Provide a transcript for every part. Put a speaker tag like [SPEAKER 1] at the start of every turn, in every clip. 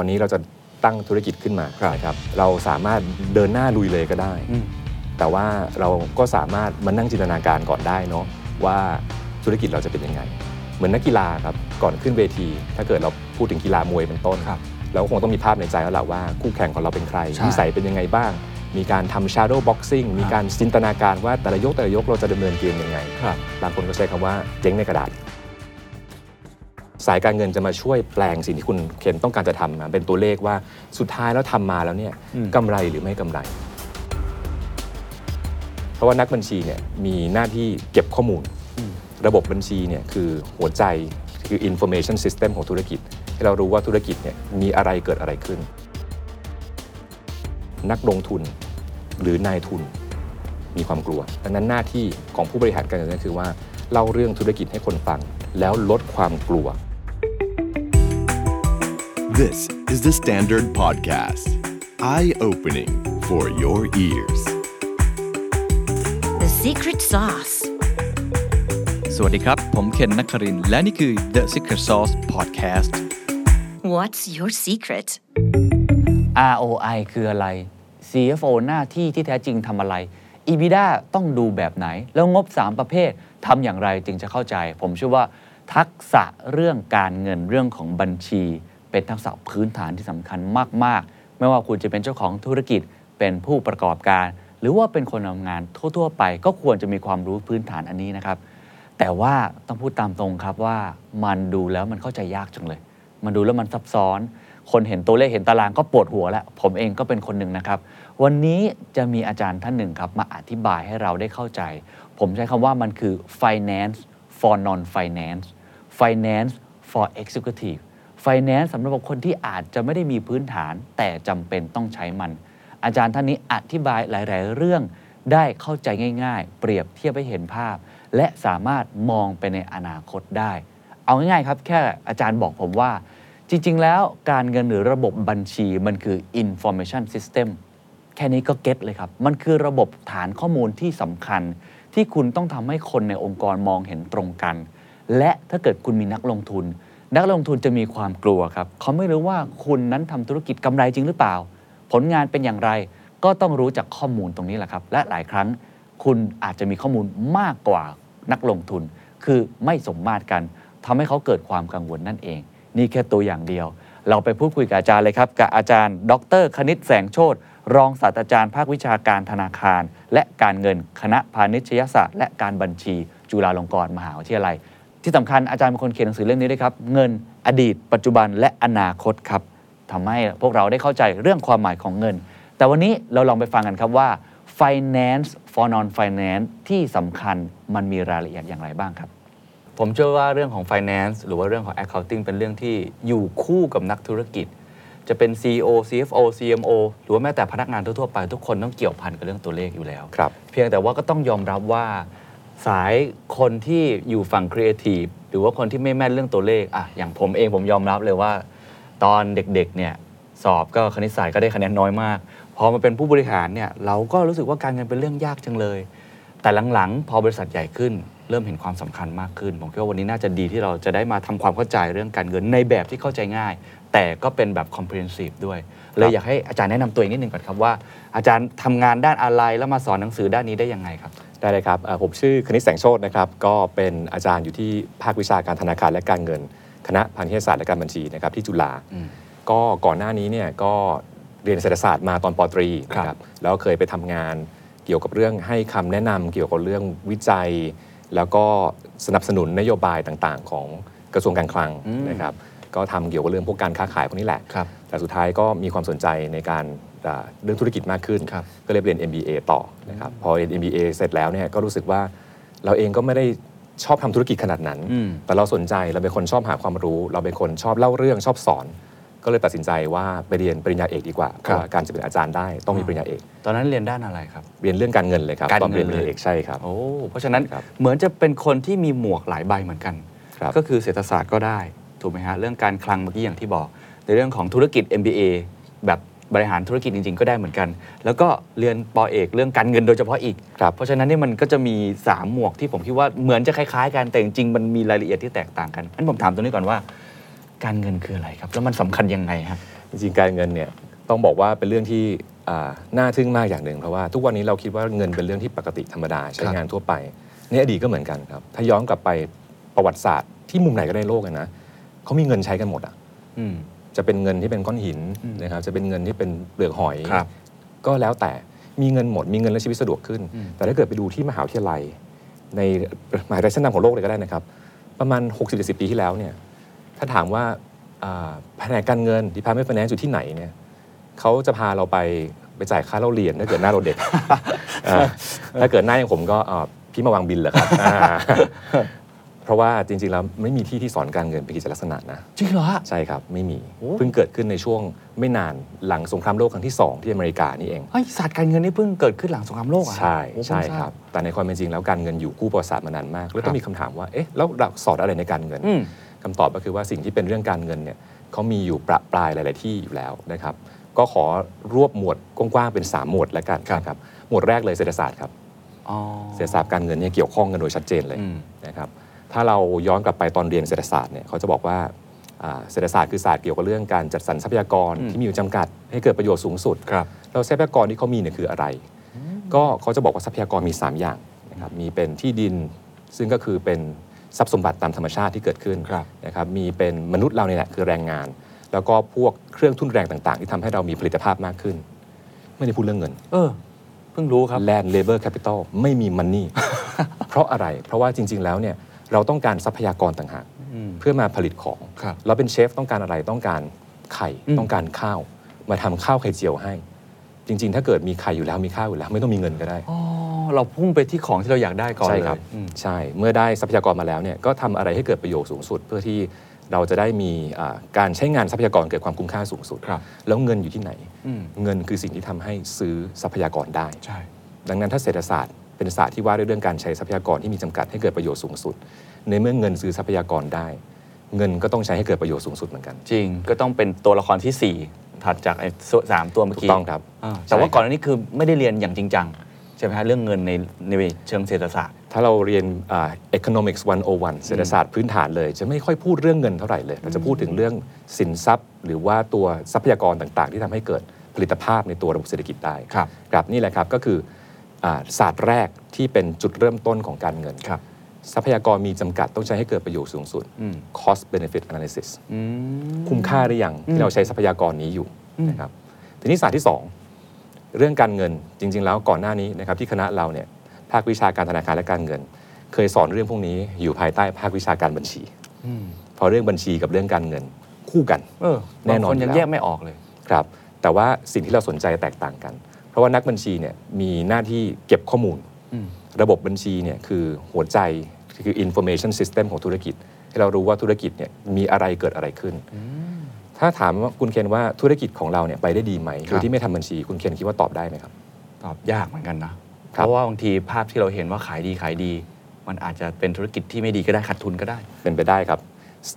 [SPEAKER 1] วันนี้เราจะตั้งธุรกิจขึ้นมา
[SPEAKER 2] ครับ
[SPEAKER 1] นะครับเราสามารถเดินหน้าลุยเลยก็ได้
[SPEAKER 2] อืม
[SPEAKER 1] แต่ว่าเราก็สามารถมานั่งจินตนาการก่อนได้เนาะว่าธุรกิจเราจะเป็นยังไง เหมือนนักกีฬาครับก่อนขึ้นเวที ถ้าเกิดเราพูดถึงกีฬามวยเป็นต้น
[SPEAKER 2] ครับ
[SPEAKER 1] เราก็คงต้องมีภาพในใจแล้วล่ะว่าคู่แข่งของเราเป็นใคร
[SPEAKER 2] ใช่
[SPEAKER 1] นิสัยเป็นยังไงบ้าง มีการทำ shadow boxing มีการจินตนาการว่าแต่ละยกแต่ละยกเราจะดำเนินเกมยังไง
[SPEAKER 2] ครับ
[SPEAKER 1] บางคนก็ใช้คำว่าเจ๊งในกระดาษ สายการเงินจะมาช่วยแปลงสิ่งที่คุณเคนต้องการจะทำมาเป็นตัวเลขว่าสุดท้ายแล้วทำมาแล้วเนี่ย
[SPEAKER 2] อืม
[SPEAKER 1] กำไรหรือไม่กำไร เพราะว่านักบัญชีเนี่ยมีหน้าที่เก็บข้อมูล
[SPEAKER 2] อืม
[SPEAKER 1] ระบบบัญชีเนี่ยคือหัวใจคือ information system ของธุรกิจ ให้เรารู้ว่าธุรกิจเนี่ยมีอะไรเกิดอะไรขึ้น นักลงทุนหรือนายทุนมีความกลัว ดังนั้นหน้าที่ของผู้บริหารการเงินก็คือว่าเล่าเรื่องธุรกิจให้คนฟัง แล้วลดความกลัว
[SPEAKER 3] This is the Standard Podcast. Eye opening for your ears.
[SPEAKER 4] The secret sauce.
[SPEAKER 5] สวัสดีครับ ผมเคนนักครินทร์และนี่คือ The Secret Sauce Podcast
[SPEAKER 4] What's your secret?
[SPEAKER 6] ROI คืออะไร CFO หน้าที่ที่แท้จริงทำอะไร EBITDA ต้องดูแบบไหน แล้วงบ 3 ประเภททำอย่างไรจึงจะเข้าใจ ผมเชื่อว่าทักษะเรื่องการเงินเรื่องของบัญชี เป็นทักษะพื้นฐานที่สำคัญมาก ๆ ไม่ว่าคุณจะเป็นเจ้าของธุรกิจเป็นผู้ประกอบการ หรือว่าเป็นคนทำงานทั่ว ๆ ไป ก็ควรจะมีความรู้พื้นฐานอันนี้นะครับ แต่ว่าต้องพูดตามตรงครับว่ามันดูแล้วมันเข้าใจยากจังเลย มันดูแล้วมันซับซ้อน คนเห็นตัวเลขเห็นตารางก็ปวดหัวแล้ว ผมเองก็เป็นคนหนึ่งนะครับ วันนี้จะมีอาจารย์ท่านหนึ่งครับ มาอธิบายให้เราได้เข้าใจ ผมใช้คำว่ามันคือ finance for non finance finance for executive finance สำหรับคนที่อาจจะไม่ได้มีพื้นฐานแต่จำเป็นต้องใช้มัน อาจารย์ท่านนี้อธิบายหลาย ๆ เรื่องได้เข้าใจง่าย ๆ เปรียบเทียบให้เห็นภาพ และสามารถมองไปในอนาคตได้ เอาง่าย ๆ ครับ แค่อาจารย์บอกผมว่า จริง ๆ แล้วการเงินหรือระบบบัญชีมันคือ information system แค่นี้ก็เก็ตเลยครับ มันคือระบบฐานข้อมูลที่สำคัญ ที่คุณต้องทำให้คนในองค์กรมองเห็นตรงกัน และถ้าเกิดคุณมีนักลงทุน นักลงทุนจะมีความกลัวครับ เขาไม่รู้ว่าคุณนั้นทำธุรกิจกำไรจริงหรือเปล่า ผลงานเป็นอย่างไรก็ต้องรู้จากข้อมูลตรงนี้แหละครับ และหลายครั้ง คุณอาจจะมีข้อมูลมากกว่านักลงทุน คือไม่สมมาตรกันทำให้เขาเกิดความกังวลนั่นเอง นี่แค่ตัวอย่างเดียว เราไปพูดคุยกับอาจารย์เลยครับ กับอาจารย์ ดร คณิตแสงโชตรองศาสตราจารย์ภาควิชาการธนาคาร และการเงินคณะพาณิชยศาสตร์ และการบัญชีจุฬาลงกรณ์มหาวิทยาลัย ที่สำคัญอาจารย์เป็นคนเขียนหนังสือเล่มนี้ด้วยครับ เงินอดีต ปัจจุบันและอนาคตครับ ทำให้พวกเราได้เข้าใจเรื่องความหมายของเงิน แต่วันนี้เราลองไปฟังกันครับว่า finance for non finance ที่สำคัญมันมีรายละเอียดอย่างไรบ้างครับ
[SPEAKER 2] ผมเชื่อว่าเรื่องของ finance หรือว่าเรื่องของ accounting เป็นเรื่องที่อยู่คู่กับนักธุรกิจ จะเป็น CEO CFO CMO หรือว่าแม้แต่พนักงานทั่วๆไป ทุกคนต้องเกี่ยวพันกับเรื่องตัวเลขอยู่แล้ว
[SPEAKER 1] ครับ
[SPEAKER 2] เพียงแต่ว่าก็ต้องยอมรับว่า สายคนที่อยู่ฝั่งครีเอทีฟหรือว่าคนที่ไม่แม่นเรื่องตัวเลขอะอย่างผมเองผมยอมรับเลยว่า ตอนเด็กๆเนี่ยสอบก็คณิตศาสตร์ก็ได้คะแนนน้อยมาก พอมาเป็นผู้บริหารเนี่ยเราก็รู้สึกว่าการเงินเป็นเรื่องยากจังเลย แต่หลังๆ พอบริษัทใหญ่ขึ้น เริ่มเห็นความสำคัญมากขึ้น ผมคิดว่าวันนี้น่าจะดีที่เราจะได้มาทำความเข้าใจเรื่องการเงินในแบบที่เข้าใจง่าย แต่ก็เป็นแบบ comprehensive ด้วย เลยอยากให้อาจารย์แนะนำตัวเองนิดนึงก่อนครับว่า อาจารย์ทำงานด้านอะไรแล้วมาสอนหนังสือด้านนี้ได้ยังไงครับ
[SPEAKER 1] ได้เลยครับเอ่อผมชื่อคณิตแสงโชตนะครับ ก็เป็นอาจารย์อยู่ที่ภาควิชาการธนาคารและการเงิน คณะพาณิชยศาสตร์และการบัญชีนะครับที่จุฬา
[SPEAKER 2] อืม
[SPEAKER 1] ก็ก่อนหน้านี้เนี่ยก็เรียนเศรษฐศาสตร์มาตอนปตรีนะ
[SPEAKER 2] ค
[SPEAKER 1] ค
[SPEAKER 2] รั
[SPEAKER 1] รับบ แล้วเคยไปทำงานเกี่ยวกับเรื่องให้คำแนะนำเกี่ยวกับเรื่องวิจัย แล้วก็สนับสนุนนโยบายต่างๆ ของกระทรวงการคลังนะครับ ก็ทำเกี่ยวกับเรื่องพวกการค้าขายพวกนี้แหละ
[SPEAKER 2] ครับ
[SPEAKER 1] แต่สุดท้ายก็มีความสนใจในการอ่าเรื่องธุรกิจมากขึ้น
[SPEAKER 2] ครับ
[SPEAKER 1] ก็เลยไปเรียน MBA ต่อนะครับพอเรียน MBA เสร็จแล้วเนี่ยก็รู้สึกว่าเราเองก็ไม่ได้ชอบทำธุรกิจขนาดนั้น
[SPEAKER 2] อืม
[SPEAKER 1] แต่เราสนใจเราเป็นคนชอบหาความรู้ เราเป็นคนชอบเล่าเรื่องชอบสอน ก็เลยตัดสินใจว่าไปเรียนปริญญาเอกดีกว่าเพ
[SPEAKER 2] ครับ
[SPEAKER 1] ราะว่าการจะเป็นอาจารย์ได้ต้องมีปริญญาเอก
[SPEAKER 2] ตอนนั้นเรียนด้านอะไรครับ
[SPEAKER 1] เรียนเรื่องการเงินเลยครับ
[SPEAKER 2] การ
[SPEAKER 1] ตอนเรียนป
[SPEAKER 2] เงิน
[SPEAKER 1] ริญ
[SPEAKER 2] เลย
[SPEAKER 1] ญาเอกใช่ครับ
[SPEAKER 2] โอ้เพราะฉะนั้น
[SPEAKER 1] ครับ
[SPEAKER 2] เหมือนจะเป็นคนที่มีหมวกหลายใบเหมือนกัน
[SPEAKER 1] ครับ
[SPEAKER 2] ก็คือเศรษฐศาสตร์ก็ได้ถูกไหมฮะเรื่องการคลังเมื่อกี้อย่างที่บอก ในเรื่องของธุรกิจ MBA แบบบริหารธุรกิจจริง ๆ ก็ได้เหมือนกัน แล้วก็เรียนปอเอกเรื่องการเงินโดยเฉพาะอีก
[SPEAKER 1] ครับ
[SPEAKER 2] เพราะฉะนั้นเนี่ยมันก็จะมี 3 หมวกที่ผมคิดว่าเหมือนจะคล้ายๆกันแต่จริงๆมันมีรายละเอียดที่แตกต่างกันงั้นผมถามตรงนี้ก่อนว่า การเงินคืออะไรครับ แล้วมันสำคัญยังไงฮะ
[SPEAKER 1] จริงๆการเงินเนี่ยต้องบอกว่าเป็นเรื่องที่อ่าน่าทึ่งมากอย่างหนึ่งเพราะว่าทุกวันนี้เราคิดว่าเงินเป็นเรื่องที่ปกติธรรมดาใช้งานทั่วไป ในอดีตก็เหมือนกันครับ ถ้าย้อนกลับไปประวัติศาสตร์ที่มุมไหนก็ได้ในโลกอะนะเขามีเงินใช้กันหมดอ่ะ
[SPEAKER 2] อืม
[SPEAKER 1] จะเป็นเงินที่เป็นก้อนหิน
[SPEAKER 2] อืม
[SPEAKER 1] นะครับจะเป็นเงินที่เป็นเปลือกหอย
[SPEAKER 2] ครับ
[SPEAKER 1] ก็แล้วแต่มีเงินหมดมีเงินแล้วชีวิตสะดวกขึ้น
[SPEAKER 2] อืม
[SPEAKER 1] แต่ถ้าเกิดไปดูที่มหาวิทยาลัย ในมหาวิทยาลัยชั้นนำของโลกเลยก็ได้นะครับ ประมาณ 60-70 ปีที่แล้วเนี่ยถ้าถามว่าอ่าแผนกการเงินดีพาร์ตเมนต์แผนกอยู่ที่ไหนเนี่ยเขาจะพาเราไปไปจ่ายค่าเล่าเรียนถ้าเกิดหน้าเรา เด็ก อ่าถ้าเกิดหน้าอย่างผมก็อ่าพี่มาวางบินเหรอครับอ่า เพราะว่าจริงๆแล้วไม่มีที่ที่สอนการเงินเป็นกิจลักษณะนะ
[SPEAKER 2] จริงเหรอฮะ
[SPEAKER 1] ใช่ครับ ไม่มี
[SPEAKER 2] โอ้
[SPEAKER 1] เพิ่งเกิดขึ้นในช่วงไม่นานหลังสงครามโลกครั้งที่ 2 ที่อเมริกานี่เอง
[SPEAKER 2] เฮ้ยศาสตร์การเงินนี่เพิ่งเกิดขึ้นหลังสงครามโลกอ่ะ
[SPEAKER 1] ใช่
[SPEAKER 2] โอ้เพิ่ง
[SPEAKER 1] ใช่
[SPEAKER 2] ทา
[SPEAKER 1] ครับ แต่ในความเป็นจริงแล้วการเงินอยู่คู่ประวัติศาสตร์มานานมาก แล้ว
[SPEAKER 2] ครั
[SPEAKER 1] ก็
[SPEAKER 2] บ
[SPEAKER 1] มีคำถามว่าเอ๊ะแล้วเราสอนอะไรในการเงิน
[SPEAKER 2] อืม
[SPEAKER 1] คำตอบก็คือว่าสิ่งที่เป็นเรื่องการเงินเนี่ยเขามีอยู่ประปรายหลาย ๆ ที่อยู่แล้วนะครับ ก็ขอรวบหมวดกว้างๆเป็นสามหมวดแล้วกันนะครับหมวดแรกเลยเศรษฐศาสตร์ครับ
[SPEAKER 2] อ๋อ
[SPEAKER 1] เศรษฐศาสตร์การเงินเนี่ยเกี่ยวข้องกันโดยชัดเจนเลย
[SPEAKER 2] อืม
[SPEAKER 1] นะครับ ถ้าเราย้อนกลับไปตอนเรียนเศรษฐศาสตร์เนี่ยเขาจะบอกว่าอ่าเศรษฐศาสตร์คือศาสตร์เกี่ยวกับเรื่องการจัดสรรทรัพยากร
[SPEAKER 2] อืม
[SPEAKER 1] ที่มีอยู่จำกัด ให้เกิดประโยชน์สูงสุด
[SPEAKER 2] ครับ
[SPEAKER 1] แล้วทรัพยากรที่เขามีเนี่ยคืออะไร ก็เขาจะบอกว่าทรัพยากรมี 3 อย่างนะครับ มีเป็นที่ดิน ซึ่งก็คือเป็นทรัพย์สมบัติตามธรรมชาติที่เกิดขึ้น
[SPEAKER 2] ครับ
[SPEAKER 1] นะครับ มีเป็นมนุษย์เราเนี่ยแหละคือแรงงาน แล้วก็พวกเครื่องทุนแรงต่าง ๆ ที่ทำให้เรามีผลิตภาพมากขึ้น ไม่ได้พูดเรื่องเงิน
[SPEAKER 2] เออ เพิ่งรู้ครับ
[SPEAKER 1] Land Labor Capital ไม่มี Money เพราะอะไร เพราะว่าจริง ๆ แล้วเนี่ยเราต้องการทรัพยากรต่างหาก
[SPEAKER 2] อืม
[SPEAKER 1] เพื่อมาผลิตของ
[SPEAKER 2] ครับ
[SPEAKER 1] เราเป็นเชฟต้องการอะไรต้องการไข่
[SPEAKER 2] อืม
[SPEAKER 1] ต้องการข้าว มาทำข้าวไข่เจียวให้ จริง ๆ ถ้าเกิดมีไข่อยู่แล้วมีข้าวอยู่แล้ว ไม่ต้องมีเงินก็ได้
[SPEAKER 2] อ๋อ เราพุ่งไปที่ของที่เราอยากได้ก่อน
[SPEAKER 1] ใช่
[SPEAKER 2] เลย
[SPEAKER 1] ครับ
[SPEAKER 2] อืม
[SPEAKER 1] ใช่เมื่อได้ทรัพยากรมาแล้วเนี่ยก็ทำอะไรให้เกิดประโยชน์สูงสุด เพื่อที่เราจะได้มีอ่าการใช้งานทรัพยากรเกิดความคุ้มค่าสูงสุด
[SPEAKER 2] ครับ
[SPEAKER 1] แล้วเงินอยู่ที่ไหน
[SPEAKER 2] อืม
[SPEAKER 1] เงินคือสิ่งที่ทำให้ซื้อทรัพยากรได้
[SPEAKER 2] ใช่
[SPEAKER 1] ดังนั้นถ้าเศรษฐศาสตร์เป็นศาสตร์ที่ว่าด้วยเรื่องการใช้ทรัพยากรที่มีจำกัดให้เกิดประโยชน์สูงสุด ในเมื่อเงินซื้อทรัพยากรได้ เงินก็ต้องใช้ให้เกิดประโยชน์สูงสุดเหมือนกัน
[SPEAKER 2] จริงก็ต้องเป็นตัวละครที่สี่ถัดจากไอ้ส่วนสามตัวเมื่อ
[SPEAKER 1] ถูก
[SPEAKER 2] กี้
[SPEAKER 1] ต้องครับ
[SPEAKER 2] อ่า
[SPEAKER 1] ใช่
[SPEAKER 2] แต่ว่า
[SPEAKER 1] ครับ
[SPEAKER 2] ก่อนหน้านี้คือไม่ได้เรียนอย่างจริงจังใช่ไหมฮะเรื่องเงินในในเชิงเศรษฐศาสตร์
[SPEAKER 1] ถ้าเราเรียนอ่า economics 101 เศรษฐศาสตร์พื้นฐานเลย จะไม่ค่อยพูดเรื่องเงินเท่าไหร่เลยเราจะพูดถึงเรื่องสินทรัพย์ หรือว่าตัวทรัพยากรต่างๆ ที่ทำให้เกิดผลิตภาพในตัวระบบเศรษฐกิจได้
[SPEAKER 2] ครับ
[SPEAKER 1] ครับนี่แหละครับก็คืออ่าศาสตร์แรกที่เป็นจุดเริ่มต้นของการเงิน
[SPEAKER 2] ครับ
[SPEAKER 1] ทรัพยากรมีจำกัดต้องใช้ให้เกิดประโยชน์สูงสุด
[SPEAKER 2] อืม
[SPEAKER 1] cost benefit analysis
[SPEAKER 2] อืม
[SPEAKER 1] คุ้มค่าหรือยัง
[SPEAKER 2] อืม
[SPEAKER 1] ที่เราใช้ทรัพยากรนี้อยู่
[SPEAKER 2] อืม
[SPEAKER 1] นะครับทีนี้ศาสตร์ที่ 2 เรื่องการเงินจริง ๆ แล้วก่อนหน้านี้นะครับที่คณะเราเนี่ยภาควิชาการธนาคารและการเงิน เคยสอนเรื่องพวกนี้อยู่ภายใต้ภาควิชาการบัญชี
[SPEAKER 2] อืม
[SPEAKER 1] พอเรื่องบัญชีกับเรื่องการเงินคู่กัน
[SPEAKER 2] เออ
[SPEAKER 1] แน่นอน
[SPEAKER 2] บางคนยัง
[SPEAKER 1] อยู่แล้ว
[SPEAKER 2] แยกไม่ออกเลย
[SPEAKER 1] ครับแต่ว่าสิ่งที่เราสนใจแตกต่างกัน เพราะว่านักบัญชีเนี่ยมีหน้าที่เก็บข้อมูล
[SPEAKER 2] อืม
[SPEAKER 1] ระบบบัญชีเนี่ยคือหัวใจคือ information system ของธุรกิจ ให้เรารู้ว่าธุรกิจเนี่ยมีอะไรเกิดอะไรขึ้น ถ้าถามว่าคุณเคนว่าธุรกิจของเราเนี่ยไปได้ดีไหม
[SPEAKER 2] ครับ
[SPEAKER 1] โดยที่ไม่ทำบัญชีคุณเคนคิดว่าตอบได้ไหมครับ
[SPEAKER 2] ตอบยากเหมือนกันนะ
[SPEAKER 1] ค
[SPEAKER 2] เพ
[SPEAKER 1] รับ
[SPEAKER 2] ราะว่าบางทีภาพที่เราเห็นว่าขายดีขายดี มันอาจจะเป็นธุรกิจที่ไม่ดีก็ได้ขาดทุนก็ได้
[SPEAKER 1] เป็นไปได้ครับ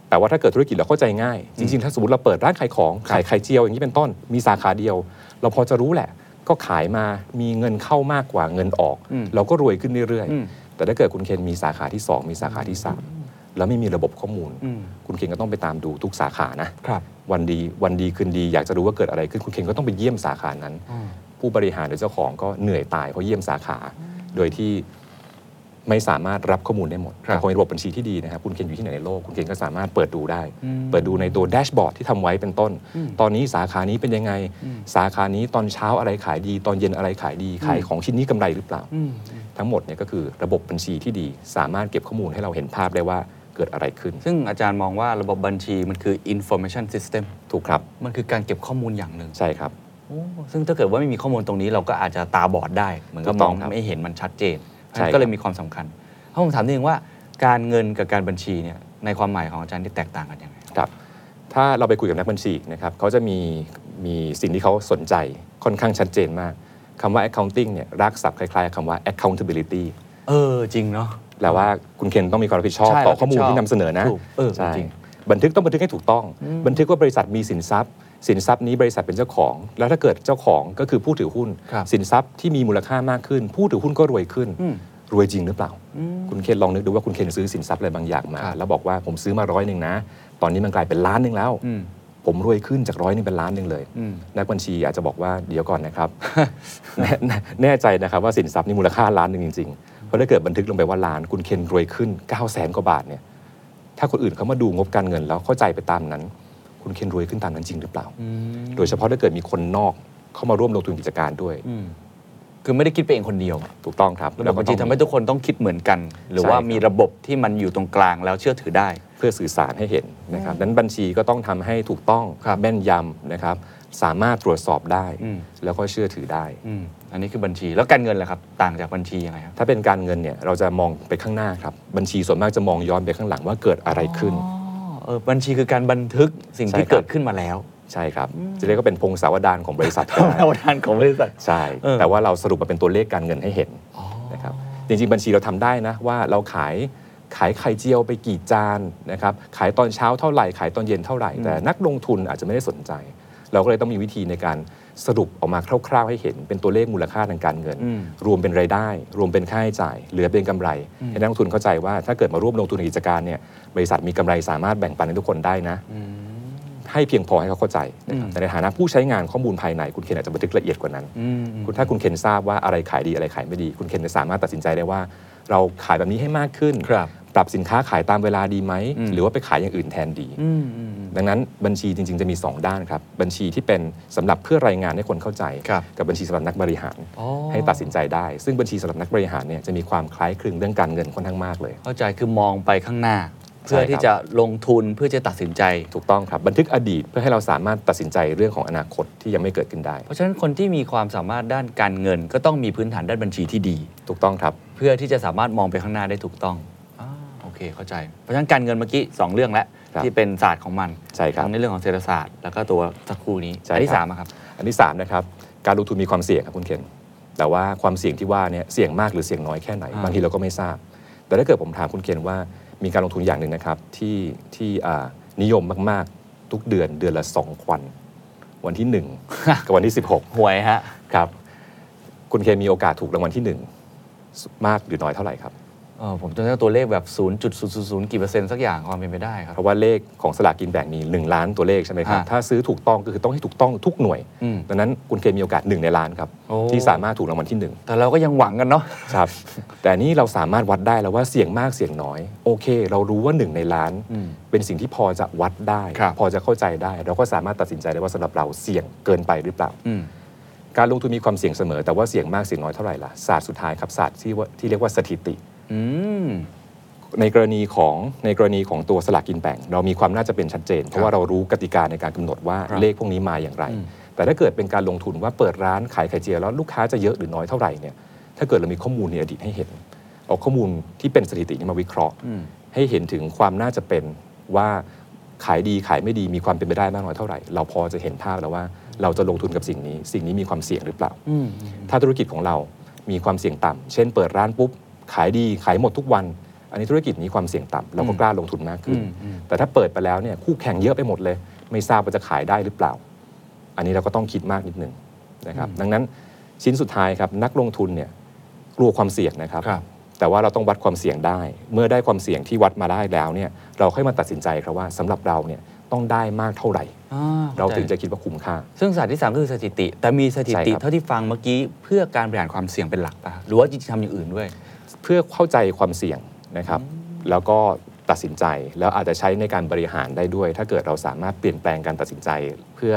[SPEAKER 1] แต่ว่าถ้าเกิดธุรกิจเราเข้าใจง่าย จริง ๆ ถ้าสมมติเราเปิดร้านขายของขายไข่เจียวอย่างนี้เป็นต้น มีสาขาเดียว เราพอจะรู้แหละ ก็ขายมามีเงินเข้ามากกว่าเงินออก
[SPEAKER 2] อืม
[SPEAKER 1] เราก็รวยขึ้นเรื่อย
[SPEAKER 2] อืม
[SPEAKER 1] ๆ แต่ถ้าเกิดคุณเคนมีสาขาที่สองมีสาขาที่สามแล้วไม่มีระบบข้อมูล
[SPEAKER 2] อืม
[SPEAKER 1] คุณเคนก็ต้องไปตามดูทุกสาขานะ
[SPEAKER 2] ครับ
[SPEAKER 1] วันดีวันดีคืนดีอยากจะรู้ว่าเกิดอะไรขึ้นคุณเคนก็ต้องไปเยี่ยมสาขานั้น
[SPEAKER 2] อืม
[SPEAKER 1] ผู้บริหารหรือเจ้าของก็เหนื่อยตายเพราะเยี่ยมสาขา โดยที่ไม่สามารถรับข้อมูลได้หมด
[SPEAKER 2] ครับ
[SPEAKER 1] แต่คนระบบบัญชีที่ดีนะครับคุณเคนอยู่ที่ไหนในโลก คุณเคนก็สามารถเปิดดูได้
[SPEAKER 2] อืม
[SPEAKER 1] เปิดดูในตัวแดชบอร์ดที่ทำไว้เป็นต้น
[SPEAKER 2] อืม
[SPEAKER 1] ตอนนี้สาขานี้เป็นยังไง
[SPEAKER 2] อืม
[SPEAKER 1] สาขานี้ตอนเช้าอะไรขายดี ตอนเย็นอะไรขายดี ขายของชิ้นนี้กำไรหรือเปล่า
[SPEAKER 2] อืม
[SPEAKER 1] ทั้งหมดเนี่ยก็คือระบบบัญชีที่ดี สามารถเก็บข้อมูลให้เราเห็นภาพได้ว่าเกิดอะไรขึ้น
[SPEAKER 2] ซึ่งอาจารย์มองว่าระบบบัญชีมันคือ information system
[SPEAKER 1] ถูกครับ
[SPEAKER 2] มันคือการเก็บข้อมูลอย่างหนึ่ง
[SPEAKER 1] ใช่ครับ
[SPEAKER 2] โอ้ซึ่งถ้าเกิดว่าไม่มีข้อมูลตรงนี้เราก็อาจจะตาบอดได้ เหมือนกับ
[SPEAKER 1] ถูก
[SPEAKER 2] ม
[SPEAKER 1] ต้
[SPEAKER 2] อ
[SPEAKER 1] อง งครับ
[SPEAKER 2] ไม่เห็นมันชัดเจน
[SPEAKER 1] ใช่ครับ
[SPEAKER 2] ก็เลยมีความสำคัญถ้าผมถามนิดนึงว่าการเงินกับการบัญชีเนี่ยในความหมายของอาจารย์ที่แตกต่างกันยังไง
[SPEAKER 1] ครับถ้าเราไปคุยกับนักบัญชีนะครับเขาจะมีมีสิ่งที่เขาสนใจค่อนข้างชัดเจนมากคำว่า accounting เนี่ยรากศัพท์คล้ายๆคำว่า accountability
[SPEAKER 2] เออจริงเนาะ
[SPEAKER 1] แปลว่าคุณเคนต้องมีความรับผิดชอบ
[SPEAKER 2] ใช่
[SPEAKER 1] ต่อข้อมูล
[SPEAKER 2] รับผิดชอบ
[SPEAKER 1] ที่นำเสนอนะ
[SPEAKER 2] ถูกเออ
[SPEAKER 1] ใช่
[SPEAKER 2] จริง
[SPEAKER 1] บันทึกต้องบันทึกให้ถูกต้อง บันทึกว่าบริษัทมีสินทรัพย์ สินทรัพย์นี้บริษัทเป็นเจ้าของ แล้วถ้าเกิดเจ้าของก็คือผู้ถือหุ้น
[SPEAKER 2] ครับ
[SPEAKER 1] สินทรัพย์ที่มีมูลค่ามากขึ้น ผู้ถือหุ้นก็รวยขึ้น
[SPEAKER 2] อืม
[SPEAKER 1] รวยจริงหรือเปล่า คุณเคนลองนึกดูว่าคุณเคนซื้อสินทรัพย์อะไรบางอย่างมา
[SPEAKER 2] ครับ
[SPEAKER 1] แล้วบอกว่าผมซื้อมาร้อยหนึ่งนะ ตอนนี้มันกลายเป็นล้านหนึ่งแล้ว
[SPEAKER 2] อืม
[SPEAKER 1] ผมรวยขึ้นจากร้อยหนึงเป็นล้านหนึ่งเลย
[SPEAKER 6] อืม
[SPEAKER 1] นักบัญชีอาจจะบอกว่าเดี๋ยวก่อนนะครับ แน่แน่แน่ใจนะครับว่าสินทรัพย์นี่มูลค่าล้านหนึ่งจริงๆ เพราะถ้าเกิดบันทึกลงไปว่าล้านคุณเคนรวยขึ้น 9 0 0แสนกว่าบาทเนี่ยถ้าคนอื่นเขามาดูงบการเงินแล้วเข้าใจไปตามนั้น คุณเคนรวยขึ้นตามนั้นจริงหรือเปล่า โดยเฉพาะถ้าเกิดมีคนนอกเข้ามาร่วมลงทุนกิจการด้วย
[SPEAKER 6] อืมคือไม่ได้คิดไปเองคนเดียว
[SPEAKER 1] ถูกต้องครับ
[SPEAKER 6] ระบบบัญชี
[SPEAKER 1] ต้อง
[SPEAKER 6] ทำให้ทุกคนต้องคิดเหมือนกัน หรือว่า
[SPEAKER 1] ใช่ครับ
[SPEAKER 6] มีระบบที่มันอยู่ตรงกลางแล้วเชื่อถือได้
[SPEAKER 1] เพื่อสื่อสารให้เห็นนะครับดังนั้นบัญชีก็ต้องทำให้ถูกต้องแม่นยำนะครับ สามารถตรวจสอบได้
[SPEAKER 6] อืม
[SPEAKER 1] แล้วก็เชื่อถือได้
[SPEAKER 6] อืมอันนี้คือบัญชีแล้วการเงินล่ะครับ ต่างจากบัญชียังไงครับ
[SPEAKER 1] ถ้าเป็นการเงินเนี่ยเราจะมองไปข้างหน้าครับ บัญชีส่วนมากจะมองย้อนไปข้างหลังว่าเกิดอะไรขึ้น
[SPEAKER 6] อ๋อเออบัญชีคือการบันทึกสิ่ง
[SPEAKER 1] ใช่
[SPEAKER 6] ที่
[SPEAKER 1] ครับ
[SPEAKER 6] เกิดขึ้นมาแล้ว
[SPEAKER 1] ใช่ครับ จะเรียกว่าเป็นพงศาวดารของบริษัทก็ได้
[SPEAKER 6] เราทานของบริษัท
[SPEAKER 1] ใช่
[SPEAKER 6] เออ
[SPEAKER 1] แต่ว่าเราสรุปมาเป็นตัวเลขการเงินให้เห็นนะครับจริงๆ บัญชีเราทำได้นะว่าเราขายขายไข่เจียวไปกี่จานนะครับขายตอนเช้าเท่าไหร่ขายตอนเย็นเท่าไหร่ แต่นักลงทุนอาจจะไม่ได้สนใจ เราก็เลยต้องมีวิธีในการสรุปออกมาคร่าวๆ ให้เห็น เป็นตัวเลขมูลค่าทางการเงิน รวมเป็นรายได้ รวมเป็นค่าใช้จ่าย เหลือเป็นกำไรให้นักลงทุนเข้าใจว่าถ้าเกิดมาร่วมลงทุนในกิจการเนี่ยบริษัทมีกำไรสามารถแบ่งปันให้ทุกคนได้นะ ให้เพียงพอให้เขาเข้าใจนะครับแต่ในฐานะผู้ใช้งานข้อมูลภายใน คุณเคนอาจจะบันทึกละเอียดกว่านั้น คุณถ้าคุณเคนทราบว่าอะไรขายดีอะไรขายไม่ดี คุณเคนจะสามารถตัดสินใจได้ว่า เราขายแบบนี้ให้มากขึ้น
[SPEAKER 6] ครับ
[SPEAKER 1] ปรับสินค้าขายตามเวลาดีไหม
[SPEAKER 6] อืม
[SPEAKER 1] หรือว่าไปขายอย่างอื่นแทนดี
[SPEAKER 6] อืมอืมอืม
[SPEAKER 1] ดังนั้นบัญชีจริง ๆ จะมี 2 ด้านครับ บัญชีที่เป็นสำหรับเพื่อรายงานให้คนเข้าใจ
[SPEAKER 6] ครับ
[SPEAKER 1] กับบัญชีสำหรับนักบริหาร
[SPEAKER 6] อ๋อ
[SPEAKER 1] ให้ตัดสินใจได้ ซึ่งบัญชีสำหรับนักบริหารเนี่ยจะมีความคล้ายคลึงเรื่องการเงินค่อนข้างมากเลย
[SPEAKER 6] เข้าใจคือมองไปข้างหน้า
[SPEAKER 1] ใช่ค
[SPEAKER 6] เพื่อ
[SPEAKER 1] รับ
[SPEAKER 6] ที่จะลงทุนเพื่อจะตัดสินใจ
[SPEAKER 1] ถูกต้องครับบันทึกอดีตเพื่อให้เราสามารถตัดสินใจเรื่องของอนาคตที่ยังไม่เกิดขึ้นได้
[SPEAKER 6] เพราะฉะนั้นคนที่มีความสามารถด้านการเงิน ก็ต้องมีพื้นฐานด้านบัญชีที่ดี
[SPEAKER 1] ถูกต้องครับ
[SPEAKER 6] เพื่อที่จะสามารถมองไปข้างหน้าได้ถูกต้องอาโอเคเข้าใจ เพราะฉะนั้นการเงินเมื่อกี้สองเรื่องแล้ว
[SPEAKER 1] ครับ
[SPEAKER 6] ที่เป็นศาสตร์ของมัน
[SPEAKER 1] ใช่ครับ
[SPEAKER 6] ทั้งในเรื่องของเศรษฐศาสตร์ แล้วก็ตัวสักครู่นี้
[SPEAKER 1] ใช่
[SPEAKER 6] อันที่
[SPEAKER 1] ครับ
[SPEAKER 6] สามอะครับ
[SPEAKER 1] อันที่3นะครับการลงทุนมีความเสี่ยงครับคุณเคนแต่ว่าความเสี่ยงที่ว่าเนี่ยเสี่ยงมากหรือเสี่ยงน้อยแค่ไหน
[SPEAKER 6] อ่า
[SPEAKER 1] บางทีเราก็ไม่ทราบ แต่ถ้าเกิดผมถามคุณเคนว่ามีการลงทุนอย่างหนึ่งนะครับที่ที่อ่านิยมมากๆ ทุกเดือนเดือนละสองควัน วันที่ 1 กับวันที่
[SPEAKER 6] หวยฮะ
[SPEAKER 1] 16 ครับ คุณเคนมีโอกาสถูกรางวัลที่ 1 มากหรือน้อยเท่าไหร่ครับ
[SPEAKER 6] เออผมจำได้ว่าตัวเลขแบบ0.000กี่เปอร์เซ็นต์สักอย่างความเป็นไปได้ครับ
[SPEAKER 1] เพราะว่าเลขของสลากกินแบ่งมี1 ล้านตัวเลขใช่ไหมครับ
[SPEAKER 6] อ่า
[SPEAKER 1] ถ้าซื้อถูกต้องก็คือต้องให้ถูกต้องทุกหน่วย
[SPEAKER 6] อืม
[SPEAKER 1] ดังนั้นคุณเคนมีโอกาสหนึ่งในล้านครับ
[SPEAKER 6] โอ้
[SPEAKER 1] ที่สามารถถูกรางวัลที่หนึ่ง
[SPEAKER 6] แต่เราก็ยังหวังกันเนาะ
[SPEAKER 1] ครับแต่อันนี่เราสามารถวัดได้แล้วว่าเสี่ยงมากเสี่ยงน้อย โอเค เรารู้ว่าหนึ่งในล้าน
[SPEAKER 6] อืม
[SPEAKER 1] เป็นสิ่งที่พอจะวัดได้
[SPEAKER 6] ครับ
[SPEAKER 1] พอจะเข้าใจได้ เราก็สามารถตัดสินใจได้ว่าสำหรับเราเสี่ยงเกินไปหรือเปล่า
[SPEAKER 6] อืม
[SPEAKER 1] การลงทุนมีความเสี่ยงเสมอ แต่ว่าเสี่ยงมากเสี่ยงน้อยเท่าไหร่ล่ะศาสตร์สุดท้ายครับศาสตร์ที่ว่าที่เรียกว่าสถิติ
[SPEAKER 6] อืม
[SPEAKER 1] ในกรณีของในกรณีของตัวสลากกินแบ่ง เรามีความน่าจะเป็นชัดเจน เพราะว่าเรารู้กติกาในการกำหนดว่า
[SPEAKER 6] ครับ
[SPEAKER 1] เลขพวกนี้มาอย่างไร
[SPEAKER 6] อืม
[SPEAKER 1] แต่ถ้าเกิดเป็นการลงทุนว่าเปิดร้านขายไข่เจียวแล้วลูกค้าจะเยอะหรือน้อยเท่าไหร่เนี่ยถ้าเกิดเรามีข้อมูลในอดีตให้เห็นเอาข้อมูลที่เป็นสถิตินี้มาวิเคราะห์
[SPEAKER 6] อืม
[SPEAKER 1] ให้เห็นถึงความน่าจะเป็นว่าขายดีขายไม่ดีมีความเป็นไปได้มากน้อยเท่าไหร่ เราพอจะเห็นภาพแล้วว่าเราจะลงทุนกับสิ่งนี้ สิ่งนี้มีความเสี่ยงหรือเปล่า
[SPEAKER 6] อืม
[SPEAKER 1] ถ้าธุรกิจของเรามีความเสี่ยงต่ำ เช่น เปิดร้านปุ๊บ ขายดี ขายหมดทุกวัน อันนี้ธุรกิจมีความเสี่ยงต่ำ เราก็กล้าลงทุนมากขึ้น
[SPEAKER 6] อืมอืม
[SPEAKER 1] แต่ถ้าเปิดไปแล้วเนี่ยคู่แข่งเยอะไปหมดเลย ไม่ทราบว่าจะขายได้หรือเปล่า อันนี้เราก็ต้องคิดมากนิดนึงนะครับ ดังนั้นชิ้นสุดท้ายครับนักลงทุนเนี่ยกลัวความเสี่ยงนะครับ
[SPEAKER 6] ครับ
[SPEAKER 1] แต่ว่าเราต้องวัดความเสี่ยงได้ เมื่อได้ความเสี่ยงที่วัดมาได้แล้วเนี่ยเราค่อยมาตัดสินใจครับว่าสำหรับเราเนี่ยต้องได้มากเท่าไหร่
[SPEAKER 6] อ่
[SPEAKER 1] เรา
[SPEAKER 6] ข้
[SPEAKER 1] ถึง
[SPEAKER 6] ใจ
[SPEAKER 1] จะคิดว่าคุ้มค่า
[SPEAKER 6] ซึ่งศาสตร์ที่สามก็คือสถิติ แต่มีสถิติ
[SPEAKER 1] ใช่ครับ
[SPEAKER 6] เท่าที่ฟังเมื่อกี้เพื่อการบริหารความเสี่ยงเป็นหลักป่ะหรือว่าจริงๆทำอย่างอื่นด้วย
[SPEAKER 1] เพื่อเข้าใจความเสี่ยงนะครับ แล้วก็ตัดสินใจแล้วอาจจะใช้ในการบริหารได้ด้วย ถ้าเกิดเราสามารถเปลี่ยนแปลงการตัดสินใจ เพื่อ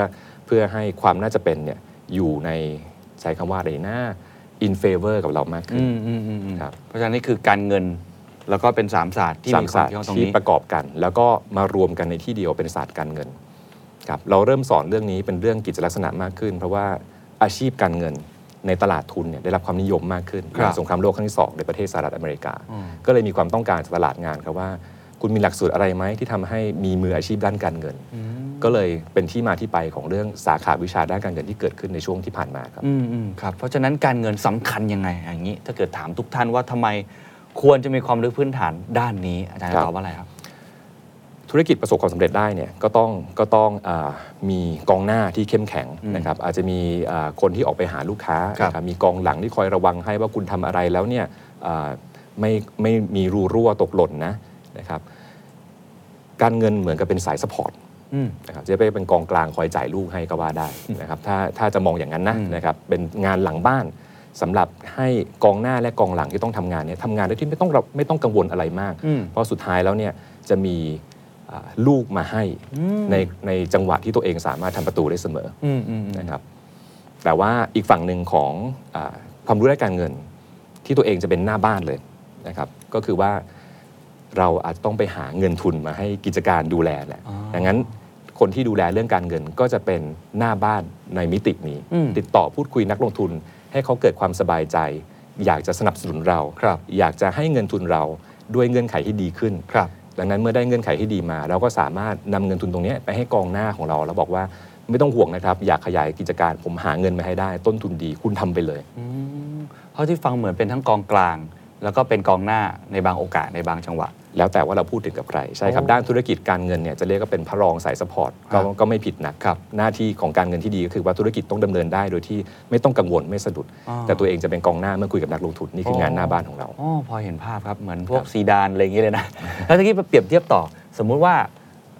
[SPEAKER 1] เพื่อให้ความน่าจะเป็นเนี่ยอยู่ในใช้คำว่าอะไรนะ in favor กับเรามากขึ้น
[SPEAKER 6] อืมอืมอืมอืม
[SPEAKER 1] ครับ
[SPEAKER 6] เพราะฉะนั้นนี่คือการเงินแล้วก็เป็นสามศาสตร์ที่
[SPEAKER 1] สาม
[SPEAKER 6] มีควา
[SPEAKER 1] ศาม สตร์
[SPEAKER 6] เกี่ยวข้องตรง
[SPEAKER 1] ที่
[SPEAKER 6] นี้
[SPEAKER 1] ประกอบกัน แล้วก็มารวมกันในที่เดียวเป็นศาสตร์การเงินครับเราเริ่มสอนเรื่องนี้เป็นเรื่องกิจลักษณะมากขึ้น เพราะว่าอาชีพการเงินในตลาดทุนเนี่ยได้รับความนิยมมากขึ้น
[SPEAKER 6] ค
[SPEAKER 1] ห
[SPEAKER 6] รับ
[SPEAKER 1] ลังสงครามโลกครั้งที่สองในประเทศสหรัฐอเมริกา
[SPEAKER 6] อืม
[SPEAKER 1] ก็เลยมีความต้องการจากตลาดงานครับว่า คุณมีหลักสูตรอะไรไหมที่ทำให้มีมืออาชีพด้านการเงิน ก็เลยเป็นที่มาที่ไปของเรื่องสาขาวิชาด้านการเงินที่เกิดขึ้นในช่วงที่ผ่านมาครับ
[SPEAKER 6] อืมอืมครับเพราะฉะนั้นการเงินสำคัญยังไงอย่างนี้ ถ้าเกิดถามทุกท่านว่าทำไมควรจะมีความรู้พื้นฐานด้านนี้อาจารย์
[SPEAKER 1] ครับ
[SPEAKER 6] ตอบว่าอะไรครับ
[SPEAKER 1] ธุรกิจประสบความสำเร็จได้เนี่ยก็ต้องก็ต้องอามีกองหน้าที่เข้มแข็ง
[SPEAKER 6] อืม
[SPEAKER 1] นะครับอาจจะมีอ่าคนที่ออกไปหาลูกค้า
[SPEAKER 6] ครับ
[SPEAKER 1] นะมีกองหลังที่คอยระวังให้ว่าคุณทำอะไรแล้วเนี่ยอ่าไม่ไม่มีรูรั่วตกหล่นนะนะครับการเงินเหมือนกับเป็นสายสปอร์ต
[SPEAKER 6] อืม
[SPEAKER 1] นะครับจะไปเป็นกองกลางคอยจ่ายลูกให้ก็ว่าได้นะครับถ้าถ้าจะมองอย่างนั้นนะ
[SPEAKER 6] อืม
[SPEAKER 1] นะครับเป็นงานหลังบ้านสำหรับให้กองหน้าและกองหลังที่ต้องทำงานเนี่ยทำงานโดยที่ไม่ต้องรับไม่ต้องกังวลอะไรมาก
[SPEAKER 6] อืม
[SPEAKER 1] เพราะสุดท้ายแล้วเนี่ยจะมีอ่าลูกมาให้
[SPEAKER 6] อืม
[SPEAKER 1] ในในจังหวะที่ตัวเองสามารถทำประตูได้เสมอ
[SPEAKER 6] อืมอืมอืม
[SPEAKER 1] นะครับแต่ว่าอีกฝั่งหนึ่งของอาความรู้ด้านการเงินที่ตัวเองจะเป็นหน้าบ้านเลยนะครับก็คือว่าเราอาจจะต้องไปหาเงินทุนมาให้กิจการดูแลแหละ
[SPEAKER 6] อ๋อ
[SPEAKER 1] ดังนั้นคนที่ดูแลเรื่องการเงินก็จะเป็นหน้าบ้านในมิตินี้
[SPEAKER 6] อืม
[SPEAKER 1] ติดต่อพูดคุยนักลงทุน ให้เขาเกิดความสบายใจ อยากจะสนับสนุนเรา
[SPEAKER 6] ครับ
[SPEAKER 1] อยากจะให้เงินทุนเราด้วยเงื่อนไขที่ดีขึ้น
[SPEAKER 6] ครับ
[SPEAKER 1] ดังนั้นเมื่อได้เงื่อนไขที่ดีมา เราก็สามารถนำเงินทุนตรงเนี้ยไปให้กองหน้าของเรา แล้วบอกว่าไม่ต้องห่วงนะครับ อยากขยายกิจการผมหาเงินมาให้ได้ ต้นทุนดีคุณทำไปเลย
[SPEAKER 6] อืมเพราะที่ฟังเหมือนเป็นทั้งกองกลาง แล้วก็เป็นกองหน้าในบางโอกาสในบางจังหวะ
[SPEAKER 1] แล้วแต่ว่าเราพูดถึงกับใคร ใช่ครับ
[SPEAKER 6] โอ้
[SPEAKER 1] ด้านธุรกิจการเงินเนี่ยจะเรียกก็เป็นพระรองสายสปอร์ต
[SPEAKER 6] ครับ
[SPEAKER 1] ก็ไม่ผิดนะหน้าที่ของการเงินที่ดีก็คือว่าธุรกิจต้องดำเนินได้โดยที่ไม่ต้องกังวลไม่สะดุด แต่ตัวเองจะเป็นกองหน้าเมื่อคุยกับนักลงทุนนี่คืองานหน้าบ้านของเรา
[SPEAKER 6] อ๋อพอเห็นภาพครับ เหมือนพวกซีดานอะไรอย่างเงี้ยเลยนะ แล้วทีนี้ไปเปรียบเทียบต่อ สมมุติว่า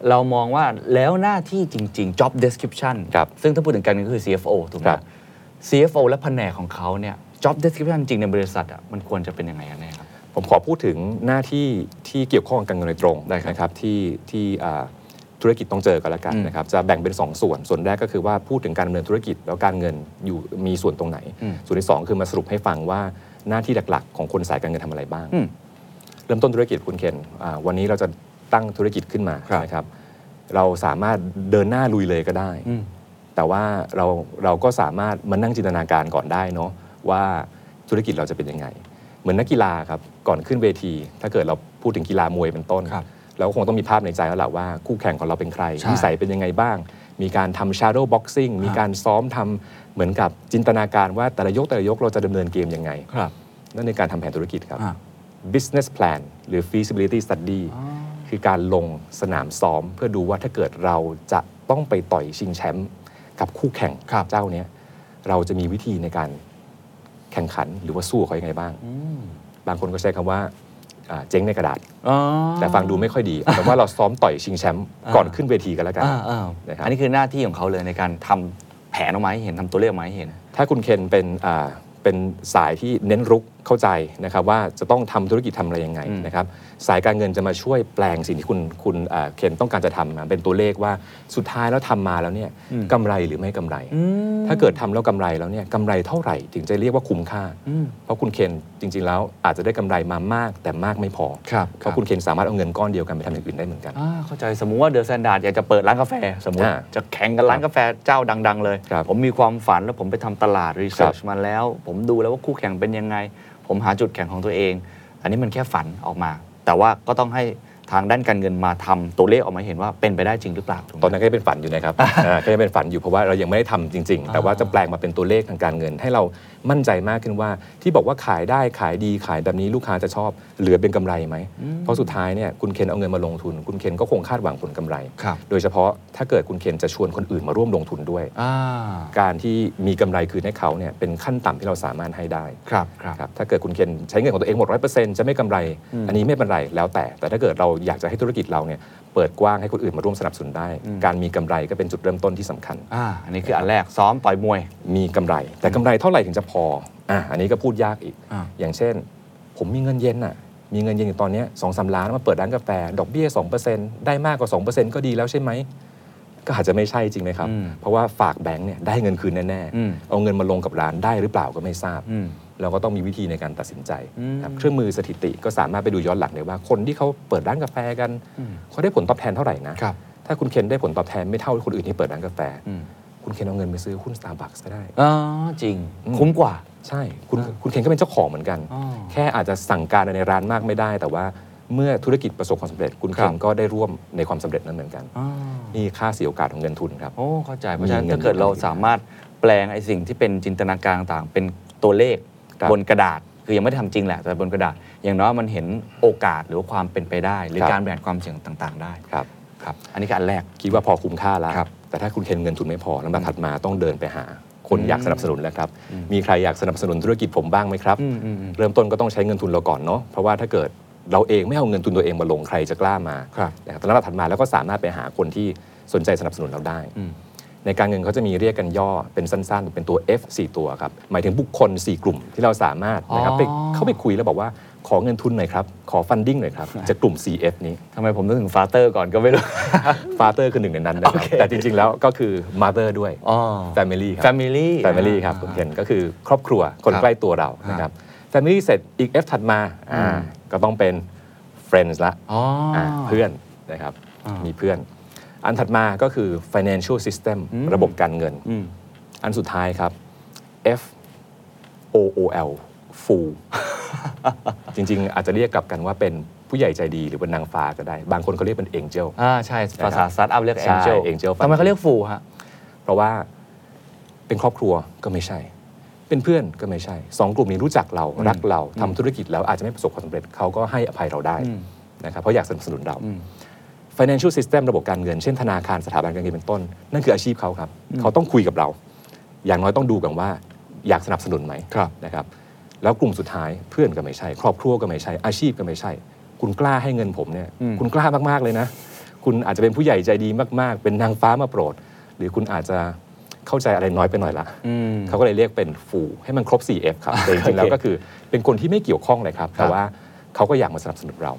[SPEAKER 6] เรามองว่าแล้วหน้าที่จริง ๆ job description
[SPEAKER 1] ครับ
[SPEAKER 6] ซึ่งถ้าพูดถึงกันก็คือ CFO ถูกไหม
[SPEAKER 1] ครับ
[SPEAKER 6] CFO และแผนกของเขาเนี่ย job description จริงๆในบริษัทอ่ะมันควรจะเป็นยังไงกันแน่ครับ
[SPEAKER 1] ผมขอพูดถึงหน้าที่ที่เกี่ยวข้องกับการเงินโดยตรงนะครับที่ที่อ่าธุรกิจต้องเจอกันละกัน
[SPEAKER 6] อืม
[SPEAKER 1] นะครับจะแบ่งเป็น 2 ส่วน ส่วนแรกก็คือว่าพูดถึงการดำเนินธุรกิจ แล้วการเงินอยู่มีส่วนตรงไหน
[SPEAKER 6] อืม
[SPEAKER 1] ส่วนที่ 2 คือมาสรุปให้ฟังว่าหน้าที่หลักๆ ของคนสายการเงินทำอะไรบ้าง
[SPEAKER 6] อืม
[SPEAKER 1] เริ่มต้นธุรกิจคุณเคนอ่าวันนี้เราจะตั้งธุรกิจขึ้นมา
[SPEAKER 6] ครับ
[SPEAKER 1] นะครับเราสามารถเดินหน้าลุยเลยก็ได้
[SPEAKER 6] อืม
[SPEAKER 1] แต่ว่าเราเราก็สามารถมานั่งจินตนาการก่อนได้เนาะว่าธุรกิจเราจะเป็นยังไง เหมือนนักกีฬาครับก่อนขึ้นเวที ถ้าเกิดเราพูดถึงกีฬามวยเป็นต้น
[SPEAKER 6] ครับ
[SPEAKER 1] เราก็คงต้องมีภาพในใจแล้วแหละว่าคู่แข่งของเราเป็นใคร
[SPEAKER 6] ใช่
[SPEAKER 1] นิสัยเป็นยังไงบ้าง มีการทำ shadow boxing มีการซ้อมทำเหมือนกับจินตนาการว่าแต่ละยกแต่ละยกเราจะดำเนินเกมยังไง
[SPEAKER 6] ครับ
[SPEAKER 1] นั่นในการทำแผนธุรกิจครับ
[SPEAKER 6] อ่ะ
[SPEAKER 1] business plan หรือ feasibility study คือการลงสนามซ้อม เพื่อดูว่าถ้าเกิดเราจะต้องไปต่อยชิงแชมป์กับคู่แข่ง
[SPEAKER 6] ครับ
[SPEAKER 1] เจ้าเนี้ยเราจะมีวิธีในการแข่งขันหรือว่าสู้เขายังไงบ้าง
[SPEAKER 6] อืม
[SPEAKER 1] บางคนก็ใช้คำว่าอ่าเจ๊งในกระดาษ
[SPEAKER 6] อ๋อ
[SPEAKER 1] แต่ฟังดูไม่ค่อยดีเอาแต่ว่าเราซ้อมต่อยชิงแชมป์ก่อนขึ้นเวทีกันแล้วกัน
[SPEAKER 6] อ่าอ่า
[SPEAKER 1] นะครับ
[SPEAKER 6] อันนี้คือหน้าที่ของเขาเลยในการทำแผนออกมาให้เห็นทำตัวเลขออกมาให้เห็น
[SPEAKER 1] ถ้าคุณเคนเป็นอ่าเป็นสายที่เน้นรุกเข้าใจนะครับว่าจะต้องทำธุรกิจทำอะไรยังไง
[SPEAKER 6] อืม
[SPEAKER 1] นะครับสายการเงินจะมาช่วยแปลงสิ่งที่คุณคุณอ่าเคนต้องการจะทำมาเป็นตัวเลขว่าสุดท้ายแล้วทำมาแล้วเนี่ย
[SPEAKER 6] อืม
[SPEAKER 1] กำไรหรือไม่กำไร
[SPEAKER 6] ม
[SPEAKER 1] ถ้าเกิดทำแล้วกำไรแล้วเนี่ยกำไรเท่าไหร่ถึงจะเรียกว่าคุ้มค่า
[SPEAKER 6] อืม
[SPEAKER 1] เพราะคุณเคนจริง ๆ แล้วอาจจะได้กำไรมามากแต่มากไม่พอ
[SPEAKER 6] ครับ
[SPEAKER 1] เพราะคุณเคนสามารถเอาเงินก้อนเดียวกันไปทำอย่างอื่นได้เหมือนกัน
[SPEAKER 6] อ่าเข้าใจสมมุติว่าเดอะแซนดาร์ดอยากจะเปิดร้านกาแฟ สมมติ
[SPEAKER 1] อ่า
[SPEAKER 6] จะแข่งกับร้านกาแฟเจ้าดัง ๆ เลย
[SPEAKER 1] ครับ
[SPEAKER 6] ผมมีความฝันแล้วผมไปทำตลาดรีเสิร์ชมาแล้ว ผมดูแล้วว่าคู่แข่งเป็นยังไง ผมหาจุดแข่งของตัวเอง อันนี้มันแค่ฝันออกมา แต่ว่าก็ต้องให้ทางด้านการเงินมาทำตัวเลขออกมาให้เห็นว่าเป็นไปได้จริงหรือเปล่าถูกไหม
[SPEAKER 1] ตอนนั้นก็ยังเป็นฝันอยู่นะครับ อ่าก็ยังเป็นฝันอยู่เพราะว่าเรายังไม่ได้ทำจริง ๆ แต่ว่าจะแปลงมาเป็นตัวเลขทางการเงิน ให้เรามั่นใจมากขึ้นว่า ที่บอกว่าขายได้ขายดีขายแบบนี้ลูกค้าจะชอบ เหลือเป็นกำไรไหม เพราะสุดท้ายเนี่ยคุณเคนเอาเงินมาลงทุน คุณเคนก็คงคาดหวังผลกำไร
[SPEAKER 6] ครับ
[SPEAKER 1] โดยเฉพาะถ้าเกิดคุณเคนจะชวนคนอื่นมาร่วมลงทุนด้วย
[SPEAKER 6] อ่า
[SPEAKER 1] การที่มีกำไรคืนให้เขาเนี่ยเป็นขั้นต่ำที่เราสามารถให้ได้
[SPEAKER 6] ครับครับ
[SPEAKER 1] ครับถ้าเกิดคุณเคนใช้เงินของตัวเองหมดร้อยเปอร์เซ็นต์จะไม่กำไร อันนี้ไม่เป็นไรแล้วแต่ แต่ถ้าเกิดเราอยากจะให้ธุรกิจเราเนี่ยเปิดกว้างให้คนอื่นมาร่วมสนับสนุนได้ การมีกำไรก็เป็นจุดเริ่มต้นที่สำคัญ
[SPEAKER 6] อ่า อันนี้คืออันแรกซ้อมปล่อยมวย
[SPEAKER 1] มีกำไร แต่กำไรเท่าไหร่ถึงจะพออ่ะอันนี้ก็พูดยากอีก
[SPEAKER 6] อ่า
[SPEAKER 1] อย่างเช่น ผมมีเงินเย็นอ่ะมีเงินเย็นอยู่ตอนเนี้ยสองสามล้านมาเปิดร้านกาแฟ ดอกเบี้ย2%ได้มากกว่า 2%ก็ดีแล้วใช่ไหมก็อาจจะไม่ใช่จริงไหมครับ
[SPEAKER 6] อืม
[SPEAKER 1] เพราะว่าฝากแบงค์เนี่ยได้เงินคืนแน่
[SPEAKER 6] อืม
[SPEAKER 1] ๆเอาเงินมาลงกับร้านได้หรือเปล่าก็ไม่ทราบ
[SPEAKER 6] อืม
[SPEAKER 1] เราก็ต้องมีวิธีในการตัดสินใจครับ
[SPEAKER 6] อืม
[SPEAKER 1] เครื่องมือสถิติก็สามารถไปดูย้อนหลังได้ว่า คนที่เขาเปิดร้านกาแฟกัน
[SPEAKER 6] อืม
[SPEAKER 1] เขาได้ผลตอบแทนเท่าไหร่นะครับ ถ้าคุณเคนได้ผลตอบแทนไม่เท่าคนอื่นที่เปิดร้านกาแฟ
[SPEAKER 6] อืม
[SPEAKER 1] คุณเคนเอาเงินไปซื้อหุ้น Starbucks ก็ได้
[SPEAKER 6] อ๋อจริง
[SPEAKER 1] อืม
[SPEAKER 6] คุ้มกว่า
[SPEAKER 1] ใช่คุณ
[SPEAKER 6] อ่า
[SPEAKER 1] คุณเคนก็เป็นเจ้าของเหมือนกัน
[SPEAKER 6] อ๋อ
[SPEAKER 1] แค่อาจจะสั่งการอะไรในร้านมากไม่ได้ แต่ว่าเมื่อธุรกิจประสบความสำเร็จ คุณเค
[SPEAKER 6] ครั
[SPEAKER 1] น
[SPEAKER 6] บ
[SPEAKER 1] ก็ได้ร่วมในความสำเร็จนั้นเหมือนกัน
[SPEAKER 6] อ่า
[SPEAKER 1] นี่ค่าเสียโอกาสของเงินทุนครับ
[SPEAKER 6] โอ้ เข้าใจ เพราะฉะนั้น
[SPEAKER 1] มีเงิน
[SPEAKER 6] ถ้าเกิดเราสามารถแปลงไอ้สิ่งที่เป็นจินตนาการต่างๆ เป็นตัวเลข
[SPEAKER 1] ครับ
[SPEAKER 6] บนกระดาษ คือยังไม่ได้ทำจริงแหละ แต่บนกระดาษ อย่างน้อยมันเห็นโอกาสหรือว่าความเป็นไปได้ หรือ
[SPEAKER 1] ครับ
[SPEAKER 6] การแบ่งความเสี่ยงต่างๆ ได้
[SPEAKER 1] ครับ
[SPEAKER 6] ครับ อันนี้คืออันแรก
[SPEAKER 1] คิดว่าพอคุ้มค่าแล้ว
[SPEAKER 6] ครับ
[SPEAKER 1] แต่ถ้าคุณเคนเงินทุนไม่พอลำดับถัดมาต้องเดินไปหา คน
[SPEAKER 6] อืม
[SPEAKER 1] อยากสนับสนุนแล้วครับมีใครอยากสนับสนุนธุรกิจผมบ้างไหมครับ
[SPEAKER 6] อืมอืมอืม
[SPEAKER 1] เริ่มต้นก็ต้องใช้เงินทุนเราก่อนเนาะเพราะว่าถ้าเกิดเราเองไม่เอาเงินทุนตัวเองมาลงใครจะกล้ามา
[SPEAKER 6] ครับ
[SPEAKER 1] นะครับแต่ลำดับถัดมาแล้วก็สามารถไปหาคนที่ สนใจสนับสนุนเราได้
[SPEAKER 2] อืม
[SPEAKER 1] ในการเงินเขาจะมีเรียกกันย่อเป็นสั้นๆ เป็นตัว F 4 ตัวครับ หมายถึงบุคคล 4 กลุ่มที่เราสามารถนะครับไป
[SPEAKER 7] อ๋อ
[SPEAKER 1] เข้าไปคุยแล้วบอกว่าขอเงินทุนหน่อยครับ ขอฟันดิ้งหน่อย ครับ จากกลุ่ม CF นี้
[SPEAKER 2] ทำไมผมต้องถึงฟาเตอร์ก่อนก็ไม่ รู้
[SPEAKER 1] ฟาเตอร์คือหนึ่งในนั้น นะครับ แต่จริงๆ แล้วก็คือมาเตอร์ด้วย
[SPEAKER 2] อ๋อ
[SPEAKER 1] Family ครับ
[SPEAKER 2] Family
[SPEAKER 1] แฟมิลี่ครับคุณเคนก็คือครอบครัวคนใกล้ตัวเรานะครับแฟมิลี่เสร็จอีก F ถัดมาอ่าก็ต้องเป็น Friends ละ
[SPEAKER 2] อ๋ออ่
[SPEAKER 1] าเพื่อนนะครับมีเพื่อน อันถัดมาก็คือ financial system ระบบการเงิน
[SPEAKER 2] อืม
[SPEAKER 1] อันสุดท้ายครับ F O O L Fool จริงๆ อาจจะเรียกกลับกันว่าเป็นผู้ใหญ่ใจดีหรือเป็นนางฟ้าก็ได้ บางคนเขาเรียกเป็น Angel
[SPEAKER 2] อ่า ใช่ ภาษาสตาร์ทอัพเรียก
[SPEAKER 1] ใช่
[SPEAKER 2] Angel
[SPEAKER 1] Angel
[SPEAKER 2] ทำไมเขาเรียกฟูฮะ
[SPEAKER 1] เพราะว่าเป็นครอบครัวก็ไม่ใช่ เป็นเพื่อนก็ไม่ใช่สองกลุ่มนี้รู้จักเรารักเราทำธุรกิจแล้วอาจจะไม่ประสบความสำเร็จเขาก็ให้อภัยเราได้นะครับเพราะอยากสนับสนุนเรา financial system ระบบการเงิน เช่นธนาคารสถาบันการเงินเป็นต้น นั่นคืออาชีพเขาครับ เขาต้องคุยกับเรา อย่างน้อยต้องดูกันว่าอยากสนับสนุนไหม
[SPEAKER 2] ครับ
[SPEAKER 1] นะครับ แล้วกลุ่มสุดท้ายเพื่อนก็ไม่ใช่ ครอบครัวก็ไม่ใช่ อาชีพก็ไม่ใช่ คุณกล้าให้เงินผมเนี่ยคุณกล้ามากๆเลยนะ คุณอาจจะเป็นผู้ใหญ่ใจดีมากๆ เป็นนางฟ้ามาโปรด หรือคุณอาจจะเข้าใจอะไรน้อยไปหน่อยละเขาก็เลยเรียกเป็นฟูให้มันครบ 4F ครับแต่จริงๆแล้วก็คือเป็นคนที่ไม่เกี่ยวข้องเลยครับ แต่ว่าเขาก็อยากมาสนับสนุนเรา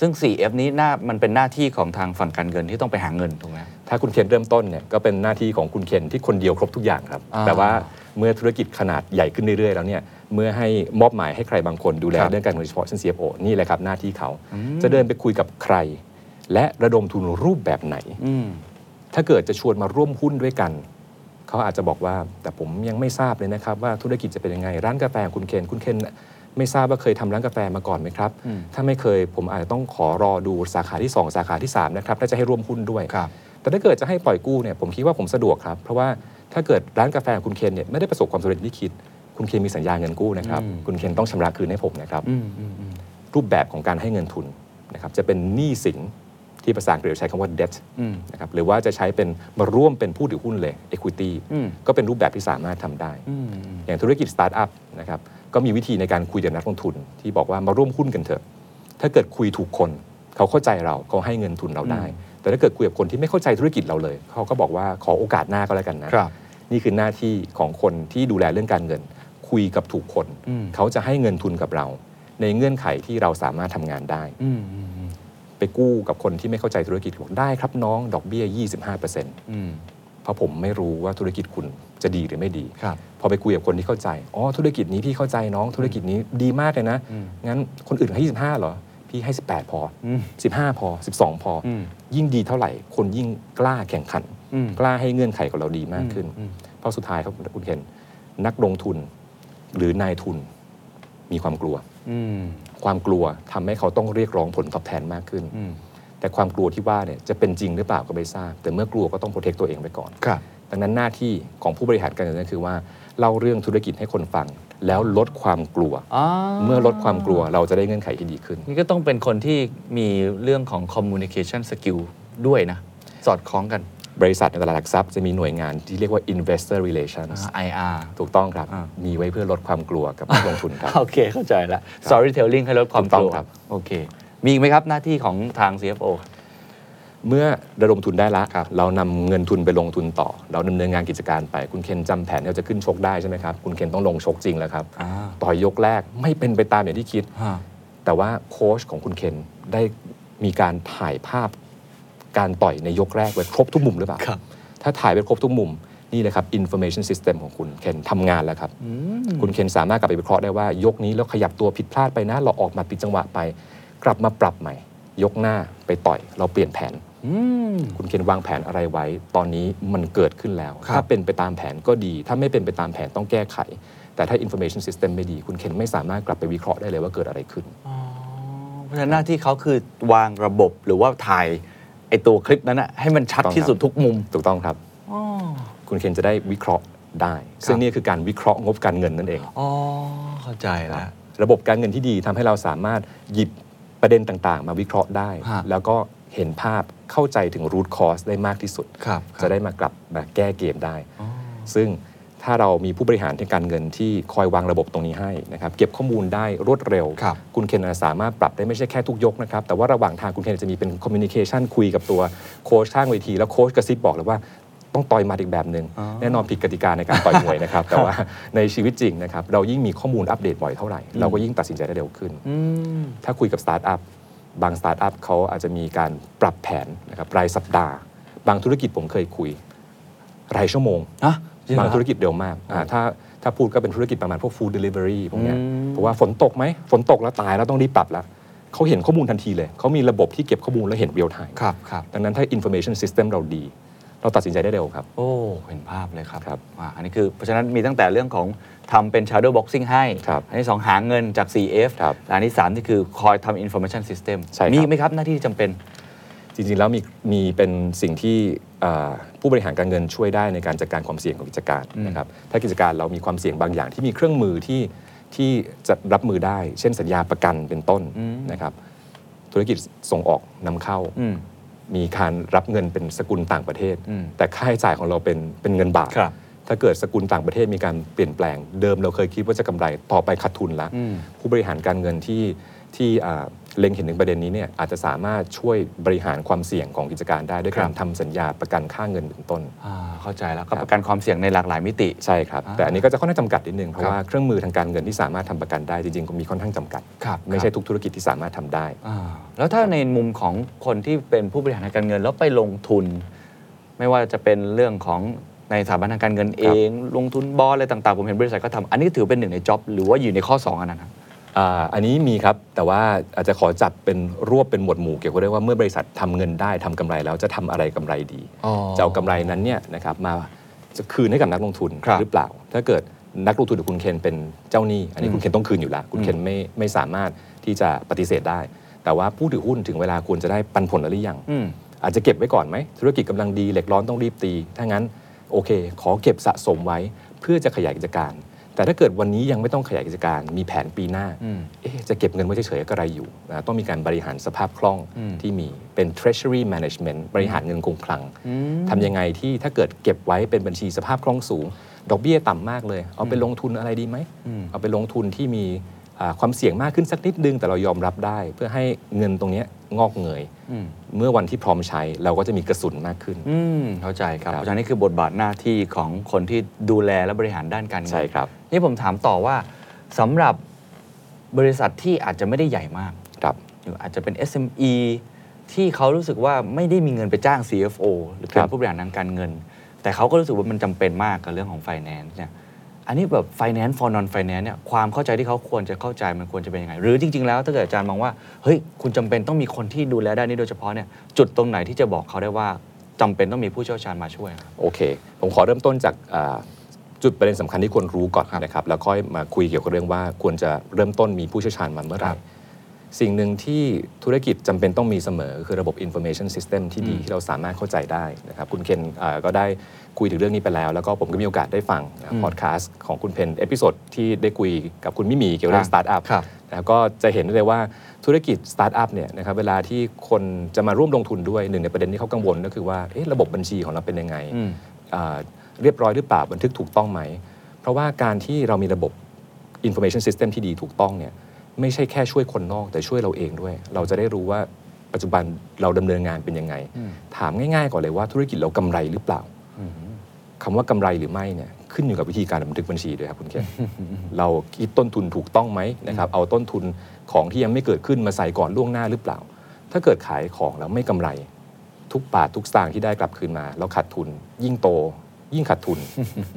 [SPEAKER 2] ซึ่ง 4F นี้หน้ามันเป็นหน้าที่ของทางฝั่งการเงินที่ต้องไปหาเงินถูกไหม
[SPEAKER 1] ถ้าคุณเคนเริ่มต้นเนี่ยก็เป็นหน้าที่ของคุณเคนที่คนเดียวครบทุกอย่างครับ
[SPEAKER 2] อ่า
[SPEAKER 1] แต่ว่าเมื่อธุรกิจขนาดใหญ่ขึ้นเรื่อยๆ แล้วเนี่ยเมื่อให้มอบหมายให้ใครบางคนดูแล
[SPEAKER 2] ครับ
[SPEAKER 1] เรื่องการเงินโดยเฉพาะเช่น CFO นี่แหละครับหน้าที่เขา จะเดินไปคุยกับใคร และระดมทุนรูปแบบไหน ถ้าเกิดจะชวนมาร่วมหุ้นด้วยกัน เขาอาจจะบอกว่าแต่ผมยังไม่ทราบเลยนะครับ ว่าธุรกิจจะเป็นยังไง ร้านกาแฟของคุณเคนคุณเคนไม่ทราบว่าเคยทำร้านกาแฟมาก่อนไหมครับถ้าไม่เคยผมอาจจะต้องขอรอดูสาขาที่สองสาขาที่สามนะครับถ้าจะให้ร่วมหุ้นด้วย
[SPEAKER 2] ครับ
[SPEAKER 1] แต่ถ้าเกิดจะให้ปล่อยกู้เนี่ยผมคิดว่าผมสะดวกครับ เพราะว่าถ้าเกิดร้านกาแฟของคุณเคนเนี่ยไม่ได้ประสบความสำเร็จที่คิด คุณเคนมีสัญญาเงินกู้นะครับคุณเคนต้องชำระคืนให้ผมนะครับรูปแบบของการให้เงินทุนนะครับจะเป็นหนี้สินที่ภาษาอังกฤษใช้คำว่า debt นะครับหรือว่าจะใช้เป็นมาร่วมเป็นผู้ถือหุ้นเลย equity ก็เป็นรูปแบบที่สามารถทำได้ อย่างธุรกิจสตาร์ทอัพนะครับก็มีวิธีในการคุยกับนักลงทุน ที่บอกว่ามาร่วมหุ้นกันเถอะ ถ้าเกิดคุยถูกคน เขาเข้าใจเราเขาให้เงินทุนเราได้ แต่ถ้าเกิดคุยกับคนที่ไม่เข้าใจธุรกิจเราเลย เขาก็บอกว่าขอโอกาสหน้าก็แล้วกันนะครับ นี่คือหน้าที่ของคนที่ดูแลเรื่องการเงิน คุยกับถูกคน เขาจะให้เงินทุนกับเรา ในเงื่อนไขที่เราสามารถทำงานได้ ไปกู้กับคนที่ไม่เข้าใจธุรกิจบอกได้ครับน้องดอกเบี้ย 25%เพราะผมไม่รู้ว่าธุรกิจคุณจะดีหรือไม่ดี
[SPEAKER 2] ครับ
[SPEAKER 1] พอไปคุยกับคนที่เข้าใจ อ๋อ ธุรกิจนี้พี่เข้าใจน้อง ธุรกิจนี้ดีมากเลยนะ งั้นคนอื่นให้ 25เหรอ พี่ให้ 18 พออ15 พอ 12 พออยิ่งดีเท่าไหร่ คนยิ่งกล้าแข่งขัน กล้าให้เงื่อนไขกับเราดีมากขึ้น เพราะสุดท้ายครับคุณเห็นนักลงทุนหรือนายทุนมีความกลัว ความกลัวทำให้เขาต้องเรียกร้องผลตอบแทนมากขึ้น แต่ความกลัวที่ว่าเนี่ยจะเป็นจริงหรือเปล่าก็ไม่ทราบ แต่เมื่อกลัวก็ต้องโปรเทคตัวเองไว้ก่อน
[SPEAKER 2] ครับ
[SPEAKER 1] ดังนั้นหน้าที่ของผู้บริหารการเงินก็คือว่าเล่าเรื่องธุรกิจให้คนฟัง แล้วลดความกลัว
[SPEAKER 2] อ๋อ
[SPEAKER 1] เมื่อลดความกลัวเราจะได้เงื่อนไขที่ดีขึ้น
[SPEAKER 2] นี่ก็ต้องเป็นคนที่มีเรื่องของ communication skill ด้วยนะ สอดคล้องกัน
[SPEAKER 1] บริษัทในตลาดหลักทรัพย์จะมีหน่วยงานที่เรียกว่า investor relations
[SPEAKER 2] IR
[SPEAKER 1] ถูกต้องครับ มีไว้เพื่อลดความกลัวกับนักลงทุนครับ
[SPEAKER 2] โอเค เข้าใจละ storytelling ให้ลดความกลั
[SPEAKER 1] ถู
[SPEAKER 2] ว
[SPEAKER 1] กต้องครับ
[SPEAKER 2] โอเค มีอีกไหมครับหน้าที่ของทาง CFO ครับ
[SPEAKER 1] เมื่อระดมทุนได้ละ
[SPEAKER 2] ครับ
[SPEAKER 1] เรานำเงินทุนไปลงทุนต่อ เราดำเนินงานกิจการไป คุณเคนจำแผนที่เราจะขึ้นชกได้ใช่ไหมครับ คุณเคนต้องลงชกจริงแล้วครับ
[SPEAKER 2] อ่า
[SPEAKER 1] ต่อยยกแรกไม่เป็นไปตามอย่างที่คิด
[SPEAKER 2] ฮะ
[SPEAKER 1] แต่ว่าโค้ชของคุณเคนได้มีการถ่ายภาพการต่อยในยกแรกไว้ครบทุกมุมหรือเปล่า ถ้าถ่ายไปครบทุกมุม นี่เลยครับ information system ของคุณเคนทำงานแล้วครับ คุณเคนสามารถกลับไปวิเคราะห์ได้ว่ายกนี้แล้วขยับตัวผิดพลาดไปนะ เราออกหมาผิดจังหวะไป กลับมาปรับใหม่ ยกหน้าไปต่อยเราเปลี่ยนแผน คุณเคนวางแผนอะไรไว้ ตอนนี้มันเกิดขึ้นแล้ว
[SPEAKER 2] ครับ
[SPEAKER 1] ถ้าเป็นไปตามแผนก็ดี ถ้าไม่เป็นไปตามแผนต้องแก้ไข แต่ถ้า information system ไม่ดี คุณเคนไม่สามารถกลับไปวิเคราะห์ได้เลยว่าเกิดอะไรขึ้น
[SPEAKER 2] เพราะฉะนั้นหน้าที่เขาคือวางระบบหรือว่าถ่ายไอตัวคลิปนั้นอะให้มันชัดที่สุดทุกมุม
[SPEAKER 1] ถูกต้องครับ คุณเคนจะได้วิเคราะห์ได้ ซึ่งนี่คือการวิเคราะห์งบการเงินนั่นเอง
[SPEAKER 2] อ๋อ เข้าใจแล้ว
[SPEAKER 1] ระบบการเงินที่ดีทำให้เราสามารถหยิบประเด็นต่างๆ มาวิเคราะห์ได้
[SPEAKER 2] ฮะ
[SPEAKER 1] แล้วก็เห็นภาพเข้าใจถึงรูทคอ s สได้มากที่สุด
[SPEAKER 2] ครับครับ
[SPEAKER 1] จะได้มากลับมาแก้เกมได้ ซึ่ง ถ้าเรามีผู้บริหารทางการเงินที่คอยวางระบบตรงนี้ให้นะครับเก็บข้อมูลได้รวดเร็ว
[SPEAKER 6] ครับ
[SPEAKER 1] คุณเคนอาจสามารถปรับได้ไม่ใช่แค่ทุกยกนะครับ แต่ว่าระหว่างทางคุณเคนอาจจะมีเป็นคอมมิ n นิเคชันคุยกับตัวโค้ชข้างเวที แล้วโค้ชกระซิบบอกเลยว่าต้องต่อยหมัดอีกแบบหนึ่งแน่นอนผิดกติกาในการต่อยมวยนะครับ แต่ว่าในชีวิตจริงนะครับเรายิ่งมีข้อมูลอัปเดตบ่อยเท่าไหร่ เราก็ยิ่งตัดสินใจได้เร็วขึ้น
[SPEAKER 6] อืม
[SPEAKER 1] ถ้าคุยกับสตาร์ทอัพบางสตาร์ทอัพเขาอาจจะมีการปรับแผนนะครับรายสัปดาห์ บางธุรกิจผมเคยคุย รายชั่วโมง
[SPEAKER 6] ฮะจริงเหร
[SPEAKER 1] บา
[SPEAKER 6] อง ครับ
[SPEAKER 1] ธุรกิจเร็วมากอ่าถ้าถ้าพูดก็เป็นธุรกิจประมาณพวก food delivery พวกเนี้ย
[SPEAKER 6] อืม
[SPEAKER 1] เพราะว่าฝนตกไหม ฝนตกแล้วตายแล้วต้องรีบปรับแล้วเขาเห็นข้อมูลทันทีเลย เขามีระบบที่เก็บข้อมูลแล้วเห็นเรียลไทม์
[SPEAKER 6] ครับครับ
[SPEAKER 1] ดังนั้นถ้า information system เราดี เราตัดสินใจได้เร็วครับ
[SPEAKER 6] โอ้ เห็นภาพเลยครับ
[SPEAKER 1] ครับ
[SPEAKER 6] อ่าอันนี้คือ เพราะฉะนั้นมีตั้งแต่เรื่องของทำเป็น shadow boxing ให้
[SPEAKER 1] ครับ
[SPEAKER 6] อันที่สองหาเงินจาก CF
[SPEAKER 1] ครับ
[SPEAKER 6] และอันที่สามนี่คือคอยทำ information system
[SPEAKER 1] ใช่ครับ
[SPEAKER 6] มีไหมครับหน้าที่ที่จำเป็น
[SPEAKER 1] จริงๆ แล้วมีมีเป็นสิ่งที่อ่าผู้บริหารการเงินช่วยได้ในการจัดการความเสี่ยงของกิจการนะครับถ้ากิจการเรามีความเสี่ยงบางอย่างที่มีเครื่องมือที่ที่จะรับมือได้ เช่นสัญญาประกันเป็นต้นนะครับธุรกิจส่งออกนำเข้า
[SPEAKER 6] อืม
[SPEAKER 1] มีการรับเงินเป็นสกุลต่างประเทศ
[SPEAKER 6] อืม
[SPEAKER 1] แต่ค่าใช้จ่ายของเราเป็นเป็นเงินบาท
[SPEAKER 6] ครับ
[SPEAKER 1] ถ้าเกิดสกุลต่างประเทศมีการเปลี่ยนแปลง เดิมเราเคยคิดว่าจะกำไรต่อไปขาดทุนละ
[SPEAKER 6] อืม
[SPEAKER 1] ผู้บริหารการเงินที่ที่อ่าเล็งเห็นถึงประเด็นนี้เนี่ยอาจจะสามารถช่วยบริหารความเสี่ยงของกิจการได้ด้วยการทำสัญญาประกันค่าเงินเป็นต้น
[SPEAKER 6] อ่าเข้าใจแล้วก็
[SPEAKER 1] ครับ
[SPEAKER 6] ประกันความเสี่ยงในหลากหลายมิติ
[SPEAKER 1] ใช่ครับ
[SPEAKER 6] อ่า
[SPEAKER 1] แต่อันนี้ก็จะค่อนข้างจำกัดนิดนึงเพ
[SPEAKER 6] ค
[SPEAKER 1] ราะ
[SPEAKER 6] รับ
[SPEAKER 1] ว่าเครื่องมือทางการเงินที่สามารถทำประกันได้จริงๆก็มีค่อนข้างจำกัด
[SPEAKER 6] ครับ
[SPEAKER 1] ไม่ใช่ทุกธุรกิจที่สามารถทำได้
[SPEAKER 6] อ่า
[SPEAKER 2] แล้วถ้าในมุมของคนที่เป็นผู้บริหารทางการเงินแล้วไปลงทุน ไม่ว่าจะเป็นเรื่องของในสถาบันทางการเงินเอง ลงทุนบอลอะไรต่างๆ ผมเห็นบริษัทก็ทำอันนี้ถือเป็นหนึ่งในจ็อบหรือว่าอยู่ในข้อ 2 อันนั้นครับ
[SPEAKER 1] อ่าอันนี้มีครับ แต่ว่าอาจจะขอจัดเป็นรวบเป็นหมวดหมู่เกี่ยวกับเรื่องว่าเมื่อบริษัททำเงินได้ทำกำไรแล้วจะทำอะไรกำไรดี จะเอากำไรนั้นเนี่ยนะครับมาจะคืนให้กับนักลงทุน
[SPEAKER 6] ครับ
[SPEAKER 1] หรือเปล่า ถ้าเกิดนักลงทุนหรือคุณเคนเป็นเจ้าหนี้ อันนี้คุณเคนต้องคืนอยู่แล้ว คุณเคนไม่ไม่สามารถที่จะปฏิเสธได้ แต่ว่าผู้ถือหุ้นถึงเวลาควรจะได้ปันผลแล้วหรือยัง
[SPEAKER 6] อืม
[SPEAKER 1] อาจจะเก็บไว้ก่อนไหม ธุรกิจกำลังดีเหล็กร้อนต้องรีบตี ถ้างั้นโอเค ขอเก็บสะสมไว้เพื่อจะขยายกิจการ แต่ถ้าเกิดวันนี้ยังไม่ต้องขยายกิจการ มีแผนปีหน้า เอ๊ะจะเก็บเงินไว้เฉยๆก็ไรอยู่นะต้องมีการบริหารสภาพคล่องที่มีเป็น treasury management บริหารเงินคงคลังทำยังไงที่ถ้าเกิดเก็บไว้เป็นบัญชีสภาพคล่องสูง ดอกเบี้ยต่ำมากเลย เอาไปลงทุนอะไรดีไหม เอาไปลงทุนที่มีอ่าความเสี่ยงมากขึ้นสักนิดนึง แต่เรายอมรับได้ เพื่อให้เงินตรงเนี้ยงอกเงย เมื่อวันที่พร้อมใช้เราก็จะมีกระสุนมากขึ้น
[SPEAKER 6] อืมเข้าใจครับ
[SPEAKER 1] ครับ
[SPEAKER 6] เพราะฉะนั้นนี่คือบทบาทหน้าที่ของคนที่ดูแลและบริหารด้านการเงิน
[SPEAKER 1] ใช่ครับ
[SPEAKER 6] นี่ผมถามต่อว่าสำหรับบริษัทที่อาจจะไม่ได้ใหญ่มาก
[SPEAKER 1] ครับ
[SPEAKER 6] หรืออาจจะเป็น SME ที่เขารู้สึกว่าไม่ได้มีเงินไปจ้าง CFO หรือเป็
[SPEAKER 1] ครั
[SPEAKER 6] น
[SPEAKER 1] บ
[SPEAKER 6] ผู้บริหารทางการเงิน แต่เขาก็รู้สึกว่ามันจำเป็นมากกับเรื่องของ finance เนี่ยอันนี้แบบ finance for non finance เนี่ยความเข้าใจที่เขาควรจะเข้าใจมันควรจะเป็นยังไง หรือจริง ๆ แล้วถ้าเกิดอาจารย์มองว่าเฮ้ยคุณจำเป็นต้องมีคนที่ดูแลด้านนี้โดยเฉพาะเนี่ยจุดตรงไหนที่จะบอกเขาได้ว่าจำเป็นต้องมีผู้เชี่ยวชาญมาช่วยครับ
[SPEAKER 1] โอเค ผมขอเริ่มต้นจากอ่าจุดประเด็นสำคัญที่ควรรู้ก่อน
[SPEAKER 6] ครับ
[SPEAKER 1] นะครับ แล้วค่อยมาคุยเกี่ยวกับเรื่องว่าควรจะเริ่มต้นมีผู้เชี่ยวชาญมันเมื่อไห
[SPEAKER 6] ค
[SPEAKER 1] ร่
[SPEAKER 6] รับ
[SPEAKER 1] สิ่งหนึ่งที่ธุรกิจจำเป็นต้องมีเสมอ คือระบบ information system ที่ดี
[SPEAKER 6] อืม
[SPEAKER 1] ที่เราสามารถเข้าใจได้นะครับ คุณเคนอ่าก็ได้คุยถึงเรื่องนี้ไปแล้ว แล้วก็ผมก็มีโอกาสได้ฟัง
[SPEAKER 6] อืม
[SPEAKER 1] พอดแคสต์ของคุณเพนเอพิโซดที่ได้คุยกับคุณมิมีเกี่ยวกับเรื่อง
[SPEAKER 6] ครั
[SPEAKER 1] ส
[SPEAKER 6] บ
[SPEAKER 1] ตาร์ทอัพ
[SPEAKER 6] ครับ
[SPEAKER 1] นะครับก็จะเห็นได้เลยว่าธุรกิจสตาร์ทอัพเนี่ยนะครับเวลาที่คนจะมาร่วมลงทุนด้วยหนึ่งในประเด็นที่เขากังวลก็คือว่าเอ๊ะระบบบัญชีของเราเป็นยังไง
[SPEAKER 6] อืม
[SPEAKER 1] อ่าเรียบร้อยหรือเปล่าบันทึกถูกต้องไหม เพราะว่าการที่เรามีระบบ information system ที่ดีถูกต้องเนี่ยไม่ใช่แค่ช่วยคนนอกแต่ช่วยเราเองด้วย เราจะได้รู้ว่าปัจจุบันเราดำเนินงานเป็นยังไง ถามง่ายๆก่อนเลยว่าธุรกิจเรากำไรหรือเปล่า คำว่ากำไรหรือไม่เนี่ยขึ้นอยู่กับวิธีการบันทึกบัญชีด้วยครับคุณเคน เราคิดต้นทุนถูกต้องไหมนะครับเอาต้นทุนของที่ยังไม่เกิดขึ้นมาใส่ก่อนล่วงหน้าหรือเปล่า ถ้าเกิดขายของแล้วไม่กำไร ทุกบาททุกสตางค์ที่ได้กลับคืนมา แล้วขาดทุน ยิ่งโต ยิ่งขาด ทุน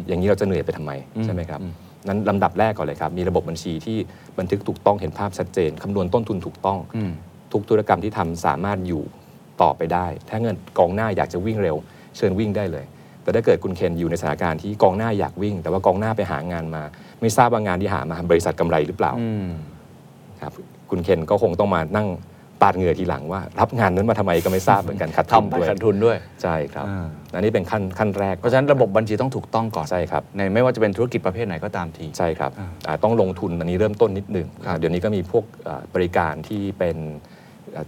[SPEAKER 1] อย่างนี้เราจะเหนื่อยไปทำไมใช่ไหมครับนั้นลำดับแรกก่อนเลยครับมีระบบบัญชีที่บันทึกถูกต้องเห็นภาพชัดเจนคำนวณต้นทุนถูกต้อง
[SPEAKER 6] อืม
[SPEAKER 1] ทุกธุรกรรมที่ทำสามารถอยู่ต่อไปได้ ถ้าเงินกองหน้าอยากจะวิ่งเร็ว เชิญวิ่งได้เลย แต่ถ้าเกิดคุณเคนอยู่ในสถานการณ์ที่กองหน้าอยากวิ่ง แต่ว่ากองหน้าไปหางานมา ไม่ทราบว่างานที่หามาบริษัทกำไรหรือเปล่าครับคุณเคนก็คงต้องมานั่งปาดเหงื่อทีหลังว่า รับงานนั้นมาทำไมก็ไม่ทราบเหมือนกันขาด ทุน
[SPEAKER 6] ทำไป
[SPEAKER 1] ด้วย
[SPEAKER 6] ขาดทุนด้วย
[SPEAKER 1] ใช่ครับ
[SPEAKER 6] อ่า
[SPEAKER 1] อันนี้เป็นขั้นขั้นแรก
[SPEAKER 6] เพราะฉะนั้นระบบบัญชีต้องถูกต้องก่อน
[SPEAKER 1] ใช่ครับ
[SPEAKER 6] ในไม่ว่าจะเป็นธุรกิจประเภทไหนก็ตามที
[SPEAKER 1] ใช่ครับอ่าต้องลงทุนอันนี้เริ่มต้นนิดหนึ่งนะครับเดี๋ยวนี้ก็มีพวกเอ่อบริการที่เป็น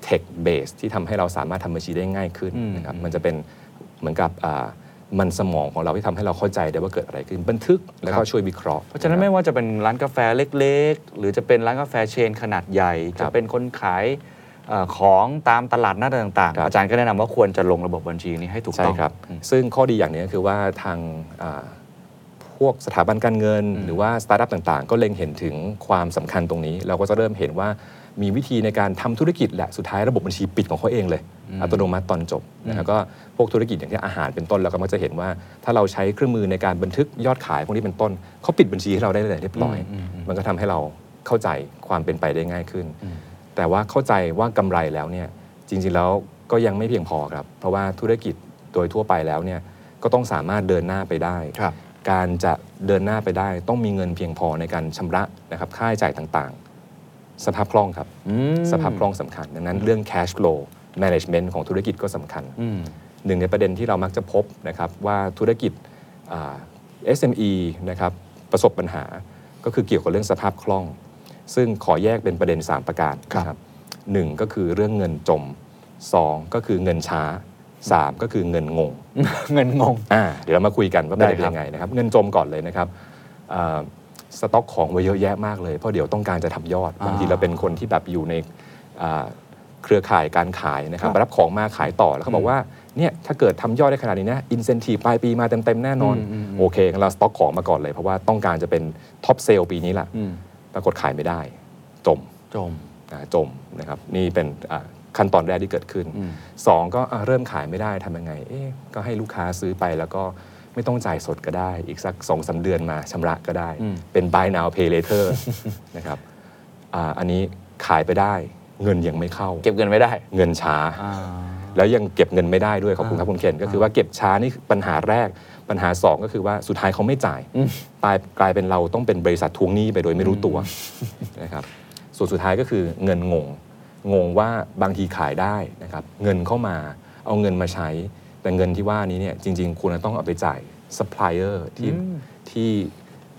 [SPEAKER 1] เทคเบสที่ทำให้เราสามารถทำบัญชีได้ง่ายขึ้นนะครับมันจะเป็นเหมือนกับอ่า มันสมองของเราที่ทำให้เราเข้าใจได้ว่าเกิดอะไรขึ้นบันทึกแล้วก็ช่วยวิเคราะห์
[SPEAKER 6] เพราะฉะนั้นไม่ว่าจะเป็นร้านกาแฟเล็ก ๆ หรือจะเป็นร้านกาแฟเชนขนาดใหญ่ จะเป็นคนขายเอ่อของตามตลาดนัดอะไรต่างๆ อาจารย์ก็แนะนำว่าควรจะลงระบบบัญชีนี้ให้ถูก
[SPEAKER 1] ใช่
[SPEAKER 6] ต้อง
[SPEAKER 1] ครับ
[SPEAKER 6] อืม
[SPEAKER 1] ซึ่งข้อดีอย่างหนี้ก็คือว่าทางอ่าพวกสถาบันการเงิน หรือว่าสตาร์ทอัพต่างๆ ก็เล็งเห็นถึงความสำคัญตรงนี้ เราก็จะเริ่มเห็นว่ามีวิธีในการทำธุรกิจแหละสุดท้ายระบบบัญชีปิดของเขาเองเลย อัตโนมัติตอนจบแล้วก็พวกธุรกิจอย่างที่อาหารเป็นต้นเราก็มักจะเห็นว่า ถ้าเราใช้เครื่องมือในการบันทึกยอดขายพวกนี้เป็นต้นเขาปิดบัญชีให้เราได้เลยเรียบร้อย มันก็ทำให้เราเข้าใจความเป็นไปได้ง่ายขึ้น แต่ว่าเข้าใจว่ากำไรแล้วเนี่ยจริงๆแล้วก็ยังไม่เพียงพอครับ เพราะว่าธุรกิจโดยทั่วไปแล้วเนี่ยก็ต้องสามารถเดินหน้าไปได้
[SPEAKER 6] ครับ
[SPEAKER 1] การจะเดินหน้าไปได้ ต้องมีเงินเพียงพอในการชำระนะครับค่าใช้จ่ายต่างๆ สภาพคล่องครับ
[SPEAKER 6] อืม
[SPEAKER 1] สภาพคล่องสำคัญ ดังนั้นเรื่อง cash flow management ของธุรกิจก็สำคัญ
[SPEAKER 6] อืม
[SPEAKER 1] หนึ่งในประเด็นที่เรามักจะพบนะครับว่าธุรกิจอ่า SME นะครับประสบปัญหาก็คือเกี่ยวกับเรื่องสภาพคล่อง ซึ่งขอแยกเป็นประเด็น 3 ประการ
[SPEAKER 6] ครับ
[SPEAKER 1] นะหนึ่งก็คือเรื่องเงินจมสองก็คือเงินช้าสามก็คือเงินงง
[SPEAKER 6] เงินงง
[SPEAKER 1] อ่าเดี๋ยวเรามาคุยกันว่าเป็น
[SPEAKER 6] ได้ครับ
[SPEAKER 1] ยังไงนะครับ เงินจมก่อนเลยนะครับอ่าสต็อกของไว้เยอะแยะมากเลย เพราะเดี๋ยวต้องการจะทำยอดบางทีเราเป็นคนที่แบบอยู่ในอ่าเครือข่ายการขายนะครับรับของมาขายต่อแล้วเขาบอกว่าเนี่ยถ้าเกิดทำยอดได้ขนาดนี้นะอินเซนティปลายปีมาเต็มๆแน่นอน โอเคงั้นเราสต็อกของมาก่อนเลย เพราะว่าต้องการจะเป็นท็อปเซลปีนี้แหละปรากฏขายไม่ได้ จม
[SPEAKER 6] จม
[SPEAKER 1] อ่าจมนะครับนี่เป็นอ่าขั้นตอนแรกที่เกิดขึ้น 2 ก็อ่าเริ่มขายไม่ได้ทำยังไงเอ๊ะก็ให้ลูกค้าซื้อไปแล้วก็ไม่ต้องจ่ายสดก็ได้ อีกสัก2อสาเดือนมาชำระก็ได้ เป็น buy now pay later นะครับอ่าอันนี้ขายไปได้เงินยังไม่เข้า
[SPEAKER 2] เก็บเงินไม่ได้
[SPEAKER 1] เงินช้า แล้วยังเก็บเงินไม่ได้ด้วยขอบคุณครับคุณเคนก็คือว่าเก็บช้านี่คือปัญหาแรกปัญหา 2 ก็คือว่าสุดท้ายเขาไม่จ่ายตายกลายเป็นเราต้องเป็นบริษัททวงหนี้ไปโดยไม่รู้ตัว นะครับส่วนสุดท้ายก็คือเงินงง งงว่าบางทีขายได้นะครับเงินเข้ามาเอาเงินมาใช้ แต่เงินที่ว่านี้เนี่ยจริง ๆ คุณต้องเอาไปจ่ายซัพพลายเออร์ที่ที่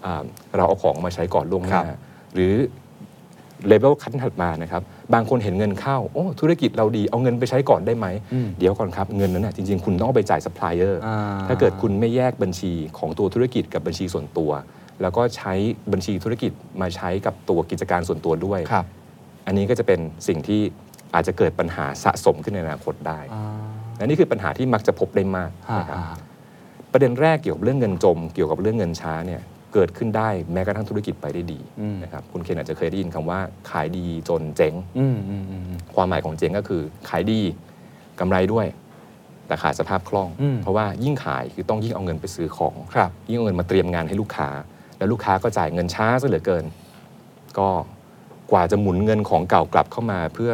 [SPEAKER 1] อ่าเราเอาของมาใช้ก่อนล่วงหน้าหรือ เลเวลขั้นถัดมานะครับ บางคนเห็นเงินเข้า โอ้ ธุรกิจเราดี เอาเงินไปใช้ก่อนได้ไหม เดี๋ยวก่อนครับ เงินนั้นนะจริง ๆ คุณต้องเอาไปจ่ายซัพพลายเออร์
[SPEAKER 6] อ่า
[SPEAKER 1] ถ้าเกิดคุณไม่แยกบัญชีของตัวธุรกิจกับบัญชีส่วนตัว แล้วก็ใช้บัญชีธุรกิจมาใช้กับตัวกิจการส่วนตัวด้วย
[SPEAKER 6] ครับ
[SPEAKER 1] อันนี้ก็จะเป็นสิ่งที่อาจจะเกิดปัญหาสะสมขึ้นในอนาคตได้และนี่คือปัญหาที่มักจะพบได้มากนะครับ ประเด็นแรกเกี่ยวกับเรื่องเงินจม เกี่ยวกับเรื่องเงินช้าเนี่ยเกิดขึ้นได้แม้กระทั่งธุรกิจไปได้ดีนะครับคุณเคนอาจจะเคยได้ยินคำว่าขายดีจนเจ๊ง
[SPEAKER 6] อืมอืมอืม
[SPEAKER 1] ความหมายของเจ๊งก็คือขายดีกำไรด้วย แต่ขาดสภาพคล่อง
[SPEAKER 6] อืม
[SPEAKER 1] เพราะว่ายิ่งขายคือต้องยิ่งเอาเงินไปซื้อของ
[SPEAKER 6] ครับ
[SPEAKER 1] ยิ่งเอาเงินมาเตรียมงานให้ลูกค้า แล้วลูกค้าก็จ่ายเงินช้าซะเหลือเกิน ก็กว่าจะหมุนเงินของเก่ากลับเข้ามาเพื่อ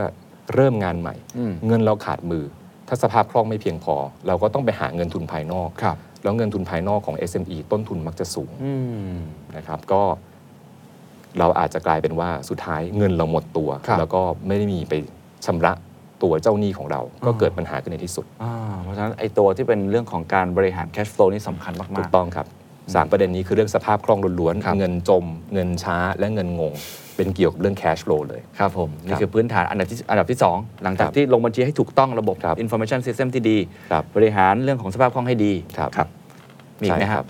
[SPEAKER 1] เริ่มงานใหม่ เงินเราขาดมือ ถ้าสภาพคล่องไม่เพียงพอ เราก็ต้องไปหาเงินทุนภายนอก
[SPEAKER 6] ครับ
[SPEAKER 1] แล้วเงินทุนภายนอกของ SME ต้นทุนมักจะสูง
[SPEAKER 6] อืม
[SPEAKER 1] นะครับ ก็เราอาจจะกลายเป็นว่าสุดท้ายเงินเราหมดตัว
[SPEAKER 6] ครับ
[SPEAKER 1] แล้วก็ไม่ได้มีไปชำระตัวเจ้าหนี้ของเรา ก็เกิดปัญหาขึ้นในที่สุด
[SPEAKER 6] อ่าเพราะฉะนั้นไอ้ตัวที่เป็นเรื่องของการบริหาร cash flow นี่สำคัญมาก ๆ
[SPEAKER 1] ถูกต้องครับสามประเด็นนี้คือเรื่องสภาพคล่องล้วน
[SPEAKER 6] ครับ
[SPEAKER 1] ๆ เงินจม เงินช้าและเงินงง เป็นเกี่ยวกับเรื่อง cash flow เลย
[SPEAKER 6] ครับผม นี่คือพื้นฐานอันดับที่อันดับที่ 2 หลังจา
[SPEAKER 1] ค
[SPEAKER 6] ก
[SPEAKER 1] รับ
[SPEAKER 6] ที่ลงบัญชีให้ถูกต้องระบบ
[SPEAKER 1] ครับ
[SPEAKER 6] information system ที่ดี
[SPEAKER 1] ครับ
[SPEAKER 6] บริหารเรื่องของสภาพคล่องให้ดี
[SPEAKER 1] ครับ
[SPEAKER 6] มีอีกไหม
[SPEAKER 1] ใช่
[SPEAKER 6] ครับ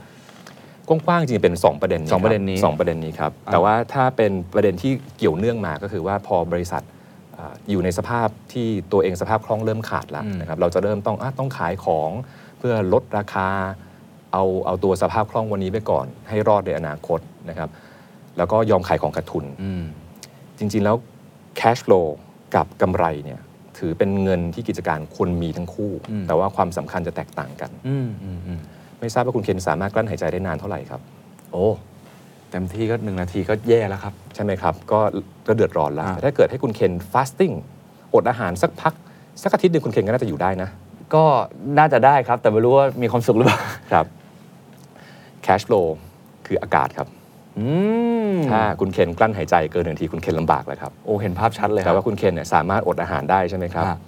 [SPEAKER 1] กว้างๆจริงๆเป็น 2 ประเด็น
[SPEAKER 6] สองประเด็นนี้
[SPEAKER 1] สองประเด็นนี้ครับแต่ว่าถ้าเป็นประเด็นที่เกี่ยวเนื่องมาก็คือว่าพอบริษัทอ่าอยู่ในสภาพที่ตัวเองสภาพคล่องเริ่มขาดแล้ว
[SPEAKER 6] อืม
[SPEAKER 1] นะครับเราจะเริ่มต้องอะต้องขายของเพื่อลดราคา เอาเอาตัวสภาพคล่องวันนี้ไปก่อน ให้รอดในอนาคตนะครับแล้วก็ยอมขายของขาดทุน
[SPEAKER 6] อืม
[SPEAKER 1] จริงๆ แล้ว cash flow กับกำไรเนี่ยถือเป็นเงินที่กิจการควรมีทั้งคู่
[SPEAKER 6] อืม
[SPEAKER 1] แต่ว่าความสำคัญจะแตกต่างกัน
[SPEAKER 6] อืมอืมอืม
[SPEAKER 1] ไม่ทราบว่าคุณเคนสามารถกลั้นหายใจได้นานเท่าไหร่ครับ
[SPEAKER 6] โอ้เต็มที่ก็หนึ่งนาทีก็แย่แล้วครับ
[SPEAKER 1] ใช่ไหมครับ ก็ก็เดือดร้อนแล้ว
[SPEAKER 6] อ่า
[SPEAKER 1] แต่ถ้าเกิดให้คุณเคน fasting อดอาหารสักพัก สักอาทิตย์หนึ่งคุณเคนก็น่าจะอยู่ได้นะ
[SPEAKER 2] ก็น่าจะได้ครับ แต่ไม่รู้ว่ามีความสุขหรือเปล่า
[SPEAKER 1] ครับ cash flow คืออากาศครับ
[SPEAKER 6] อืม
[SPEAKER 1] ถ้าคุณเคนกลั้นหายใจเกินหนึ่งทีคุณเคนลำบากแล้วครับ
[SPEAKER 6] โอ้เห็นภาพชัดเลยค
[SPEAKER 1] แต่
[SPEAKER 6] รับ
[SPEAKER 1] ว่าคุณเคนเนี่ยสามารถอดอาหารได้ใช่ไหมครับ
[SPEAKER 6] อ่า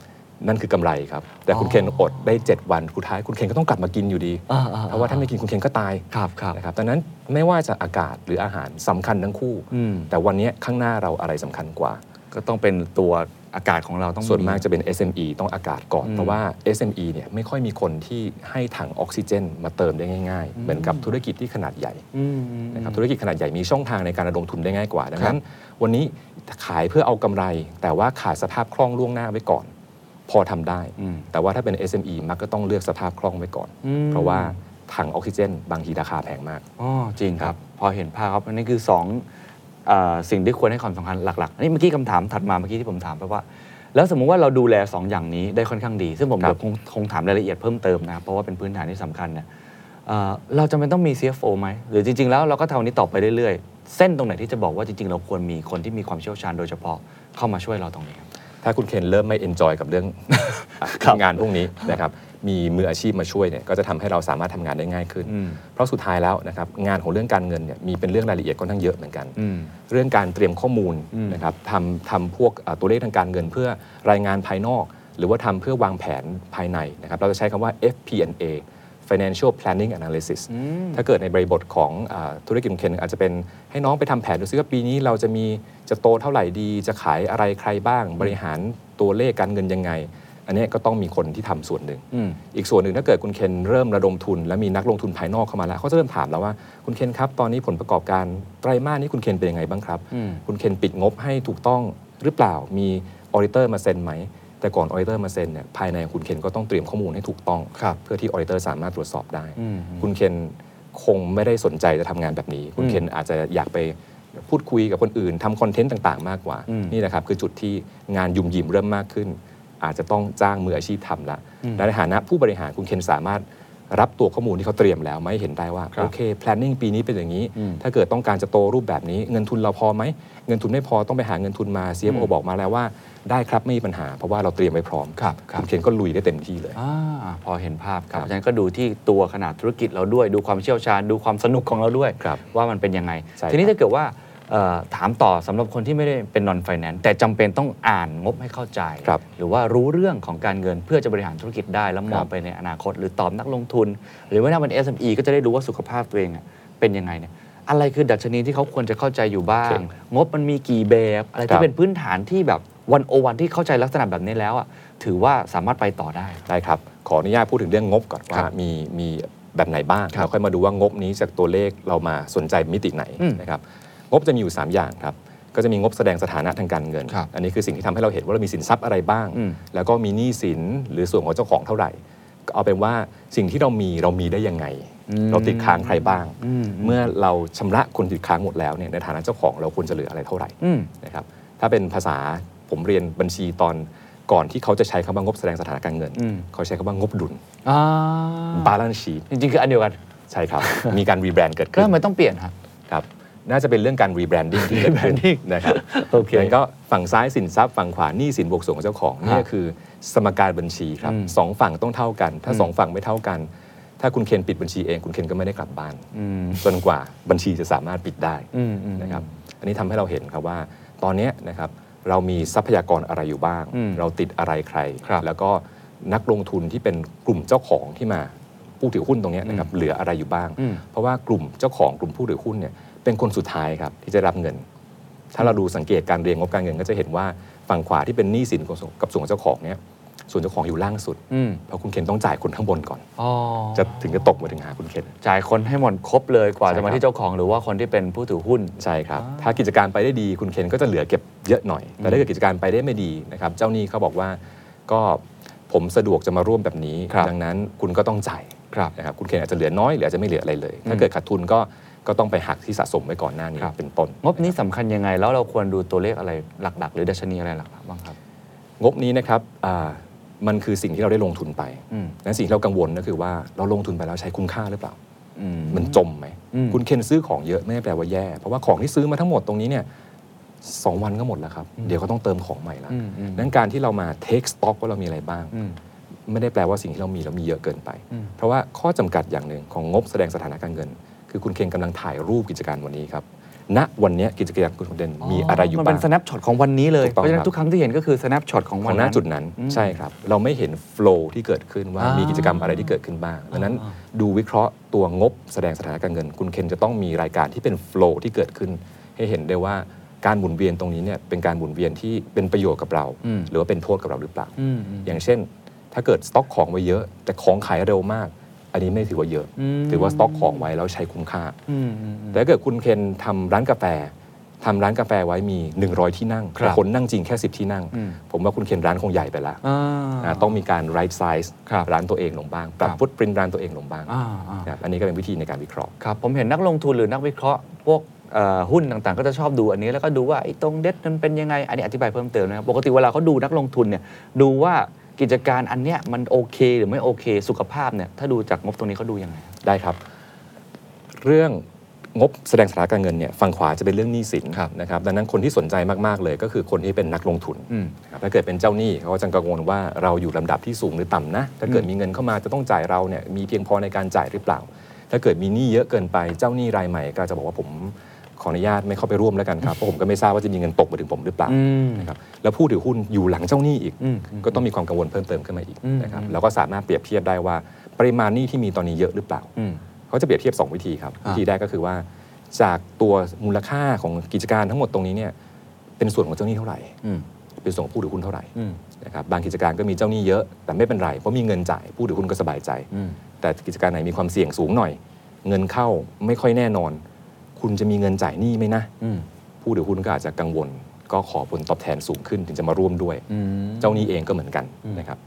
[SPEAKER 1] นั่นคือกำไรครับ แต่คุณเคนอดได้ 7 วันสุดท้ายคุณเคนก็ต้องกลับมากินอยู่ดี
[SPEAKER 6] อ่
[SPEAKER 1] เพราะว่าถ้าไม่กินคุณเคนก็ตาย
[SPEAKER 6] ครับครับ
[SPEAKER 1] นะครับดังนั้นไม่ว่าจะอากาศหรืออาหารสำคัญทั้งคู่
[SPEAKER 6] อืม
[SPEAKER 1] แต่วันนี้ข้างหน้าเราอะไรสำคัญกว่า
[SPEAKER 6] ก็ต้องเป็นตัวอากาศของเราต้อง
[SPEAKER 1] ส่วนมากจะเป็น SME ต้องอากาศก่อน เพราะว่า SME เนี่ยไม่ค่อยมีคนที่ให้ถังออกซิเจน มาเติมได้ง่าย ๆ เหมือนกับธุรกิจที่ขนาดใหญ่
[SPEAKER 6] อืมอืม
[SPEAKER 1] นะครับธุรกิจขนาดใหญ่มีช่องทางในการระดมทุนได้ง่ายกว่า ดัง
[SPEAKER 6] ครับ
[SPEAKER 1] นั้น วันนี้ขายเพื่อเอากำไร แต่ว่าขาดสภาพคล่องล่วงหน้าไว้ก่อน พอทำได้
[SPEAKER 6] อืม
[SPEAKER 1] แต่ว่าถ้าเป็น SME มักก็ต้องเลือกสภาพคล่องไว้ก่อน
[SPEAKER 6] อืม
[SPEAKER 1] เพราะว่าถังออกซิเจน บางทีราคาแพงมาก
[SPEAKER 6] อ๋อจริงครับ พอเห็นภาพครับอันนี้คือสองเออสิ่งที่ควรให้ความสำคัญหลักๆอันนี้เมื่อกี้คำถามถัดมาเมื่อกี้ที่ผมถามไปว่า แล้วสมมุติว่าเราดูแล 2 อย่างนี้ได้ค่อนข้างดี ซึ่งผม
[SPEAKER 1] ครับ
[SPEAKER 6] เดี๋ยวคงคงถามรายละเอียดเพิ่มเติมนะครับเพราะว่าเป็นพื้นฐานที่สำคัญเนี่ยเอ่อเราจำเป็นต้องมี CFO ไหมหรือจริง ๆ แล้วเราก็ทำอันนี้ต่อไปเรื่อยๆ เส้นตรงไหนที่จะบอกว่าจริง ๆ เราควรมีคนที่มีความเชี่ยวชาญโดยเฉพาะเข้ามาช่วยเราตรงนี้ครับ
[SPEAKER 1] ถ้าคุณเคนเริ่มไม่เอนจอยกับ เรื่อง งานพวกนี้นะครับ มีมืออาชีพมาช่วยเนี่ยก็จะทำให้เราสามารถทำงานได้ง่ายขึ้น
[SPEAKER 6] อืม
[SPEAKER 1] เพราะสุดท้ายแล้วนะครับงานของเรื่องการเงินเนี่ยมีเป็นเรื่องรายละเอียดค่อนข้างเยอะเหมือนกัน
[SPEAKER 6] อืม
[SPEAKER 1] เรื่องการเตรียมข้อมูล
[SPEAKER 6] อืม
[SPEAKER 1] นะครับทำทำพวกเอ่อตัวเลขทางการเงินเพื่อรายงานภายนอก หรือว่าทำเพื่อวางแผนภายในนะครับเราจะใช้คำว่า FP&A Financial Planning Analysis ถ้าเกิดในบริบทของอาธุรกิจของเคนอาจจะเป็นให้น้องไปทำแผนดูซิว่าปีนี้เราจะมีจะโตเท่าไหร่ดี จะขายอะไรใครบ้าง บริหารตัวเลขการเงินยังไง อันเนี้ยก็ต้องมีคนที่ทำส่วนหนึ่ง
[SPEAKER 6] อืม
[SPEAKER 1] อีกส่วนหนึ่งถ้าเกิดคุณเคนเริ่มระดมทุน และมีนักลงทุนภายนอกเข้ามาแล้วเขาจะเริ่มถามแล้วว่าคุณเคนครับ ตอนนี้ผลประกอบการไตรมาสนี้คุณเคนเป็นยังไงบ้างครับ
[SPEAKER 6] อืม
[SPEAKER 1] คุณเคนปิดงบให้ถูกต้องหรือเปล่ามีออริเตอร์มาเซ็นไหม แต่ก่อนออริเตอร์มาเซ็นเนี่ยภายในคุณเคนก็ต้องเตรียมข้อมูลให้ถูกต้อง
[SPEAKER 6] ครับ
[SPEAKER 1] เพื่อที่ออริเตอร์สามารถตรวจสอบได้
[SPEAKER 6] อืม
[SPEAKER 1] คุณเคนคงไม่ได้สนใจจะทำงานแบบนี้ คุณเคนอาจจะอยากไปพูดคุยกับคนอื่นทำคอนเทนต์ต่างๆ มากกว่า
[SPEAKER 6] อืม
[SPEAKER 1] นี่นะครับ คือจุดที่งานยุ่มหยิมเริ่มมากขึ้น อาจจะต้องจ้างมืออาชีพทำละและในฐานะผู้บริหารคุณเคนสามารถรับตัวข้อมูลที่เขาเตรียมแล้วไหม่เห็นได้ว่า
[SPEAKER 6] ครับ
[SPEAKER 1] โอเค planning ปีนี้เป็นอย่างนี้ ถ้าเกิดต้องการจะโตรูปแบบนี้ เงินทุนเราพอไหม เงินทุนไม่พอต้องไปหาเงินทุนมา CFO บอกมาแล้วว่าได้ครับไม่มีปัญหา เพราะว่าเราเตรียมไว้พร้อม
[SPEAKER 6] ครับครับ
[SPEAKER 1] ณเคนก็ลุยได้เต็มที่เลย
[SPEAKER 6] อ่าพอเห็นภาพค
[SPEAKER 1] ครั
[SPEAKER 6] รับบ อาจารย์ก็ดูที่ตัวขนาดธุรกิจเราด้วย ดูความเชี่ยวชาญ ดูความสนุกของเราด้วย
[SPEAKER 1] ครับ
[SPEAKER 6] ว่ามันเป็นยังไง
[SPEAKER 1] ใช่ครับ
[SPEAKER 6] ทีนี้ถ้าเกิดว่าเอ่อถามต่อสำหรับคนที่ไม่ได้เป็นนอนไฟแนนซ์แต่จำเป็นต้องอ่านงบให้เข้าใจ
[SPEAKER 1] ครับ
[SPEAKER 6] หรือว่ารู้เรื่องของการเงินเพื่อจะบริหารธุรกิจได้ แล้วม
[SPEAKER 1] ค
[SPEAKER 6] อ
[SPEAKER 1] รั
[SPEAKER 6] ง
[SPEAKER 1] บ
[SPEAKER 6] ไปในอนาคต หรือตอบนักลงทุน หรือว่าถ้าเป็น SME ก็จะได้รู้ว่าสุขภาพตัวเองอะเป็นยังไงเนี่ยอะไรคือดัชนีที่เขาควรจะเข้าใจอยู่บ้าง งบมันมีกี่แบบอะไรที่เป็นพื้นฐานที่แบบวันโอวันที่เข้าใจลักษณะแบบนี้แล้วอะถือว่าสามารถไปต่อได้
[SPEAKER 1] ได้ครับ ขออนุญาตพูดถึงเรื่องงบก่อนว่ามีมีแบบไหนบ้าง
[SPEAKER 6] ครับ
[SPEAKER 1] แล้วค่อยมาดูว่างบนี้จากตัวเลขเรามาสนใจมิติไหน
[SPEAKER 6] อืม
[SPEAKER 1] นะครับงบจะมีอยู่ 3 อย่างครับ ก็จะมีงบแสดงสถานะทางการเงิน
[SPEAKER 6] ครับ
[SPEAKER 1] อันนี้คือสิ่งที่ทำให้เราเห็นว่าเรามีสินทรัพย์อะไรบ้าง
[SPEAKER 6] อืม
[SPEAKER 1] แล้วก็มีหนี้สินหรือส่วนของเจ้าของเท่าไหร่ ก็เอาเป็นว่าสิ่งที่เรามีเรามีได้ยังไง เราติดค้างใครบ้าง เมื่อเราชำระคนติดค้างหมดแล้วเนี่ยในฐานะเจ้าของเราควรจะเหลืออะไรเท่าไหร่
[SPEAKER 6] อืม
[SPEAKER 1] นะครับถ้าเป็นภาษาผมเรียนบัญชีตอนก่อนที่เขาจะใช้คำว่างบแสดงสถานการเงิน
[SPEAKER 6] อืม
[SPEAKER 1] เขาใช้คำว่างบดุล
[SPEAKER 6] อ่า
[SPEAKER 1] balance sheet
[SPEAKER 6] จริงๆ คืออันเดียวกัน
[SPEAKER 1] ใช่ครับ มีการรีแบรนด์เกิด
[SPEAKER 6] ก็
[SPEAKER 1] ขึ้น
[SPEAKER 6] ทำไมต้องเปลี่ยนฮะ
[SPEAKER 1] ครับน่าจะเป็นเรื่องการรีแบรนดิ้งที่เกิดขึ้น
[SPEAKER 6] rebranding
[SPEAKER 1] นะครับ
[SPEAKER 6] โอเค
[SPEAKER 1] งั้นก็ฝั่งซ้ายสินทรัพย์ฝั่งขวาหนี้สินบวกส่วนของเจ้าของนี่ก็คือสมการบัญชีครับ
[SPEAKER 6] อืม
[SPEAKER 1] สองฝั่งต้องเท่ากัน ถ้าสองฝั่งไม่เท่ากัน ถ้าคุณเคนปิดบัญชีเองคุณเคนก็ไม่ได้กลับบ้าน
[SPEAKER 6] อืม
[SPEAKER 1] จนกว่าบัญชีจะสามารถปิดได้
[SPEAKER 6] อืมอืม
[SPEAKER 1] นะครับอันนี้ทำให้เราเห็นครับว่า ตอนเนี้ยนะครับเรามีทรัพยากรอะไรอยู่บ้าง
[SPEAKER 6] อืม
[SPEAKER 1] เราติดอะไรใคร
[SPEAKER 6] ครับ
[SPEAKER 1] แล้วก็นักลงทุนที่เป็นกลุ่มเจ้าของที่มาผู้ถือหุ้นตรงเนี้ยนะครับเหลืออะไรอยู่บ้าง
[SPEAKER 6] อืม
[SPEAKER 1] เพราะว่ากลุ่มเจ้าของกลุ่มผู้ถือหุ้นเนี่ยเป็นคนสุดท้ายครับที่จะรับเงิน ถ้าเราดูสังเกตการเรียงงบการเงินก็จะเห็นว่าฝั่งขวาที่เป็นหนี้สินกับส่วนกับส่วนของเจ้าของเนี่ยส่วนเจ้าของอยู่ล่างสุด
[SPEAKER 6] อืม
[SPEAKER 1] เพราะคุณเคนต้องจ่ายคนข้างบนก่อน
[SPEAKER 6] อ๋อ
[SPEAKER 1] จะถึงจะตกมาถึงหาคุณเคน
[SPEAKER 6] จ่ายคนให้หมดครบเลยกว่า
[SPEAKER 1] ใช่ครั
[SPEAKER 6] จะ
[SPEAKER 1] บ
[SPEAKER 6] มาที่เจ้าของหรือว่าคนที่เป็นผู้ถือหุ้น
[SPEAKER 1] ใช่ครับ ถ้ากิจการไปได้ดีคุณเคนก็จะเหลือเก็บเยอะหน่อย แต่ถ้าเกิดกิจการไปได้ไม่ดีนะครับ เจ้าหนี้เขาบอกว่าก็ผมสะดวกจะมาร่วมแบบนี้
[SPEAKER 6] ครับ
[SPEAKER 1] ดังนั้นคุณก็ต้องจ่าย
[SPEAKER 6] ครับ
[SPEAKER 1] นะครับคุณเคนอาจจะเหลือน้อยหรืออาจจะไม่เหลืออะไรเลย ถ้าเกิดขาดทุนก็ก็ต้องไปหักที่สะสมไว้ก่อนหน้านี้
[SPEAKER 6] ครับ
[SPEAKER 1] เป็นต้น
[SPEAKER 6] งบนี้สำคัญยังไง แล้วเราควรดูตัวเลขอะไรหลัก ๆ หรือดัชนีอะไรหลักๆบ้างครับ
[SPEAKER 1] งบนี้นะครับอ่ามันคือสิ่งที่เราได้ลงทุนไป
[SPEAKER 6] อืม
[SPEAKER 1] นั้นสิ่งที่เรากังวลก็คือว่าเราลงทุนไปแล้วใช้คุ้มค่าหรือเปล่า
[SPEAKER 6] อืม
[SPEAKER 1] มันจมไหม
[SPEAKER 6] อืม
[SPEAKER 1] คุณเคนซื้อของเยอะไม่ได้แปลว่าแย่ เพราะว่าของที่ซื้อมาทั้งหมดตรงนี้เนี่ยสองวันก็หมดแล้วครับ เดี๋ยวก็ต้องเติมของใหม่ละ
[SPEAKER 6] อืมอืม
[SPEAKER 1] นั้นการที่เรามา take stock ว่าเรามีอะไรบ้าง
[SPEAKER 6] อืม
[SPEAKER 1] ไม่ได้แปลว่าสิ่งที่เรามีเรามีเยอะเกินไป
[SPEAKER 6] อืม
[SPEAKER 1] เพราะว่าข้อจำกัดอย่างหนึ่งของงบแสดงสถานะการเงิน คือคุณเคนกำลังถ่ายรูปกิจการวันนี้ครับณวันเนี้ยกิจการคุณเดนมีอะไรอยู่
[SPEAKER 6] มัน
[SPEAKER 1] บ้า
[SPEAKER 6] เป็
[SPEAKER 1] ง
[SPEAKER 6] น snapshot ของวันนี้เลย
[SPEAKER 1] ถูก
[SPEAKER 6] เพ
[SPEAKER 1] ต้อง
[SPEAKER 6] ราะฉะ
[SPEAKER 1] ค
[SPEAKER 6] นั้
[SPEAKER 1] รับ
[SPEAKER 6] นทุกครั้งที่เห็นก็คือ snapshot ของ
[SPEAKER 1] ข
[SPEAKER 6] วั
[SPEAKER 1] อน งหน้า
[SPEAKER 6] นั้น
[SPEAKER 1] จุดนั้นใช่ครับ เราไม่เห็นโฟล์ที่เกิดขึ้นว่า
[SPEAKER 6] อ่ามี
[SPEAKER 1] มีกิจกรรมอะไรที่เกิดขึ้นบ้างดังนั้นดูวิเคราะห์ตัวงบแสดงสถานการณ์เงิน คุณเคนจะต้องมีรายการที่เป็นโฟล์ที่เกิดขึ้น ให้เห็นได้ว่า การหมุนเวียนตรงนี้เนี่ยเป็นการหมุนเวียนที่เป็นประโยชน์กับเรา
[SPEAKER 6] อืม
[SPEAKER 1] หรือว่าเป็นโทษกับเราหรือเปล่า
[SPEAKER 6] อืมอืม
[SPEAKER 1] อย่างเช่น ถ้าเกิดสต็อกของไว้เยอะแต่ของขายเร็วมาก อันนี้ไม่ถือว่าเยอะ ถือว่าสต็อกของไว้แล้วใช้คุ้มค่า
[SPEAKER 6] อืมอืมอืม
[SPEAKER 1] แต่ถ้าเกิดคุณเคนทำร้านกาแฟทำร้านกาแฟไว้มี 100 ที่นั่ง
[SPEAKER 6] ครับ
[SPEAKER 1] แต่คนนั่งจริงแค่ 10 ที่นั่ง
[SPEAKER 6] อืม
[SPEAKER 1] ผมว่าคุณเคนร้านคงใหญ่ไปละ
[SPEAKER 6] อ่า
[SPEAKER 1] อ่าต้องมีการ right size
[SPEAKER 6] ครับ
[SPEAKER 1] ร้านตัวเองลงบ้าง ปรับ
[SPEAKER 6] ครับ
[SPEAKER 1] ฟุตปรินร้านตัวเองลงบ้าง
[SPEAKER 6] อ่าอ่า
[SPEAKER 1] ครับอันนี้ก็เป็นวิธีในการวิเคราะห์
[SPEAKER 6] ครับผมเห็นนักลงทุนหรือนักวิเคราะห์พวกเอ่อหุ้นต่างๆ ก็จะชอบดูอันนี้แล้วก็ดูว่าไอ้ตรงเด็ดมันเป็นยังไง อันนี้อธิบายเพิ่มเติมนะครับปกติเวลาเขาดูนักลงทุนเนี่ยดูว่ากิจการอันเนี้ยมันโอเค หรือไม่โอเค สุขภาพเนี่ยถ้าดูจากงบตรงนี้เขาดูยังไง
[SPEAKER 1] ได้ครับ เรื่องงบแสดงสถานะการเงินเนี่ยฝั่งขวาจะเป็นเรื่องหนี้สิน
[SPEAKER 6] ครับ
[SPEAKER 1] นะครับดังนั้นคนที่สนใจมาก ๆ เลยก็คือคนที่เป็นนักลงทุน
[SPEAKER 6] อืม
[SPEAKER 1] นะครับถ้าเกิดเป็นเจ้าหนี้เขาก็จะกังวลว่าเราอยู่ลำดับที่สูงหรือต่ำนะถ้าเกิดมีเงินเข้ามาจะต้องจ่ายเราเนี่ยมีเพียงพอในการจ่ายหรือเปล่า ถ้าเกิดมีหนี้เยอะเกินไปเจ้าหนี้รายใหม่ ก็จะบอกว่าผมขออนุญาตไม่เข้าไปร่วมแล้วกันครับเพราะผมก็ไม่ทราบว่าจะมีเงินตกมาถึงผมหรือเปล่านะครับแล้วผู้ถือหุ้นอยู่หลังเจ้าหนี้อีก
[SPEAKER 6] อืมอืม
[SPEAKER 1] ก็ต้องมีความกังวลเพิ่มเติมขึ้นมาอีกนะครับแล้วก็สามารถเปรียบเทียบได้ว่าปริมาณหนี้ที่มีตอนนี้เยอะหรือเปล่า
[SPEAKER 6] อืม
[SPEAKER 1] เขาจะเปรียบเทียบ 2 วิธีครับ วิธีแรกก็คือว่า จากตัวมูลค่าของกิจการทั้งหมดตรงนี้เนี่ยเป็นส่วนของเจ้าหนี้เท่าไหร่
[SPEAKER 6] อืม
[SPEAKER 1] เป็นส่วนของผู้ถือหุ้นเท่าไหร่
[SPEAKER 6] อืม
[SPEAKER 1] นะครับบางกิจการก็มีเจ้าหนี้เยอะ แต่ไม่เป็นไร เพราะมีเงินจ่ายผู้ถือหุ้นก็สบายใจ
[SPEAKER 6] อืม
[SPEAKER 1] แต่กิจการไหนมีความเสี่ยงสูงหน่อย เงินเข้าไม่ค่อยแน่นอน คุณจะมีเงินจ่ายหนี้ไหมนะ
[SPEAKER 6] อืม
[SPEAKER 1] ผู้ถือหุ้นก็อาจจะกังวล ก็ขอผลตอบแทนสูงขึ้นถึงจะมาร่วมด้วย
[SPEAKER 6] อืม
[SPEAKER 1] เจ้าหนี้เองก็เหมือนกัน
[SPEAKER 6] อืม
[SPEAKER 1] นะครับ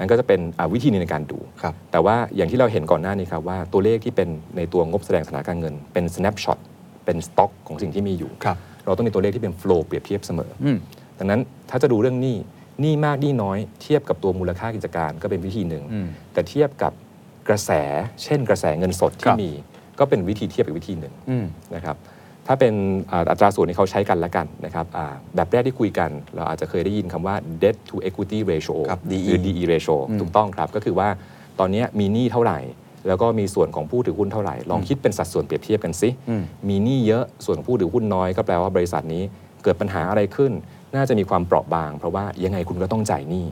[SPEAKER 1] นั่นก็จะเป็นอ่าวิธีหนึ่งในการดู
[SPEAKER 6] ครับ
[SPEAKER 1] แต่ว่าอย่างที่เราเห็นก่อนหน้านี้ครับว่าตัวเลขที่เป็นในตัวงบแสดงสถานการเงิน เป็น snapshot เป็นสต็อกของสิ่งที่มีอยู่
[SPEAKER 6] ครับ
[SPEAKER 1] เราต้องมีตัวเลขที่เป็น flow เปรียบเทียบเสมออ
[SPEAKER 6] ม
[SPEAKER 1] ดังนั้นถ้าจะดูเรื่องหนี้หนี้มากหนี้น้อยเทียบกับตัวมูลค่ากิจการก็เป็นวิธีหนึ่ง
[SPEAKER 6] อืม
[SPEAKER 1] แต่เทียบกับกระแส เช่น กระแสเงินสด
[SPEAKER 6] ค
[SPEAKER 1] ที่
[SPEAKER 6] รับ
[SPEAKER 1] มี ก็เป็นวิธีเทียบอีกวิธีหนึ่ง
[SPEAKER 6] อืม
[SPEAKER 1] นะครับถ้าเป็นอ่าอัตราส่วนที่เขาใช้กันละกันนะครับอ่าแบบแรกที่คุยกัน เราอาจจะเคยได้ยินคำว่า debt to equity ratio
[SPEAKER 6] ครับ DE
[SPEAKER 1] หรือ DE ratio
[SPEAKER 6] อืม
[SPEAKER 1] ถูกต้องครับ ก็คือว่าตอนเนี้ยมีหนี้เท่าไหร่ แล้วก็มีส่วนของผู้ถือหุ้นเท่าไหร่ ลองคิดเป็นสัดส่วนเปรียบเทียบกันสิ
[SPEAKER 6] อืม
[SPEAKER 1] มีหนี้เยอะส่วนของผู้ถือหุ้นน้อยก็แปลว่าบริษัทนี้เกิดปัญหาอะไรขึ้น น่าจะมีความเปราะบาง เพราะว่ายังไงคุณก็ต้องจ่ายหนี้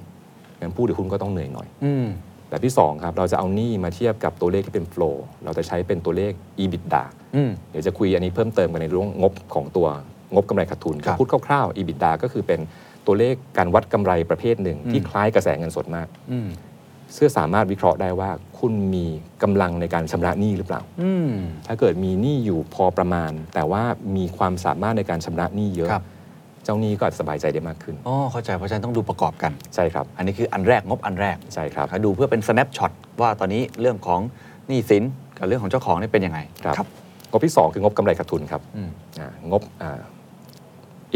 [SPEAKER 1] งั้นผู้ถือหุ้นก็ต้องเหนื่อยหน่อย
[SPEAKER 6] อืม
[SPEAKER 1] แบบที่สองครับเราจะเอาหนี้มาเทียบกับตัวเลขที่เป็น flow เราจะใช้เป็นตัวเลข EBITDA
[SPEAKER 6] อืม
[SPEAKER 1] เดี๋ยวจะคุยอันนี้เพิ่มเติมกันในเรื่องงบของตัวงบกำไรขาดทุน
[SPEAKER 6] ครับ
[SPEAKER 1] แต่พูดคร่าวๆ EBITDA ก็คือเป็นตัวเลขการวัดกำไรประเภทหนึ่ง ที่คล้ายกระแสเงินสดมาก
[SPEAKER 6] อืม
[SPEAKER 1] เพื่อสามารถวิเคราะห์ได้ว่าคุณมีกำลังในการชำระหนี้หรือเปล่า
[SPEAKER 6] อืม
[SPEAKER 1] ถ้าเกิดมีหนี้อยู่พอประมาณ แต่ว่ามีความสามารถในการชำระหนี้เยอะ
[SPEAKER 6] ครับ
[SPEAKER 1] เจ้าหนี้ก็อาจจะสบายใจได้มากขึ้น
[SPEAKER 6] อ๋อเข้าใจเพราะฉะนั้นต้องดูประกอบกัน
[SPEAKER 1] ใช่ครับ
[SPEAKER 6] อันนี้คืออันแรกงบอันแรก
[SPEAKER 1] ใช่ครับ
[SPEAKER 6] ดูเพื่อเป็น snapshot ว่าตอนนี้เรื่องของหนี้สินกับเรื่องของเจ้าของนี่เป็นยังไง
[SPEAKER 1] ครับงบที่ 2 คืองบกำไรขาดทุนครับ
[SPEAKER 6] อืม
[SPEAKER 1] อ่างบอ่า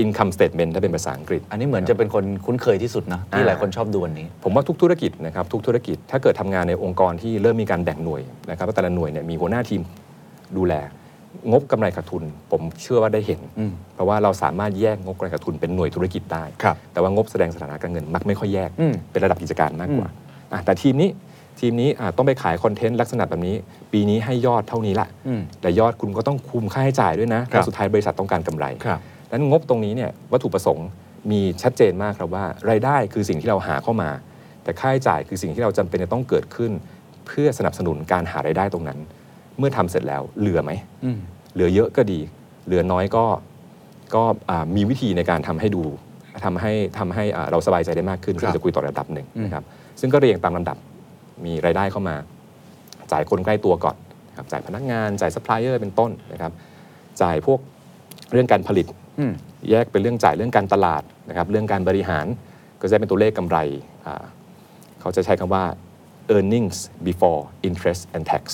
[SPEAKER 1] income statement ถ้าเป็นภาษาอังกฤษ
[SPEAKER 6] อันนี้เหมือนจะเป็นคนคุ้นเคยที่สุดนะที่หลายคนชอบดูอันนี้
[SPEAKER 1] ผมว่าทุกธุรกิจนะครับทุกธุรกิจถ้าเกิดทำงานในองค์กรที่เริ่มมีการแบ่งหน่วยนะครับว่าแต่ละหน่วยเนี่ยมีหัวหน้าทีมดูแล งบกำไรขาดทุน ผมเชื่อว่าได้เห็น
[SPEAKER 6] อืม
[SPEAKER 1] เพราะว่าเราสามารถแยกงบกำไรขาดทุนเป็นหน่วยธุรกิจได้
[SPEAKER 6] ครับ
[SPEAKER 1] แต่ว่างบแสดงสถานะการเงินมักไม่ค่อยแยก
[SPEAKER 6] อืม
[SPEAKER 1] เป็นระดับกิจการมากกว่าอ่ะแต่ทีมนี้ทีมนี้อ่ะต้องไปขายคอนเทนต์ลักษณะแบบนี้ ปีนี้ให้ยอดเท่านี้ละ
[SPEAKER 6] อืม
[SPEAKER 1] แต่ยอดคุณก็ต้องคุมค่าใช้จ่ายด้วยนะเพ
[SPEAKER 6] ครับ
[SPEAKER 1] ราะสุดท้ายบริษัทต้องการกำไร
[SPEAKER 6] ครับ
[SPEAKER 1] ดังนั้นงบตรงนี้เนี่ยวัตถุประสงค์มีชัดเจนมากครับว่ารายได้คือสิ่งที่เราหาเข้ามา แต่ค่าใช้จ่ายคือสิ่งที่เราจำเป็นจะต้องเกิดขึ้น เพื่อสนับสนุนการหารายได้ตรงนั้น เมื่อทำเสร็จแล้วเหลือไหม
[SPEAKER 6] อืม
[SPEAKER 1] เหลือเยอะก็ดี เหลือน้อยก็ก็อ่ามีวิธีในการทำให้ดูทำให้ทำให้อ่าเราสบายใจได้มากขึ้น
[SPEAKER 6] ครับ
[SPEAKER 1] ซึ่งจะคุยต่อระดับหนึ่ง
[SPEAKER 6] อืม
[SPEAKER 1] นะครับ ซึ่งก็เรียงตามลำดับ มีรายได้เข้ามา จ่ายคนใกล้ตัวก่อนนะครับจ่ายพนักงาน จ่ายซัพพลายเออร์เป็นต้นนะครับ จ่ายพวกเรื่องการผลิต
[SPEAKER 6] อืม
[SPEAKER 1] แยกเป็นเรื่องจ่ายเรื่องการตลาดนะครับ เรื่องการบริหารก็จะเป็นตัวเลขกำไรอ่าเขาจะใช้คำว่า earnings before interest and tax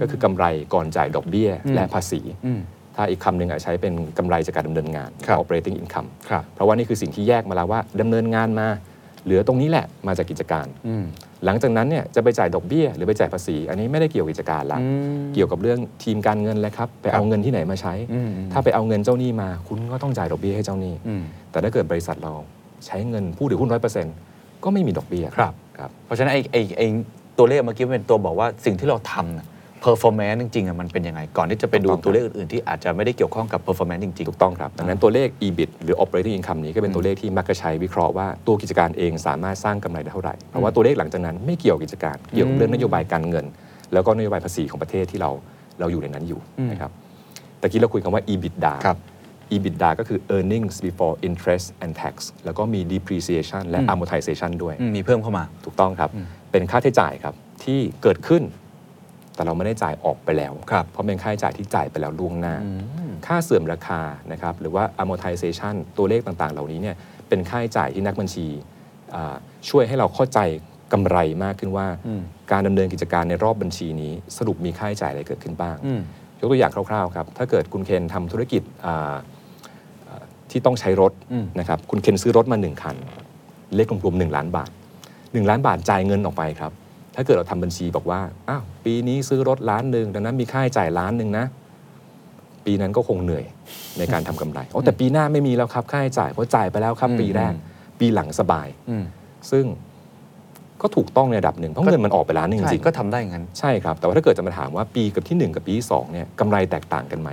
[SPEAKER 1] ก็คือกำไรก่อนจ่ายดอกเบี้ยและภาษี
[SPEAKER 6] อืม
[SPEAKER 1] ถ้าอีกคำหนึ่งอาจใช้เป็นกำไรจากการดำเนินงาน
[SPEAKER 6] ครับ
[SPEAKER 1] operating income
[SPEAKER 6] ครับ
[SPEAKER 1] เพราะว่านี่คือสิ่งที่แยกมาแล้วว่าดำเนินงานมา เหลือตรงนี้แหละมาจากกิจการ
[SPEAKER 6] อืม
[SPEAKER 1] หลังจากนั้นเนี่ยจะไปจ่ายดอกเบี้ย หรือไปจ่ายภาษี อันนี้ไม่ได้เกี่ยวกับกิจการละ
[SPEAKER 6] อืม
[SPEAKER 1] เกี่ยวกับเรื่องทีมการเงินแล้วครับไปเอาเงินที่ไหนมาใช้
[SPEAKER 6] อืมอืม
[SPEAKER 1] ถ้าไปเอาเงินเจ้าหนี้มา คุณก็ต้องจ่ายดอกเบี้ยให้เจ้าหนี้
[SPEAKER 6] อืม
[SPEAKER 1] แต่ถ้าเกิดบริษัทเราใช้เงินผู้ถือหุ้นร้อยเปอร์เซ็นต์ก็ไม่มีดอกเบี้ย
[SPEAKER 6] ครับ
[SPEAKER 1] ครับ
[SPEAKER 6] เพราะฉะนั้นไอ้ไอ้ไอ้ตัวเลขเมื่อกี้เป็นตัวบอกว่าสิ่งที่เราทำน่ะ performance จริงๆอ่ะมันเป็นยังไง ก่อนที่จะไปดูตัวเลขอื่นๆที่อาจจะไม่ได้เกี่ยวข้องกับ performance จริงๆ
[SPEAKER 1] ถูกต้องครับดังนั้นตัวเลข EBIT หรือ operating income นี้ก็เป็นตัวเลขที่มักจะใช้วิเคราะห์ว่าตัวกิจการเองสามารถสร้างกำไรได้เท่าไหร่เพราะว่าตัวเลขหลังจากนั้นไม่เกี่ยวกับกิจการเกี่ยวกับเรื่องนโยบายการเงิน แล้วก็นโยบายภาษีของประเทศที่เราเราอยู่ในนั้นอยู่นะครับแต่กี้เราคุยกันว่า EBITDA
[SPEAKER 6] ครับ
[SPEAKER 1] EBITDA ก็คือ earnings before interest and tax แล้วก็มี depreciation และ amortization ด้วย
[SPEAKER 6] อืมมีเพิ่มเข้ามา
[SPEAKER 1] ถูกต้องครับ เป็นค่าใช้จ่ายครับที่เกิดขึ้น แต่เราไม่ได้จ่ายออกไปแล้ว
[SPEAKER 6] ครับ
[SPEAKER 1] เพราะเป็นค่าใช้จ่ายที่จ่ายไปแล้วล่วงหน้า ค่าเสื่อมราคานะครับหรือว่า amortization ตัวเลขต่างๆ เหล่านี้เนี่ยเป็นค่าใช้จ่ายที่นักบัญชีอ่าช่วยให้เราเข้าใจกำไรมากขึ้นว่า การดำเนินกิจการในรอบบัญชีนี้ สรุปมีค่าใช้จ่ายอะไรเกิดขึ้นบ้าง ยกตัวอย่างคร่าวๆครับ ถ้าเกิดคุณเคนทำธุรกิจอ่าอ่าที่ต้องใช้รถนะครับคุณเคนซื้อรถมา 1 คัน เลขกลมๆ1ล้านบาท 1 ล้านบาทจ่ายเงินออกไปครับ ถ้าเกิดเราทำบัญชีบอกว่าอ้าวปีนี้ซื้อรถล้านหนึ่งดังนั้นมีค่าใช้จ่ายล้านหนึ่งนะ ปีนั้นก็คงเหนื่อยในการทำกำไรโอ้แต่ปีหน้าไม่มีแล้วครับค่าใช้จ่ายเพราะจ่ายไปแล้วครับปีแรก ปีหลังสบาย ซึ่งก็ถูกต้องในระดับหนึ่งเพราะเงินมันออกไปล้านหนึ่ง
[SPEAKER 6] ใช่
[SPEAKER 1] จริงๆ
[SPEAKER 6] ก็ทำได้อย่างนั้น
[SPEAKER 1] ใช่ครับ แต่ว่าถ้าเกิดจะมาถามว่าปีกับที่ 1 กับปีที่สองเนี่ยกำไรแตกต่างกันไหม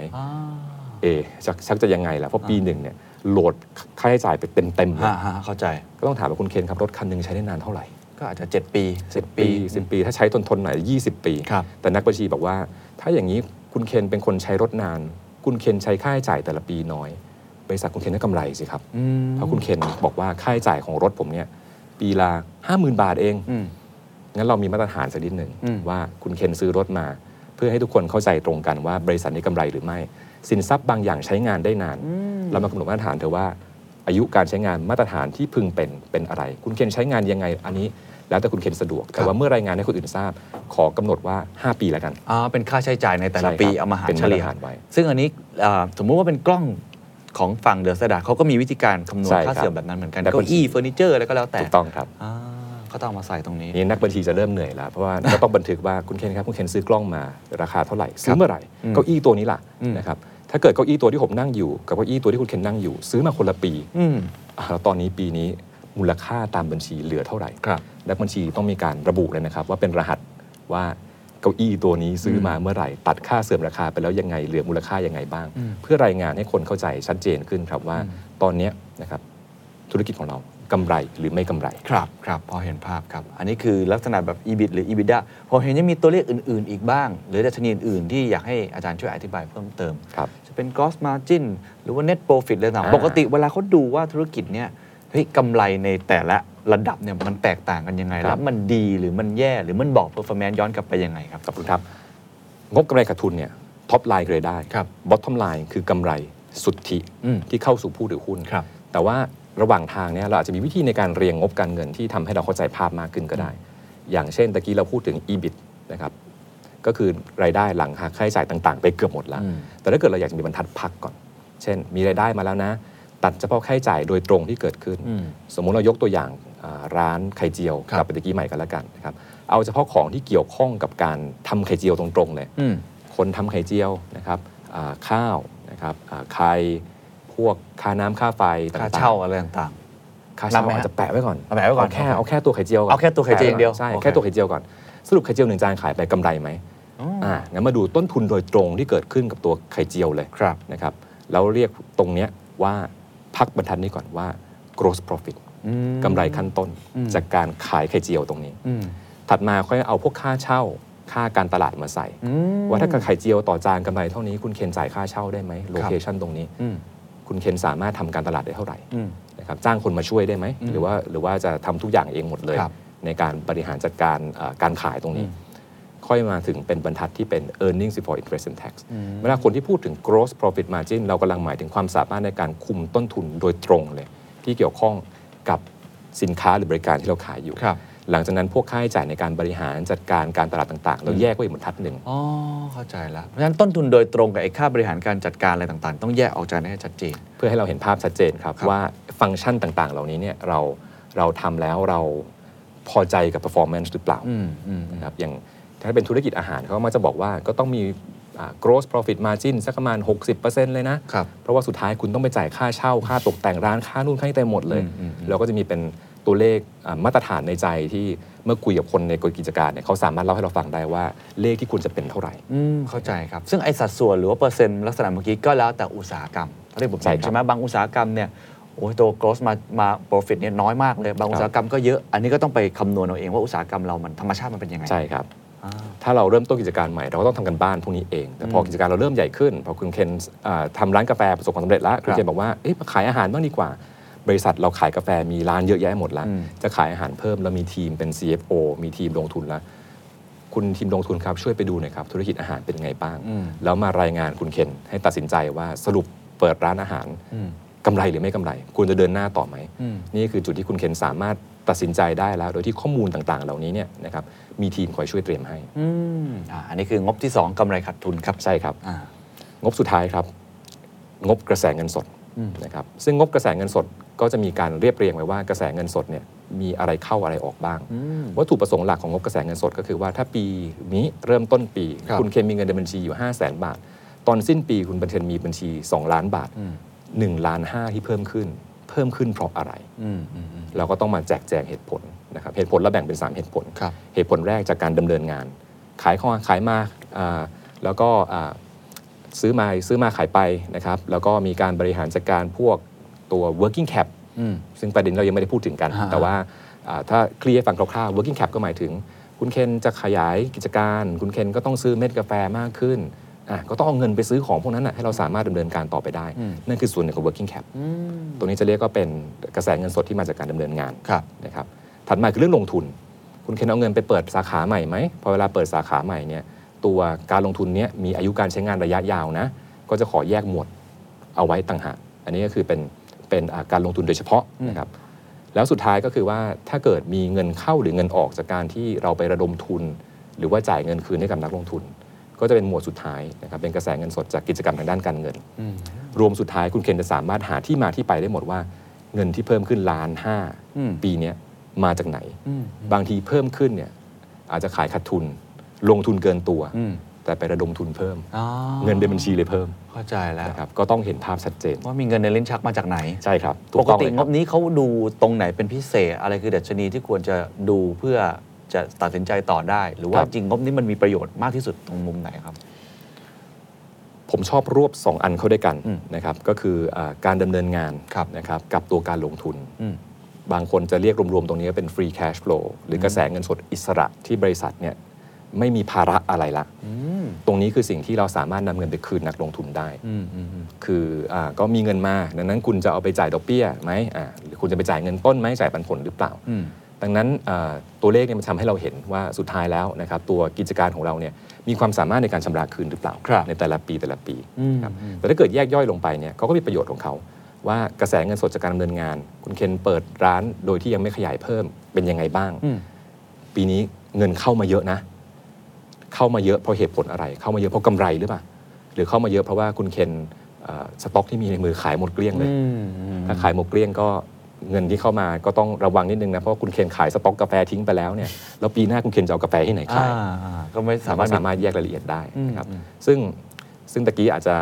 [SPEAKER 1] เอะชักชักจะยังไงล่ะ เพราะปีหนึ่งเนี่ยโหลดค่าใช้จ่ายไปเต็มเต็มๆเลย
[SPEAKER 6] ฮะฮะเข้าใจ
[SPEAKER 1] ก็ต้องถามว่าคุณเคนครับ รถคันหนึ่งใช้ได้นานเท่าไหร่
[SPEAKER 6] ก็อาจจะเจ็ดปี
[SPEAKER 1] 10 ปี 10 ปี ถ้าใช้ทนทนๆหน่อย20 ปี
[SPEAKER 6] ครับ
[SPEAKER 1] แต่นักบัญชีบอกว่า ถ้าอย่างนี้คุณเคนเป็นคนใช้รถนาน คุณเคนใช้ค่าใช้จ่ายแต่ละปีน้อยบริษัทคุณเคนได้กำไรสิครับ
[SPEAKER 6] อืม
[SPEAKER 1] เพราะคุณเคนบอกว่าค่าใช้จ่ายของรถผมเนี่ยปีละห้าหมื่นบาทเอง
[SPEAKER 6] อืม
[SPEAKER 1] งั้นเรามีมาตรฐานสักนิดหนึ่ง
[SPEAKER 6] อืม
[SPEAKER 1] ว่าคุณเคนซื้อรถมา เพื่อให้ทุกคนเข้าใจตรงกันว่าบริษัทนี้กำไรหรือไม่ สินทรัพย์บางอย่างใช้งานได้นาน เรามากำหนดมาตรฐานเถอะว่า อายุการใช้งานมาตรฐานที่พึงเป็นเป็นอะไร คุณเคนใช้งานยังไงอันนี้ แล้วแต่คุณเคนสะดวก แต่ว่าเมื่อรายงานให้คนอื่นทราบ ขอกำหนดว่าห้าปีแล้วกัน
[SPEAKER 6] อ่าเป็นค่าใช้จ่ายในแต่ละ
[SPEAKER 1] ใช่ครับ
[SPEAKER 6] ปีเอามาหาร
[SPEAKER 1] เป็น
[SPEAKER 6] เฉ
[SPEAKER 1] มาตร
[SPEAKER 6] ลี่ย
[SPEAKER 1] ฐานไว้
[SPEAKER 6] ซึ่งอันนี้อ่าสมมุติว่าเป็นกล้องของฝั่งเดอะสดาเขาก็มีวิธีการคำนวณ
[SPEAKER 1] ใช่
[SPEAKER 6] ค่า
[SPEAKER 1] ครับ
[SPEAKER 6] เสื่อมแบบนั้นเหมือนกัน
[SPEAKER 1] แต่
[SPEAKER 6] เก้า
[SPEAKER 1] บัญชี
[SPEAKER 6] อี้เฟอร์นิเจอร์อะไรก็แล้วแต่
[SPEAKER 1] ถูกต้องครับ
[SPEAKER 6] อ่าก็ต้องเอามาใส่ตรงนี้
[SPEAKER 1] นี่นักบัญชีจะเริ่มเหนื่อยแล้ว เพราะว่า ก็ต้องบันทึกว่าคุณเคนครับคุณเคนซื้อกล้องมาราคาเท่าไหร่ ซื้อเมื่อไหร่เก้าอี้ตัวนี้ล่ะนะครับถ้าเกิดเก้าอี้ตัวที่ผมนั่งอยู่ กับเก้าอี้ตัวที่คุณเคนนั่งอยู่ ซื้อมาคนละปี
[SPEAKER 6] อืม
[SPEAKER 1] อ่ะแล้วตอนนี้ปีนี้มูลค่าตามบัญชีเหลือเท่าไหร่
[SPEAKER 6] ครับ
[SPEAKER 1] นักบัญชีต้องมีการระบุเลยนะครับ ว่าเป็นรหัสว่าเก้าอี้ตัวนี้ซื้อมาเมื่อไหร่ ตัดค่าเสื่อมราคาไปแล้วยังไงเหลือมูลค่ายังไงบ้าง เพื่อรายงานให้คนเข้าใจชัดเจนขึ้นครับว่าตอนเนี้ยนะครับธุรกิจของเรากำไรหรือไม่กำไร
[SPEAKER 6] ครับครับพอเห็นภาพครับ อันนี้คือลักษณะแบบ EBIT หรือ EBITDA พอเห็นยังมีตัวเลขอื่น ๆ อีกบ้าง หรือดัชนีอื่น ๆ ที่อยากให้อาจารย์ช่วยอธิบายเพิ่มเติม
[SPEAKER 1] ครับ
[SPEAKER 6] จะเป็น gross margin หรือว่า net profit อะไรต่าง
[SPEAKER 1] อ่า
[SPEAKER 6] ๆปกติเวลาเขาดูว่าธุรกิจเนี่ยเฮ้ยกำไรในแต่ละระดับเนี่ยมันแตกต่างกันยังไงแล้วมันดีหรือมันแย่หรือมันบอก performance ย้อนกลับไปยังไงครับ
[SPEAKER 1] ขอบคุณครับ งบกำไรขาดทุนเนี่ยท็อปไลน์เคยได้
[SPEAKER 6] ครับ
[SPEAKER 1] บอททอมไลน์คือกำไรสุทธิ
[SPEAKER 6] อืม
[SPEAKER 1] ที่เข้าสู่ผู้ถือหุ้น
[SPEAKER 6] ครับ
[SPEAKER 1] แต่ว่าระหว่างทางเนี่ยเราอาจจะมีวิธีในการเรียงงบการเงินที่ทำให้เราเข้าใจภาพมากขึ้นก็ได้ อย่างเช่นตะกี้เราพูดถึง EBIT นะครับก็คือรายได้หลังหักค่าใช้จ่ายต่าง ๆ ไปเกือบหมดแล้ว
[SPEAKER 6] อืม
[SPEAKER 1] แต่ถ้าเกิดเราอยากจะมีบรรทัดพักก่อน เช่น มีรายได้มาแล้วนะ ตัดเฉพาะค่าใช้จ่ายโดยตรงที่เกิดขึ้น
[SPEAKER 6] อืม
[SPEAKER 1] สมมุติเรายกตัวอย่างอ่าร้านไข่เจียว
[SPEAKER 6] ครับ
[SPEAKER 1] กลับไปตะกี้ใหม่กันแล้วกันนะครับเอาเฉพาะของที่เกี่ยวข้องกับการทำไข่เจียวตรงๆเลย
[SPEAKER 6] อืม
[SPEAKER 1] คนทำไข่เจียวนะครับอ่าข้าวนะครับอ่าไข่พวกค่าน้ำค่าไฟต่างๆ
[SPEAKER 6] ค่าเช่าอะไรต่าง
[SPEAKER 1] ค่า
[SPEAKER 6] รับ
[SPEAKER 1] เช่า
[SPEAKER 6] ไหม
[SPEAKER 1] อาจ
[SPEAKER 6] ฮะ
[SPEAKER 1] จะแปะไว้ก่อน
[SPEAKER 6] เอาแปะไว้ก่อน
[SPEAKER 1] แค่เอาแค่ตัวไข่เจียวก่อน
[SPEAKER 6] เอาแค่ตัวไข่เจียวอย่างเดียว
[SPEAKER 1] ใช่
[SPEAKER 6] โอเค
[SPEAKER 1] แค่ตัวไข่เจียวก่อนสรุปไข่เจียวหนึ่งจานขายไปกำไรไหมอ่างั้นมาดูต้นทุนโดยตรงที่เกิดขึ้นกับตัวไข่เจียวเลย
[SPEAKER 6] ๆ ครับ
[SPEAKER 1] นะครับแล้วเรียกตรงเนี้ยว่าพักบรรทัดนี้ก่อนว่า gross profit กำไรขั้นต้นจากการขายไข่เจียวตรงนี้
[SPEAKER 6] อืม
[SPEAKER 1] ถัดมาค่อยเอาพวกค่าเช่าค่าการตลาดมาใส่ ว่าถ้าไข่เจียวต่อจานกำไรเท่านี้ คุณเคนจ่ายค่าเช่าได้ไหมโลเคชันตรงนี้
[SPEAKER 6] อืม
[SPEAKER 1] คุณเคนสามารถทำการตลาดได้เท่าไหร่
[SPEAKER 6] อืม
[SPEAKER 1] นะครับจ้างคนมาช่วยได้ไหม หรือว่าหรือว่าจะทำทุกอย่างเองหมดเลย
[SPEAKER 6] ครับ
[SPEAKER 1] ในการบริหารจัดการเอ่อการขายตรงนี้ ค่อยมาถึงเป็นบรรทัดที่เป็น earnings before interest and tax เวลาคนที่พูดถึง gross profit margin เรากำลังหมายถึงความสามารถในการคุมต้นทุนโดยตรงเลย ที่เกี่ยวข้องกับสินค้าหรือบริการที่เราขายอยู่
[SPEAKER 6] ครับ
[SPEAKER 1] หลังจากนั้นพวกค่าใช้จ่ายในการบริหารจัดการการตลาดต่าง ๆ เราแยกไว้อีกบรรทัดหนึ่ง
[SPEAKER 6] อ๋อ เข้าใจแล้ว เพราะฉะนั้นต้นทุนโดยตรงกับไอ้ค่าบริหารการจัดการอะไรต่างๆ ต้องแยกออกจากกันให้ชัดเจน
[SPEAKER 1] เพื่อให้เราเห็นภาพชัดเจนครับ
[SPEAKER 6] ครับ
[SPEAKER 1] ว่าฟังก์ชันต่าง ๆ เหล่านี้เนี่ยเราเราทำแล้วเราพอใจกับ performance หรือเปล่า
[SPEAKER 6] อืมอืมอืม
[SPEAKER 1] นะครับอย่างถ้าเป็นธุรกิจอาหารเขาก็มักจะบอกว่าก็ต้องมีอ่า gross profit margin สักประมาณ 60%เลยนะ
[SPEAKER 6] ครับ
[SPEAKER 1] เพราะว่าสุดท้ายคุณต้องไปจ่ายค่าเช่า ค่าตกแต่งร้านค่านู่นค่านี่เต็มหมดเลย เราก็จะมีเป็นตัวเลขอ่ามาตรฐานในใจที่เมื่อคุยกับคนในกิจการเนี่ยเขาสามารถเล่าให้เราฟังได้ว่าเลขที่คุณจะเป็นเท่าไหร่
[SPEAKER 6] อืม เข้าใจครับ ซึ่งไอสัดส่วนหรือว่าเปอร์เซ็นต์ลักษณะเมื่อกี้ก็แล้วแต่อุตสาหกรรมเรียกผม
[SPEAKER 1] ใช่ครับ
[SPEAKER 6] ใช่ไหมบางอุตสาหกรรมเนี่ยโอ้ยตัว gross มามา profit เนี่ยน้อยมากเลย บางอุตสาหกรรมก็เยอะ อันนี้ก็ต้องไปคำนวณเอาเองว่าอุตสาหกรรมเรามันธรรมชาติมันเป็นยังไง
[SPEAKER 1] ใช่ครับ ถ้าเราเริ่มต้นกิจการใหม่เราก็ต้องทำกันบ้านพวกนี้เอง แต่พอกิจการเราเริ่มใหญ่ขึ้น พอคุณเคนอ่าทำร้านกาแฟประสบความสำเร็จแล้วคุณเคนบอกว่าเอ๊ะมาขายอาหารบ้างดีกว่า บริษัทเราขายกาแฟมีร้านเยอะแยะหมดแล้วจะขายอาหารเพิ่มแล้วมีทีมเป็น CFO มีทีมลงทุนแล้ว คุณทีมลงทุนครับช่วยไปดูหน่อยครับธุรกิจอาหารเป็นยังไงบ้าง แล้วมารายงานคุณเคนให้ตัดสินใจว่าสรุปเปิดร้านอาหารกำไรหรือไม่กำไร คุณจะเดินหน้าต่อไหม นี่คือจุดที่คุณเคนสามารถตัดสินใจได้แล้ว โดยที่ข้อมูลต่างๆ เหล่านี้เนี่ยนะครับมีทีมคอยช่วยเตรียมให้
[SPEAKER 2] อ่าอันนี้คืองบที่ 2กำไรขาดทุนครับ
[SPEAKER 1] ใช่ครับ
[SPEAKER 2] อ่าง
[SPEAKER 1] บสุดท้ายครับ งบกระแสเงินสดนะครับซึ่งงบกระแสเงินสดก็จะมีการเรียบเรียงไว้ว่ากระแสเงินสดเนี่ยมีอะไรเข้าอะไรออกบ้าง วัตถุประสงค์หลักของงบกระแสเงินสดก็คือว่าถ้าปีนี้เริ่มต้นปี คุณเคนมีเงินในบัญชีอยู่ 5 0 0แสนบาท ตอนสิ้นปีคุณบัญเชนมีบัญชี 2 ล้านบาท1ล้าน5ที่เพิ่มขึ้น เพิ่มขึ้นเพราะอะไร เราก็ต้องมาแจกแจงเหตุผลนะครับเหตุผลเราแบ่งเป็น 3 เหตุผล
[SPEAKER 6] ครับ
[SPEAKER 1] เหตุผลแรกจากการดำเนินงาน ขายของขายมาอ่าแล้วก็อ่าซื้อมาซื้อมาขายไปนะครับแล้วก็มีการบริหารจัดการพวกตัว working cap ซึ่งประเด็นเรายังไม่ได้พูดถึงกัน แต่ว่าอ่าถ้าเคลียร์ฟังคร่าวๆ working cap ก็หมายถึง คุณเคนจะขยายกิจการ คุณเคนก็ต้องซื้อเม็ดกาแฟมากขึ้นอ่ะก็ต้องเอาเงินไปซื้อของพวกนั้นนะให้เราสามารถดำเนินการต่อไปได้ นั่นคือส่วนหนึ่งของ working cap ตรงนี้จะเรียกก็เป็นกระแสเงินสดที่มาจากการดำเนินงาน
[SPEAKER 6] ครับ
[SPEAKER 1] นะครับถัดมาคือเรื่องลงทุน คุณเคนเอาเงินไปเปิดสาขาใหม่ไหมพอเวลาเปิดสาขาใหม่เนี่ยตัวการลงทุนเนี้ยมีอายุการใช้งานระยะยาวนะก็จะขอแยกหมวดเอาไว้ต่างหากอันนี้ก็คือเป็นเป็นอ่าการลงทุนโดยเฉพาะนะครับแล้วสุดท้ายก็คือว่าถ้าเกิดมีเงินเข้าหรือเงินออกจากการที่เราไประดมทุน หรือว่าจ่ายเงินคืนให้กับนักลงทุน ก็จะเป็นหมวดสุดท้ายนะครับเป็นกระแสเงินสดจากกิจกรรมทางด้านการเงิน รวมสุดท้ายคุณเคนจะสามารถหาที่มาที่ไปได้หมดว่า เงินที่เพิ่มขึ้นล้านห้าปีเนี้ยมาจากไหน บางทีเพิ่มขึ้นเนี่ยอาจจะขายขาดทุน ลงทุนเกินตัว แต่ไประดมทุนเพิ่ม เงินในบัญชีเลยเพิ่ม
[SPEAKER 6] เข้าใจแล้ว
[SPEAKER 1] นะครับก็ต้องเห็นภาพชัดเจน
[SPEAKER 6] ว่ามีเงินในลิ้นชักมาจากไหน
[SPEAKER 1] ใช่ครับถู
[SPEAKER 6] ปก
[SPEAKER 1] ต้อง
[SPEAKER 6] ติ
[SPEAKER 1] เลย
[SPEAKER 6] ง
[SPEAKER 1] ครับ
[SPEAKER 6] นี้เขาดูตรงไหนเป็นพิเศษ อะไรคือดัชนีที่ควรจะดูเพื่อจะตัดสินใจต่อได้ หรือว่าจริงงบนี้มันมีประโยชน์มากที่สุดตรงมุมไหนครับ
[SPEAKER 1] ผมชอบรวบ 2 อันเข้าด้วยกันนะครับก็คืออ่าการดำเนินงาน
[SPEAKER 6] ครับ
[SPEAKER 1] นะครับกับตัวการลงทุน
[SPEAKER 6] อืม
[SPEAKER 1] บางคนจะเรียกรวมๆ ตรงนี้ว่าเป็น free cash flow หรือกระแสเงินสดอิสระที่บริษัทเนี่ยไม่มีภาระอะไรละ ตรงนี้คือสิ่งที่เราสามารถนำเงินไปคืนนักลงทุนได้ คืออาก็มีเงินมา ดังนั้นคุณจะเอาไปจ่ายดอกเบี้ยไหมอ่าหรือคุณจะไปจ่ายเงินต้นไหมจ่ายปันผลหรือเปล่า ดังนั้นอ่าตัวเลขเนี่ยมันทำให้เราเห็นว่าสุดท้ายแล้วนะครับตัวกิจการของเราเนี่ยมีความสามารถในการชำระคืนหรือเปล่า
[SPEAKER 6] ครับ
[SPEAKER 1] ในแต่ละปีแต่ละปีครับแต่ถ้าเกิดแยกย่อยลงไปเนี่ยเขาก็มีประโยชน์ของเขา ว่ากระแสเงินสดจากการดำเนินงาน คุณเคนเปิดร้านโดยที่ยังไม่ขยายเพิ่มเป็นยังไงบ้าง
[SPEAKER 6] อืม
[SPEAKER 1] ปีนี้เงินเข้ามาเยอะนะ เข้ามาเยอะเพราะเหตุผลอะไร เข้ามาเยอะเพราะกำไรหรือเปล่า หรือเข้ามาเยอะเพราะว่าคุณเคนเอ่อสต็อกที่มีในมือขายหมดเกลี้ยงเลย ถ้าขายหมดเกลี้ยงก็เงินที่เข้ามาก็ต้องระวังนิดนึงนะ เพราะว่าคุณเคนขายสต็อกกาแฟทิ้งไปแล้วเนี่ยแล้วปีหน้าคุณเคนจะเอากาแฟที่ไหนขาย
[SPEAKER 6] ก็ไม่
[SPEAKER 1] สา
[SPEAKER 6] สาา
[SPEAKER 1] มา
[SPEAKER 6] ม
[SPEAKER 1] ร ร
[SPEAKER 6] ถ
[SPEAKER 1] ถสามารถแยกรายละเอียดได้นะครับซึ่งซึ่งตะกี้อาจจะ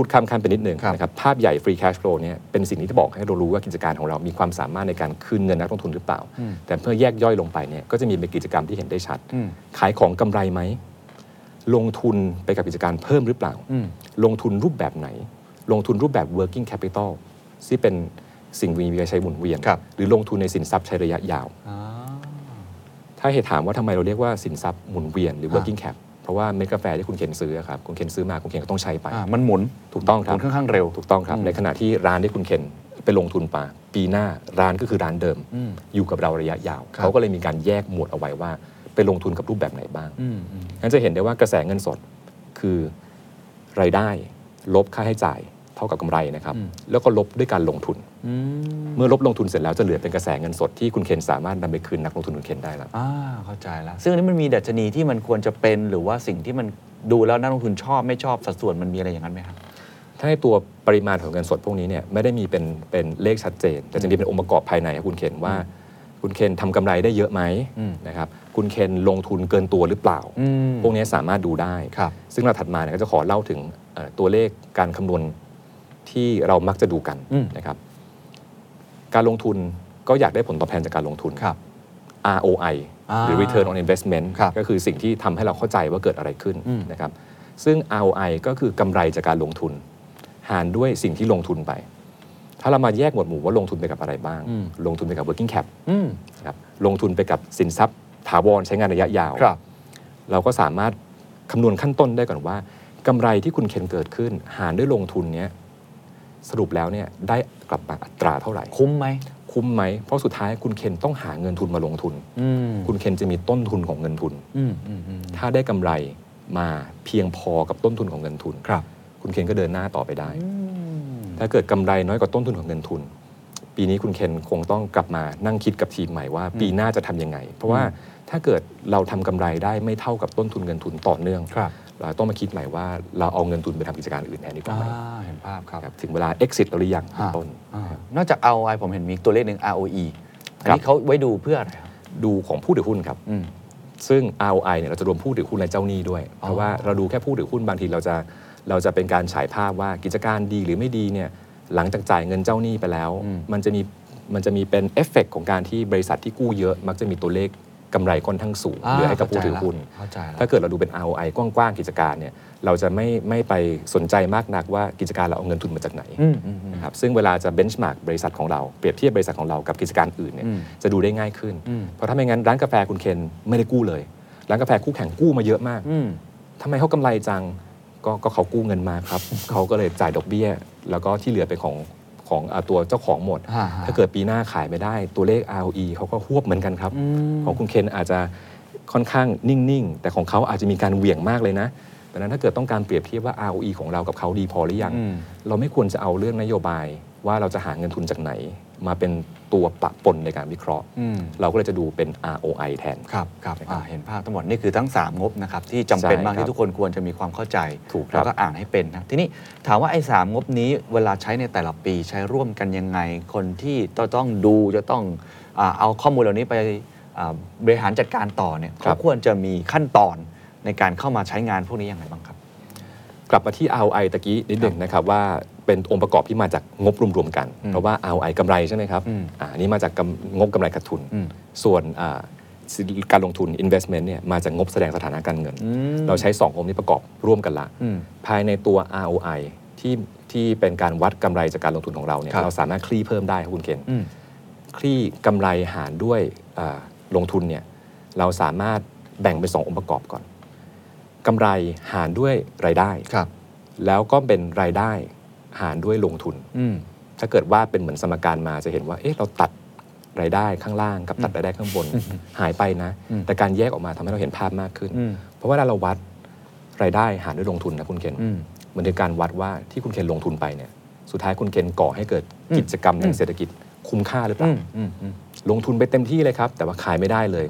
[SPEAKER 1] พูดข้ามขั้นไปนิดนึง
[SPEAKER 6] ครับ
[SPEAKER 1] นะครับภาพใหญ่ free cash flow เนี่ยเป็นสิ่งที่จะบอกให้เรารู้ว่ากิจการของเรามีความสามารถในการคืนเงินนักลงทุนหรือเปล่า แต่เพื่อแยกย่อยลงไปเนี่ยก็จะมีเป็นกิจกรรมที่เห็นได้ชัด ขายของกำไรไหม ลงทุนไปกับกิจการเพิ่มหรือเปล่า ลงทุนรูปแบบไหน ลงทุนรูปแบบ working capital ที่เป็นสิ่งมีวิใช้หมุนเวียน
[SPEAKER 6] ครับ
[SPEAKER 1] หรือลงทุนในสินทรัพย์ใช้ระยะยาว ถ้าเหตุถามว่าทำไมเราเรียกว่าสินทรัพย์หมุนเวียนหรือ working cap เพราะว่าเม็ดกาแฟที่คุณเคนซื้ออะครับคุณเคนซื้อมาคุณเคนก็ต้องใช้ไป
[SPEAKER 6] อ่ามันหมุน
[SPEAKER 1] ถูกต้องค
[SPEAKER 6] ห
[SPEAKER 1] รั
[SPEAKER 6] มุ
[SPEAKER 1] บ
[SPEAKER 6] นค่อนข้างเร็ว
[SPEAKER 1] ถูกต้องครับ ในขณะที่ร้านที่คุณเคนไปลงทุนไปปีหน้าร้านก็คือร้านเดิม อยู่กับเราระยะยาว
[SPEAKER 6] ครับ
[SPEAKER 1] เขาก็เลยมีการแยกหมวดเอาไว้ว่า ไปลงทุนกับรูปแบบไหนบ้างงั้นจะเห็นได้ว่ากระแสเงินสดคือรายได้ ลบค่าใช้จ่ายเท่ากับกำไรนะครับ แล้วก็ลบด้วยการลงทุน เมื่อลบลงทุนเสร็จแล้วจะเหลือเป็นกระแสเงินสดที่คุณเคนสามารถนำไปคืนนักลงทุนคุณเคนได้แล้ว
[SPEAKER 6] อ่าเข้าใจแล้ว ซึ่งอันนี้มันมีดัชนีที่มันควรจะเป็นหรือว่าสิ่งที่มันดูแล้วนักลงทุนชอบไม่ชอบสัดส่วนมันมีอะไรอย่างนั้นไหมครับ
[SPEAKER 1] ถ้าในตัวปริมาณของเงินสดพวกนี้เนี่ยไม่ได้มีเป็นเป็นเลขชัดเจน แต่จะมีเป็นองค์ประกอบภายในครับคุณเคนว่า คุณเคนทำกำไรได้เยอะไหมนะครับคุณเคนลงทุนเกินตัวหรือเปล่า พวกนี้สามารถดูได้
[SPEAKER 6] ครับ
[SPEAKER 1] ซึ่งเราถัดมาเนี่ยก็จะขอเล่าถึงเอ่อตัวเลขการคำนวณที่เรามักจะดูกันนะครับการลงทุนก็อยากได้ผลตอบแทนจากการลงทุน
[SPEAKER 6] ครับ
[SPEAKER 1] ROI หรือ Return on Investment
[SPEAKER 6] ครับ
[SPEAKER 1] ก็คือสิ่งที่ทำให้เราเข้าใจว่าเกิดอะไรขึ้นนะครับ ซึ่ง ROI ก็คือกำไรจากการลงทุน หารด้วยสิ่งที่ลงทุนไป ถ้าเรามาแยกหมวดหมู่ว่าลงทุนไปกับอะไรบ้าง ลงทุนไปกับ working cap นะครับลงทุนไปกับสินทรัพย์ถาวรใช้งานระยะยาว
[SPEAKER 6] ครับ
[SPEAKER 1] เราก็สามารถคำนวณขั้นต้นได้ก่อนว่ากำไรที่คุณเคนเกิดขึ้น หารด้วยลงทุนเนี้ยสรุปแล้วเนี่ยได้กลับมาอัตราเท่าไหร่
[SPEAKER 7] คุ้มไหม
[SPEAKER 1] คุ้มไหม เพราะสุดท้ายคุณเคนต้องหาเงินทุนมาลงทุน
[SPEAKER 7] อืม
[SPEAKER 1] คุณเคนจะมีต้นทุนของเงินทุน
[SPEAKER 7] อืมอืมอืม
[SPEAKER 1] ถ้าได้กำไรมาเพียงพอกับต้นทุนของเงินทุน
[SPEAKER 7] ครับ
[SPEAKER 1] คุณเคนก็เดินหน้าต่อไปได้ ถ้าเกิดกำไรน้อยกว่าต้นทุนของเงินทุน ปีนี้คุณเคนคงต้องกลับมานั่งคิดกับทีมใหม่ว่า ปีหน้าจะทำยังไง เพราะว่าถ้าเกิดเราทำกำไรได้ไม่เท่ากับต้นทุนเงินทุนต่อเนื่อง
[SPEAKER 7] ครับ
[SPEAKER 1] เราต้องมาคิดใหม่ว่าเราเอาเงินทุนไปทำกิจการอื่นแทนดีกว่าไหม
[SPEAKER 7] เห็นภาพครับ
[SPEAKER 1] ครับถึงเวลา exit เราหรือยังเป็น
[SPEAKER 7] อ่า
[SPEAKER 1] ต้น
[SPEAKER 7] อ่านอกจาก ROI ผมเห็นมีตัวเลขหนึ่ง ROE อันนี้
[SPEAKER 1] ครับ
[SPEAKER 7] เขาไว้ดูเพื่ออะไรครับ
[SPEAKER 1] ดูของผู้ถือหุ้นครับ
[SPEAKER 7] อืม
[SPEAKER 1] ซึ่ง ROI เนี่ยเราจะรวมผู้ถือหุ้นและเจ้าหนี้ด้วย เพราะว่าเราดูแค่ผู้ถือหุ้นบางทีเราจะเราจะเป็นการฉายภาพว่ากิจการดีหรือไม่ดีเนี่ยหลังจากจ่ายเงินเจ้าหนี้ไปแล้ว มันจะมีมันจะมีเป็นเอฟเฟกของการที่บริษัทที่กู้เยอะ มักจะมีตัวเลขกำไรค่อนข้างสูงเหลือให้กับผู้ถือหุ้น
[SPEAKER 7] เข้าใจแล้ว
[SPEAKER 1] ถ้าเกิดเราดูเป็น ROI กว้างๆกิจการเนี่ยเราจะไม่ไม่ไปสนใจมากนักว่ากิจการเราเอาเงินทุนมาจากไหนนะครับซึ่งเวลาจะเบนช์มาร์กบริษัทของเราเปรียบเทียบบริษัทของเรากับกิจการอื่นเนี่ยจะดูได้ง่ายขึ้น เพราะถ้าไม่งั้นร้านกาแฟคุณเคนไม่ได้กู้เลย ร้านกาแฟคู่แข่งกู้มาเยอะมากทำไมเขากำไรจังก็ก็เขากู้เงินมาครับ เขาก็เลยจ่ายดอกเบี้ย แล้วก็ที่เหลือเป็นของของอ่าตัวเจ้าของหมด ถ้าเกิดปีหน้าขายไม่ได้ตัวเลข ROE เขาก็หวบเหมือนกันครับ ของคุณเคนอาจจะค่อนข้างนิ่ง ๆ แต่ของเขาอาจจะมีการเหวี่ยงมากเลยนะดังนั้นถ้าเกิดต้องการเปรียบเทียบว่า ROE ของเรากับเขาดีพอหรือยัง เราไม่ควรจะเอาเรื่องนโยบายว่าเราจะหาเงินทุนจากไหน มาเป็นตัวปะปนในการวิเคราะห์ เราก็เลยจะดูเป็น ROI แทน
[SPEAKER 6] ครับครับ
[SPEAKER 1] นะครับ
[SPEAKER 6] อ่าเห็นภาพทั้งหมดนี่คือทั้ง 3 งบนะครับที่จำเป็น
[SPEAKER 1] ใช่
[SPEAKER 6] มาก
[SPEAKER 1] ครับ
[SPEAKER 6] ที่ทุกคนควรจะมีความเข้าใจ
[SPEAKER 1] ถูกครับ
[SPEAKER 6] แล้วก็อ่านให้เป็นนะทีนี้ถามว่าไอ้สามงบนี้เวลาใช้ในแต่ละปีใช้ร่วมกันยังไง คนที่จะต้องดูจะต้องอาเอาข้อมูลเหล่านี้ไปอ่าบริหารจัดการต่อเนี่ยเขาควรจะมีขั้นตอนในการเข้ามาใช้งานพวกนี้ยังไงบ้างครับ
[SPEAKER 1] กลับมาที่ ROI ตะกี้นิดหนึ่งนะครับว่าเป็นองค์ประกอบที่มาจากงบรวมๆกัน เพราะว่า ROI กำไรใช่ไหมครับอ่าอันนี้มาจากกำงบกำไรขาดทุน ส่วนอ่าสิการลงทุน investment เนี่ยมาจากงบแสดงสถานะการเงิน เราใช้2ององค์นี้ประกอบร่วมกันละ ภายในตัว ROI ที่ที่เป็นการวัดกำไรจากการลงทุนของเราเนี่ย
[SPEAKER 6] ครับ
[SPEAKER 1] เราสามารถคลี่เพิ่มได้ครับคุณเคนคลี่กำไรหารด้วยอ่าลงทุนเนี่ยเราสามารถแบ่งเป็นสององค์ประกอบก่อน กำไรหารด้วยรายได้
[SPEAKER 6] ครับ
[SPEAKER 1] แล้วก็เป็นรายได้หารด้วยลงทุน ถ้าเกิดว่าเป็นเหมือนสมการมาจะเห็นว่า เอ๊ะ เราตัดรายได้ข้างล่างกับตัดรายได้ข้างบน หายไปนะ แต่การแยกออกมาทำให้เราเห็นภาพมากขึ้น เพราะว่าเวลาเราวัดรายได้หารด้วยลงทุนนะคุณเคนมันเป็นการวัดว่าที่คุณเคนลงทุนไปเนี่ย สุดท้ายคุณเคนก่อให้เกิดกิจกรรมทางเศรษฐกิจคุ้มค่าหรือเปล่า ลงทุนไปเต็มที่เลยครับ แต่ว่าขายไม่ได้เลย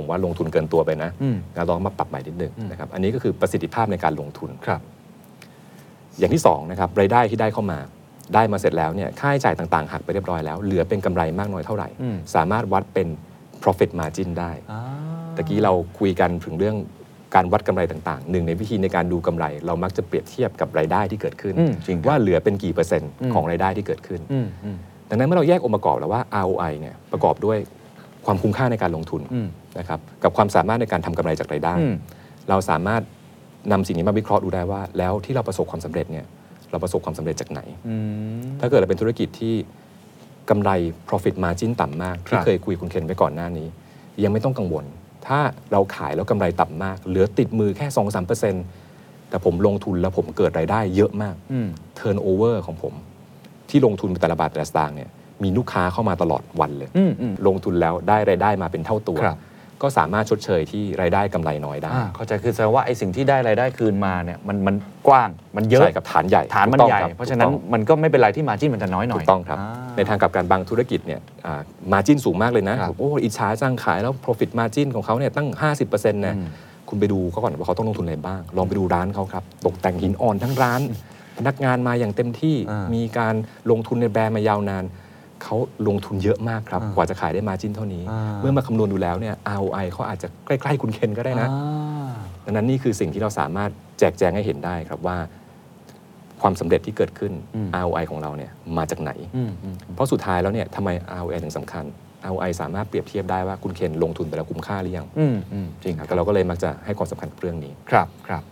[SPEAKER 1] ผมว่าลงทุนเกินตัวไปนะเราลองมาปรับใหม่นิดนึงนะครับอันนี้ก็คือประสิทธิภาพในการลงทุน อย่างที่สองนะครับรายได้ที่ได้เข้ามาได้มาเสร็จแล้วเนี่ยค่าใช้จ่ายต่างๆ หักไปเรียบร้อยแล้ว เหลือเป็นกำไรมากน้อยเท่าไหร่ สามารถวัดเป็น profit margin ได้ตะกี้เราคุยกันถึงเรื่องการวัดกำไรต่างๆหนึ่งในวิธีในการดูกำไร เรามักจะเปรียบเทียบกับรายได้ที่เกิดขึ้น ว่าเหลือเป็นกี่เปอร์เซ็นต์ของรายได้ที่เกิดขึ้น ดังนั้นเมื่อเราแยกองค์ประกอบแล้วว่า ROI เนี่ยประกอบด้วยความคุ้มค่าในการลงทุนนะครับกับความสามารถในการทำกำไรจากรายได้ เราสามารถนำสิ่งนี้มาวิเคราะห์ดูได้ว่า แล้วที่เราประสบความสำเร็จเนี่ยเราประสบความสำเร็จจากไหน ถ้าเกิดเราเป็นธุรกิจที่กำไร profit margin ต่ำมาก ที่เคยคุยคุณเคนไว้ก่อนหน้านี้ ยังไม่ต้องกังวล ถ้าเราขายแล้วกำไรต่ำมาก เหลือติดมือแค่ 2-3%แต่ผมลงทุนแล้วผมเกิดรายได้เยอะมาก turnover ของผม ที่ลงทุนแต่ละบาทแต่ละสตางค์เนี่ยมีลูกค้าเข้ามาตลอดวันเลย ลงทุนแล้วได้รายได้มาเป็นเท่าตัว
[SPEAKER 6] ครับ
[SPEAKER 1] ก็สามารถชดเชยที่รายได้กำไรน้อยได้
[SPEAKER 6] อ่าเข้าใจคือแสดงว่าไอ้สิ่งที่ได้รายได้คืนมาเนี่ยมันมันกว้างมันเยอะ
[SPEAKER 1] ใช่กับฐานใหญ่
[SPEAKER 6] ฐานมัน
[SPEAKER 1] ถูก
[SPEAKER 6] ให
[SPEAKER 1] ต้
[SPEAKER 6] ญ่
[SPEAKER 1] องคบ
[SPEAKER 6] เพราะฉะนั้นมันก็ไม่เป็นไรที่มาจิ้นมันจะน้อยหน่
[SPEAKER 1] ถู
[SPEAKER 6] อย
[SPEAKER 1] กต้องครับ ในทางกลับการบางธุรกิจเนี่ยมาจิ้นสูงมากเลยนะครับ โอ้อิจฉาจังขายแล้ว profit margin ของเขาเนี่ยตั้ง 50%นะคุณไปดูเขาก่อนว่าเขาต้องลงทุนอะไรบ้าง ลองไปดูร้านเขาครับตกแต่งหินอ่อนทั้งร้านพนักงานมาอย่างเต็มที่มีการลงทุนในแบรนด์มายาวนาน เขาลงทุนเยอะมากครับ กว่าจะขายได้มาจินเท่านี้ เมื่อมาคำนวณดูแล้วเนี่ย ROI เขาอาจจะใกล้ ๆ คุณเคนก็ได้นะดังนั้นนี่คือสิ่งที่เราสามารถแจกแจงให้เห็นได้ครับว่า ความสำเร็จที่เกิดขึ้น ROI ของเราเนี่ยมาจากไหน เพราะสุดท้ายแล้วเนี่ยทำไม ROI ถึงสำคัญ ROI สามารถเปรียบเทียบได้ว่าคุณเคนลงทุนไปแล้วคุ้มค่าหรือยัง
[SPEAKER 6] อืมอืมจริงครับ
[SPEAKER 1] แล้วเราก็เลยมักจะให้ความสำคัญกับเรื่องนี้
[SPEAKER 6] ครับครับ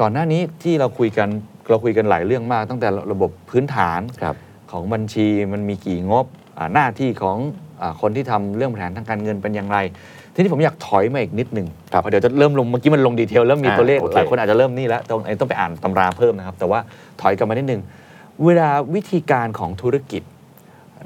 [SPEAKER 6] ก่อนหน้านี้ที่เราคุยกันเราคุยกันหลายเรื่องมากตั้งแต่ระบบพื้นฐาน
[SPEAKER 1] ครับ
[SPEAKER 6] ของบัญชีมันมีกี่งบอ่าหน้าที่ของ อ่าคนที่ทำเรื่องแผนทางการเงินเป็นอย่างไร ทีนี้ผมอยากถอยมาอีกนิดหนึงเพราะเดี๋ยวจะเริ่มลงเมื่อกี้มันลงดีเทลเริ่มมี
[SPEAKER 1] อ่า
[SPEAKER 6] ตัวเลข
[SPEAKER 1] โอเค
[SPEAKER 6] หลายคนอาจจะเริ่มนี่แล้วต้องอันนี้ต้องไปอ่านตำราเพิ่มนะครับ แต่ว่าถอยกลับมานิดนึงเวลาวิธีการของธุรกิจ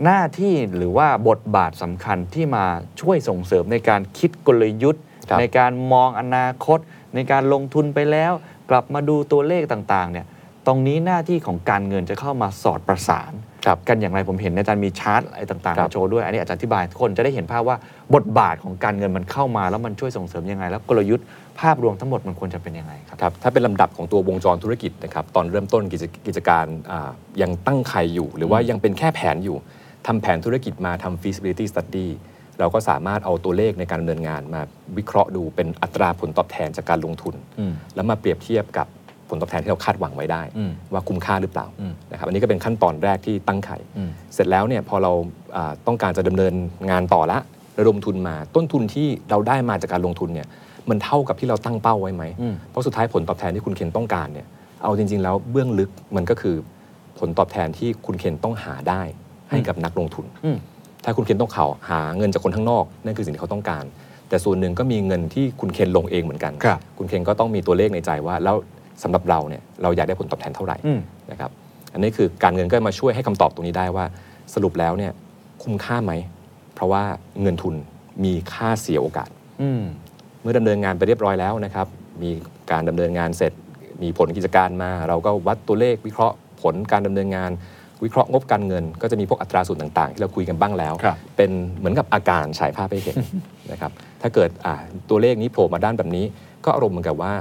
[SPEAKER 6] หน้าที่หรือว่าบทบาทสำคัญที่มาช่วยส่งเสริมในการคิดกลยุทธ์
[SPEAKER 1] ครับ
[SPEAKER 6] ในการมองอนาคต ในการลงทุนไปแล้ว กลับมาดูตัวเลขต่างๆเนี่ยตรงนี้หน้าที่ของการเงินจะเข้ามาสอดประสาน
[SPEAKER 1] ครับ
[SPEAKER 6] กันอย่างไรผมเห็นอาจารย์มีชาร์ตอะไรต่างๆ
[SPEAKER 1] ครับ
[SPEAKER 6] มาโชว์ด้วย อันนี้อาจารย์อธิบายคนจะได้เห็นภาพว่าบทบาทของการเงินมันเข้ามาแล้วมันช่วยส่งเสริมยังไง แล้วกลยุทธ์ภาพรวมทั้งหมดมันควรจะเป็นยังไงครับ
[SPEAKER 1] ครับถ้าเป็นลำดับของตัววงจรธุรกิจนะครับตอนเริ่มต้นกิจกิจการอ่ายังตั้งไข่อยู่ หรือว่ายังเป็นแค่แผนอยู่ทำแผนธุรกิจมาทำ feasibility study เราก็สามารถเอาตัวเลขในการดำเนินงานมาวิเคราะห์ดูเป็นอัตราผลตอบแทนจากการลงทุน แล้วมาเปรียบเทียบกับผลตอบแทนที่เราคาดหวังไว้ได้
[SPEAKER 6] อืม
[SPEAKER 1] ว่าคุ้มค่าหรือเปล่า
[SPEAKER 6] อืม
[SPEAKER 1] นะครับอันนี้ก็เป็นขั้นตอนแรกที่ตั้งไข่
[SPEAKER 6] อืม
[SPEAKER 1] เสร็จแล้วเนี่ยพอเราอ่าต้องการจะดำเนินงานต่อละระดมทุนมาต้นทุนที่เราได้มาจากการลงทุนเนี่ยมันเท่ากับที่เราตั้งเป้าไว้ไหม
[SPEAKER 6] อืม
[SPEAKER 1] เพราะสุดท้ายผลตอบแทนที่คุณเคนต้องการเนี่ย เอาจริง ๆ แล้วเบื้องลึกมันก็คือผลตอบแทนที่คุณเคนต้องหาได้ให้กับนักลงทุน
[SPEAKER 6] อืม
[SPEAKER 1] ถ้าคุณเคนต้องเขาหาเงินจากคนข้างนอก นั่นคือสิ่งที่เขาต้องการ แต่ส่วนหนึ่งก็มีเงินที่คุณเคนลงเองเหมือนกัน
[SPEAKER 6] ครับ
[SPEAKER 1] คุณเคนก็ต้องมีตัวเลขในใจว่าแล้วสำหรับเราเนี่ยเราอยากได้ผลตอบแทนเท่าไหร่
[SPEAKER 6] อืม
[SPEAKER 1] นะครับ อันนี้คือการเงินก็มาช่วยให้คำตอบตรงนี้ได้ว่า สรุปแล้วเนี่ยคุ้มค่าไหม เพราะว่าเงินทุนมีค่าเสียโอกาส
[SPEAKER 6] อืม
[SPEAKER 1] เมื่อดำเนินงานไปเรียบร้อยแล้วนะครับ มีการดำเนินงานเสร็จ มีผลกิจการมา เราก็วัดตัวเลขวิเคราะห์ผลการดำเนินงาน วิเคราะห์งบการเงิน ก็จะมีพวกอัตราส่วนต่างๆ ที่เราคุยกันบ้างแล้ว
[SPEAKER 6] ครับ
[SPEAKER 1] เป็นเหมือนกับอาการฉายภาพให้เห็น นะครับถ้าเกิดอ่าตัวเลขนี้โผล่มาด้านแบบนี้ ก็อารมณ์เหมือนกับว่า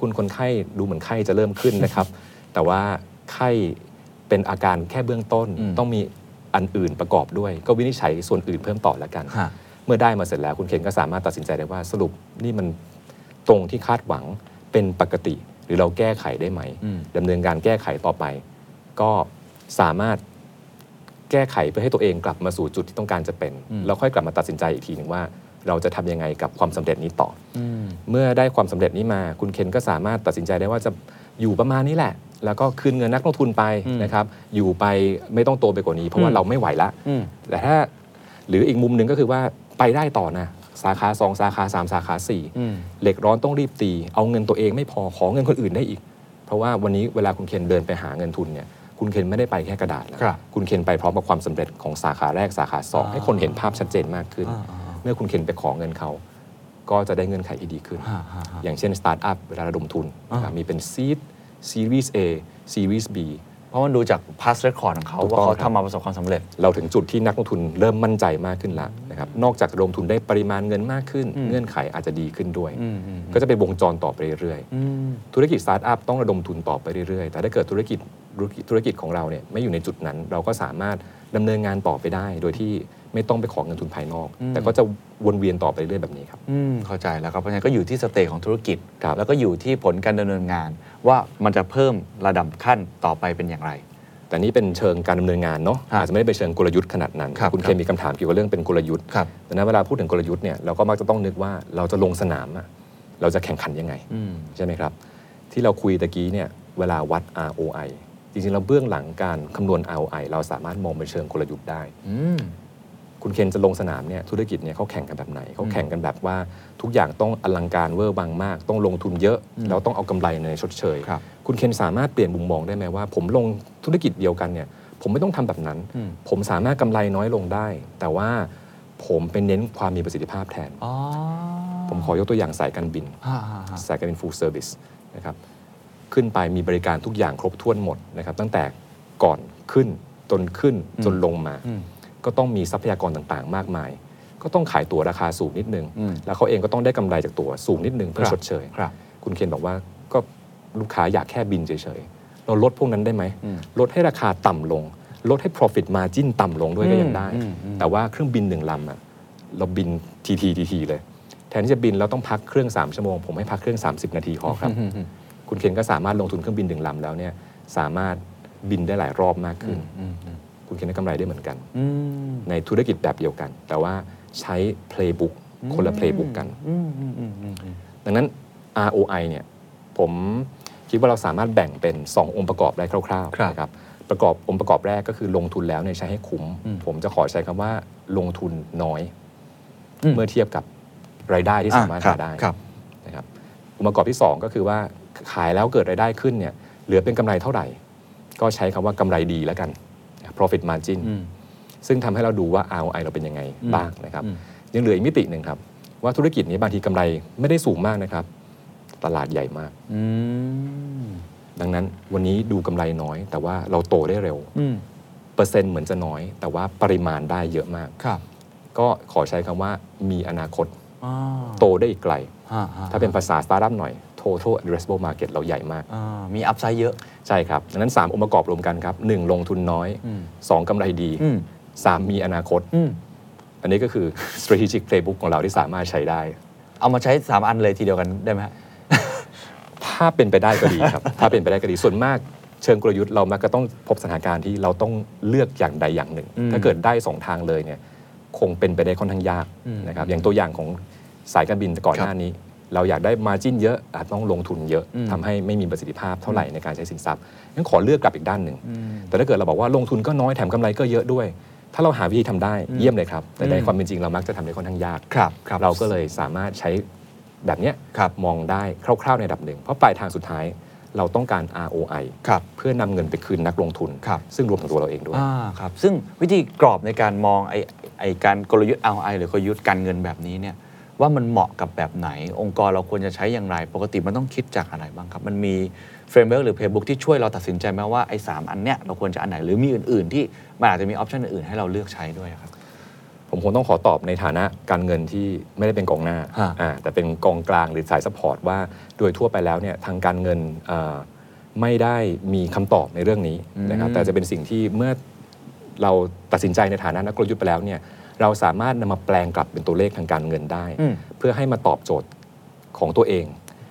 [SPEAKER 1] คุณคนไข้ดูเหมือนไข้จะเริ่มขึ้นนะครับ แต่ว่าไข้เป็นอาการแค่เบื้องต้น ต้องมีอันอื่นประกอบด้วย ก็วินิจฉัยส่วนอื่นเพิ่มต่อแล้วกัน
[SPEAKER 6] ฮะ
[SPEAKER 1] เมื่อได้มาเสร็จแล้วคุณเคนก็สามารถตัดสินใจได้ว่าสรุปนี่มันตรงที่คาดหวังเป็นปกติ หรือเราแก้ไขได้ไหม
[SPEAKER 6] อืม
[SPEAKER 1] ดำเนินการแก้ไขต่อไป ก็สามารถแก้ไขเพื่อให้ตัวเองกลับมาสู่จุดที่ต้องการจะเป็น แล้วค่อยกลับมาตัดสินใจอีกทีหนึ่งว่า เราจะทำยังไงกับความสำเร็จนี้ต่ออเมื่อได้ความสำเร็จนี้มาคุณเคนก็สามารถตัดสินใจได้ว่าจะอยู่ประมาณนี้แหละ แล้วก็คืนเงินนักลงทุนไปนะครับ อยู่ไปไม่ต้องโตไปกว่านี้ เพราะว่าเราไม่ไหวละ
[SPEAKER 6] อืม
[SPEAKER 1] แต่ถ้าหรืออีกมุมหนึ่งก็คือว่าไปได้ต่อนะ สาขา 2 สาขา 3 สาขา
[SPEAKER 6] อืม
[SPEAKER 1] 4 เหล็กร้อนต้องรีบตี เอาเงินตัวเองไม่พอขอเงินคนอื่นได้อีก เพราะว่าวันนี้เวลาคุณเคนเดินไปหาเงินทุนเนี่ยคุณเคนไม่ได้ไปแค่กระดาษนะครับ คุณเคนไปพร้อมกับความสำเร็จของสาขาแรกสาขาสองให้คนเห็นภาพชัดเจนมากขึ้น
[SPEAKER 6] อ่า
[SPEAKER 1] เมื่อคุณเคนไปขอเงินเขา ก็จะได้เงื่อนไขที่ดีขึ้น
[SPEAKER 6] อ่าฮะฮะ
[SPEAKER 1] อย่างเช่นสตาร์ทอัพเวลาระดมทุนนะครับมีเป็นซีดซีรีส์ A ซีรีส์ B
[SPEAKER 6] เพราะมันดูจาก past record ของเขา
[SPEAKER 1] ถูก
[SPEAKER 6] ว่า
[SPEAKER 1] ต้อง
[SPEAKER 6] เขา
[SPEAKER 1] ครับ
[SPEAKER 6] ทำมาประสบความสำเร็จ
[SPEAKER 1] เราถึงจุดที่นักลงทุนเริ่มมั่นใจมากขึ้นแล้วนะครับนอกจากลงทุนได้ปริมาณเงินมากขึ้น เงื่อนไขอาจจะดีขึ้นด้วย ก็จะเป็นวงจรต่อไปเรื่อยๆธุรกิจสตาร์ทอัพต้องระดมทุนต่อไปเรื่อยๆ แต่ถ้าเกิดธุรกิจธุรกิจธุรกิจของเราเนี่ยไม่อยู่ในจุดนั้น เราก็สามารถดำเนินงานต่อไปได้ โดยที่ไม่ต้องไปขอเงินทุนภายนอก แต่ก็จะวนเวียนต่อไปเรื่อยๆแบบนี้ครับ
[SPEAKER 6] อืมเข้าใจแล้วครับเพราะฉะนั้นก็อยู่ที่สเตจของธุรกิจ
[SPEAKER 1] ครับ
[SPEAKER 6] แล้วก็อยู่ที่ผลการดำเนินงาน ว่ามันจะเพิ่มระดับขั้นต่อไปเป็นอย่างไร
[SPEAKER 1] แต่นี่เป็นเชิงการดำเนินงานเนาะ
[SPEAKER 6] ครับ
[SPEAKER 1] อาจจะไม่ได้เป็นเชิงกลยุทธ์ขนาดนั้น
[SPEAKER 6] ครับ
[SPEAKER 1] ณเค
[SPEAKER 6] ครับ
[SPEAKER 1] มีคำถามเกี่ยวกับเรื่องเป็นกลยุทธ์
[SPEAKER 6] ครับ
[SPEAKER 1] ดังนั้นเวลาพูดถึงกลยุทธ์เนี่ยเราก็มักจะต้องนึกว่าเราจะลงสนามอะเราจะแข่งขันยังไง ใช่ไหมครับ ที่เราคุยตะกี้เนี่ยเวลาวัด ROI จริงๆเราเบื้องหลังการคำนวณ ROI เราสามารถมองเป็นเชิงกลยุทธ์ได้ คุณเคนจะลงสนามเนี่ยธุรกิจเนี่ยเขาแข่งกันแบบไหนเขาแข่งกันแบบว่าทุกอย่างต้องอลังการเวอร์บางมาก ต้องลงทุนเยอะ แล้วต้องเอากำไรในชดเชย
[SPEAKER 6] ครับ
[SPEAKER 1] คุณเคนสามารถเปลี่ยนมุมมองได้ไหมว่า ผมลงธุรกิจเดียวกันเนี่ยผมไม่ต้องทำแบบนั้น ผมสามารถกำไรน้อยลงได้ แต่ว่าผมเป็นเน้นความมีประสิทธิภาพแทน
[SPEAKER 6] อ๋อ
[SPEAKER 1] ผมขอยกตัวอย่างสายการบิน
[SPEAKER 6] อ่าฮะฮะ
[SPEAKER 1] สายการบิน full service นะครับ ขึ้นไปมีบริการทุกอย่างครบถ้วนหมดนะครับ ตั้งแต่ก่อนขึ้นจนขึ้นจนลงมา ก็ต้องมีทรัพยากรต่างๆ มากมาย ก็ต้องขายตั๋วราคาสูงนิดนึง
[SPEAKER 6] อืม
[SPEAKER 1] แล้วเขาเองก็ต้องได้กำไรจากตั๋วสูงนิดนึงเพื่อ
[SPEAKER 6] ครับ
[SPEAKER 1] ชดเชย
[SPEAKER 6] ครับ
[SPEAKER 1] คุณเคนบอกว่าก็ลูกค้าอยากแค่บินเฉยๆ เราลดพวกนั้นได้ไหม ลดให้ราคาต่ำลง ลดให้ profit margin ต่ำลงด้วยก็ยังได้
[SPEAKER 6] อืมอืม
[SPEAKER 1] แต่ว่าเครื่องบินหนึ่งลำอะเราบินทีทีทีทีเลย แทนที่จะบินแล้วต้องพักเครื่อง 3 ชั่วโมง ผมให้พักเครื่อง 30 นาทีพอครับ คุณเคนก็สามารถลงทุนเครื่องบินหนึ่งลำแล้วเนี่ยสามารถบินได้หลายรอบมากขึ้น คุณเคนได้กำไรได้เหมือนกัน
[SPEAKER 6] อืม
[SPEAKER 1] ในธุรกิจแบบเดียวกัน แต่ว่าใช้ playbook คนละ playbook กัน
[SPEAKER 6] อืมอืมอืมอืมอืม
[SPEAKER 1] ดังนั้น ROI เนี่ยผมคิดว่าเราสามารถแบ่งเป็น 2 องค์ประกอบได้คร่าว
[SPEAKER 6] ครั
[SPEAKER 1] ๆ
[SPEAKER 6] บ
[SPEAKER 1] นะครับ ประกอบองค์ประกอบแรกก็คือลงทุนแล้วเนี่ยใช้ให้คุ้ม ผมจะขอใช้คำว่าลงทุนน้อย
[SPEAKER 7] อืม
[SPEAKER 1] เมื่อเทียบกับรายได้ที่สามารถ
[SPEAKER 6] อ่ะ
[SPEAKER 1] หาได้
[SPEAKER 6] ครับ
[SPEAKER 1] นะครับองค์ประกอบที่ 2 ก็คือว่าขายแล้วเกิดรายได้ขึ้นเนี่ยเหลือเป็นกำไรเท่าไหร่ ก็ใช้คำว่ากำไรดีแล้วกัน profit margin ซึ่งทำให้เราดูว่า ROI เราเป็นยังไงบ้างนะครับ ยังเหลืออีกมิติหนึ่งครับ ว่าธุรกิจนี้บางทีกำไรไม่ได้สูงมากนะครับ ตลาดใหญ่มาก
[SPEAKER 7] อืม
[SPEAKER 1] ดังนั้นวันนี้ดูกำไรน้อย แต่ว่าเราโตได้เร็ว
[SPEAKER 7] อืม
[SPEAKER 1] เปอร์เซ็นต์เหมือนจะน้อย แต่ว่าปริมาณได้เยอะมาก
[SPEAKER 6] ครับ
[SPEAKER 1] ก็ขอใช้คำว่ามีอนาคต
[SPEAKER 6] อ่า
[SPEAKER 1] โตได้อีกไกล
[SPEAKER 6] ฮะฮะ
[SPEAKER 1] ถ้าเป็นภาษาสตาร์ทอัพหน่อย total addressable market เราใหญ่มาก
[SPEAKER 6] อ่ามีอัพไซด์เยอะ
[SPEAKER 1] ใช่ครับดังนั้น 3 องค์ประกอบรวมกันครับ 1 ลงทุนน้อย
[SPEAKER 6] อืม
[SPEAKER 1] 2กำไรดี
[SPEAKER 6] อืม
[SPEAKER 1] 3 มีอนาคต
[SPEAKER 6] อืม
[SPEAKER 1] อันนี้ก็คือ strategic playbook ของเราที่สามารถใช้ได้
[SPEAKER 6] เอามาใช้ 3 อันเลยทีเดียวกันได้ไหมฮะ
[SPEAKER 1] ถ้าเป็นไปได้ก็ดีครับ ถ้าเป็นไปได้ก็ดี ส่วนมากเชิงกลยุทธ์เรามักก็ต้องพบสถานการณ์ที่เราต้องเลือกอย่างใดอย่างหนึ่ง
[SPEAKER 6] อืม
[SPEAKER 1] ถ้าเกิดได้สองทางเลยเนี่ยคงเป็นไปได้ค่อนข้างยาก
[SPEAKER 6] อืม
[SPEAKER 1] นะครับ อย่างตัวอย่างของสายการบินก่อน
[SPEAKER 6] ครับ
[SPEAKER 1] หน้านี้ เราอยากได้มาจิ้นเยอะอาจต้องลงทุนเยอะ
[SPEAKER 6] อืม
[SPEAKER 1] ทำให้ไม่มีประสิทธิภาพเท่าไหร่ในการใช้สินทรัพย์งั้นขอเลือกกลับอีกด้านหนึ่ง
[SPEAKER 6] อืม
[SPEAKER 1] แต่ถ้าเกิดเราบอกว่าลงทุนก็น้อยแถมกำไรก็เยอะด้วย ถ้าเราหาวิธีทำได้เยี่ยมเลยครับ แต่ใน
[SPEAKER 6] อืม
[SPEAKER 1] ความเป็นจริงเรามักจะทำได้ค่อนข้างยาก
[SPEAKER 6] ครับครับ
[SPEAKER 1] เราก็เลยสามารถใช้แบบเนี้ย
[SPEAKER 6] ครับ
[SPEAKER 1] มองได้คร่าวๆในระดับหนึ่ง เพราะปลายทางสุดท้ายเราต้องการ ROI
[SPEAKER 6] ครับ
[SPEAKER 1] เพื่อนำเงินไปคืนนักลงทุน
[SPEAKER 6] ครับ
[SPEAKER 1] ซึ่งรวมถึงตัวเราเองด้วย
[SPEAKER 6] อ่าครับ ซึ่งวิธีกรอบในการมองไอไอการกลยุทธ์ ROI หรือกลยุทธ์การเงินแบบนี้เนี่ยว่ามันเหมาะกับแบบไหน องค์กรเราควรจะใช้อย่างไร ปกติมันต้องคิดจากอะไรบ้างครับ มันมีเฟรมเวิร์กหรือเพย์บุ๊กที่ช่วยเราตัดสินใจไหมว่าไอ้สามอันเนี้ยเราควรจะอันไหนหรือมีอื่น ๆ ที่มันอาจจะมีออปชันอื่นๆให้เราเลือกใช้ด้วยครับ
[SPEAKER 1] ผมคงต้องขอตอบในฐานะการเงินที่ไม่ได้เป็นกองหน้า
[SPEAKER 6] ฮะ
[SPEAKER 1] อ่าแต่เป็นกองกลางหรือสายสปอร์ตว่าโดยทั่วไปแล้วเนี่ยทางการเงินเอ่อไม่ได้มีคำตอบในเรื่องนี้นะครับ
[SPEAKER 6] อืม
[SPEAKER 1] แต่จะเป็นสิ่งที่เมื่อเราตัดสินใจในฐานะนักกลยุทธ์ไปแล้วเนี่ยเราสามารถนำมาแปลงกลับเป็นตัวเลขทางการเงินได้
[SPEAKER 6] อืม
[SPEAKER 1] เพื่อให้มาตอบโจทย์ของตัวเอง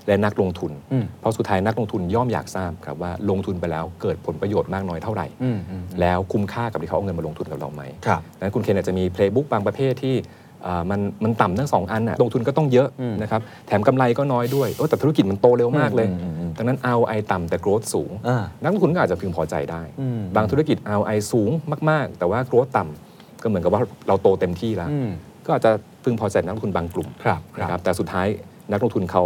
[SPEAKER 1] และนักลงทุน
[SPEAKER 6] อืม
[SPEAKER 1] เพราะสุดท้ายนักลงทุนย่อมอยากทราบครับว่าลงทุนไปแล้วเกิดผลประโยชน์มากน้อยเท่าไหร่
[SPEAKER 6] อืมอืม
[SPEAKER 1] แล้วคุ้มค่ากับที่เขาเอาเงินมาลงทุนกับเราไหม
[SPEAKER 6] ครับ
[SPEAKER 1] ดังนั้นคุณเคนอาจจะมีเพลย์บุ๊กบางประเภทที่เอ่อมันมันต่ำทั้งสองอันน่ะลงทุนก็ต้องเยอะ
[SPEAKER 6] อืม
[SPEAKER 1] นะครับแถมกำไรก็น้อยด้วยโอ้แต่ธุรกิจมันโตเร็วมากเลย
[SPEAKER 6] อืมอืม
[SPEAKER 1] ดังนั้น ROI ต่ำแต่ growth สูง
[SPEAKER 6] อ่า
[SPEAKER 1] นักลงทุนก็อาจจะพึงพอใจได้
[SPEAKER 6] อืม
[SPEAKER 1] บางธุรกิจ ROI สูงมาก ๆ แต่ว่า growth ต่ำก็เหมือนกับว่าเราโตเต็มที่แล้ว
[SPEAKER 6] อืม
[SPEAKER 1] ก็อาจจะพึงพอใจนักลงทุนบางกลุ่ม
[SPEAKER 6] ครับค
[SPEAKER 1] นะค
[SPEAKER 6] รั
[SPEAKER 1] รับ บแต่สุดท้ายนักลงทุนเขา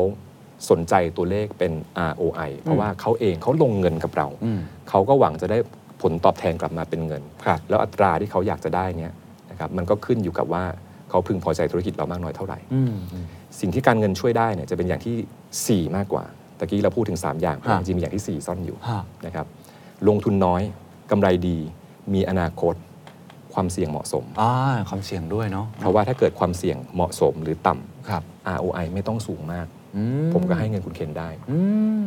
[SPEAKER 1] สนใจตัวเลขเป็น ROI เพราะว่าเขาเองเขาลงเงินกับเรา
[SPEAKER 6] อืม
[SPEAKER 1] เขาก็หวังจะได้ผลตอบแทนกลับมาเป็นเงิน
[SPEAKER 6] ครับ
[SPEAKER 1] แล้วอัตราที่เขาอยากจะได้เนี้ยนะครับมันก็ขึ้นอยู่กับว่าเขาพึงพอใจธุรกิจเรามากน้อยเท่าไหร่
[SPEAKER 6] อืมอืม
[SPEAKER 1] สิ่งที่การเงินช่วยได้เนี่ยจะเป็นอย่างที่ 4 มากกว่าตะกี้เราพูดถึง 3 อย่าง
[SPEAKER 6] ฮะ
[SPEAKER 1] จริงๆมีอย่างที่ 4 ซ่อนอยู่
[SPEAKER 6] ฮะ
[SPEAKER 1] นะครับลงทุนน้อยกำไรดี มีอนาคตความเสี่ยงเหมาะสม
[SPEAKER 6] อ่าความเสี่ยงด้วยเนาะ
[SPEAKER 1] เพราะว่าถ้าเกิดความเสี่ยงเหมาะสมหรือต่ำ
[SPEAKER 6] ครับ
[SPEAKER 1] ROI ไม่ต้องสูงมาก
[SPEAKER 6] อื
[SPEAKER 1] ผมก็ให้เงินคุณเคนได้
[SPEAKER 6] อื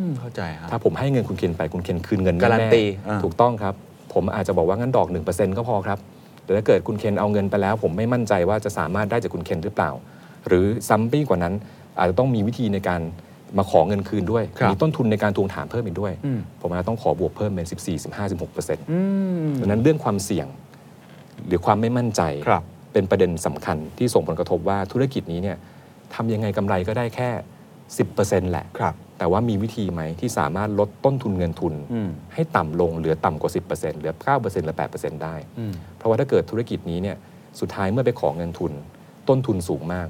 [SPEAKER 6] มเข้าใจครับ
[SPEAKER 1] ถ้าผมให้เงินคุณเคนไปคุณเคนคืนเงินแน่ๆ
[SPEAKER 6] การันตีอ่า
[SPEAKER 1] ถูกต้องครับ ผมอาจจะบอกว่างั้นดอก 1%ก็พอครับ แต่ถ้าเกิดคุณเคนเอาเงินไปแล้ว ผมไม่มั่นใจว่าจะสามารถได้จากคุณเคนหรือเปล่า หรือซ้ำไปกว่านั้น อาจจะต้องมีวิธีในการมาขอเงินคืนด้วย
[SPEAKER 6] ครับ
[SPEAKER 1] มีต้นทุนในการทวงถามเพิ่มอีกด้วย
[SPEAKER 6] อืม
[SPEAKER 1] ผมอาจจะต้องขอบวกเพิ่มเป็น 14 15 16เปอร์เซ็นต์
[SPEAKER 6] อืม
[SPEAKER 1] ดังนั้นเรื่องความเสี่ยง หรือความไม่มั่นใจ
[SPEAKER 6] ครับ
[SPEAKER 1] เป็นประเด็นสำคัญที่ส่งผลกระทบว่าธุรกิจนี้เนี่ยทำยังไงกำไรก็ได้แค่ 10%แหละ
[SPEAKER 6] ครับ
[SPEAKER 1] แต่ว่ามีวิธีไหมที่สามารถลดต้นทุนเงินทุน
[SPEAKER 6] อืม
[SPEAKER 1] ให้ต่ำลงเหลือต่ำกว่า 10%เหลือ 9%หรือ 8%ได้
[SPEAKER 6] อืม
[SPEAKER 1] เพราะว่าถ้าเกิดธุรกิจนี้เนี่ยสุดท้ายเมื่อไปขอเงินทุน ต้นทุนสูงมาก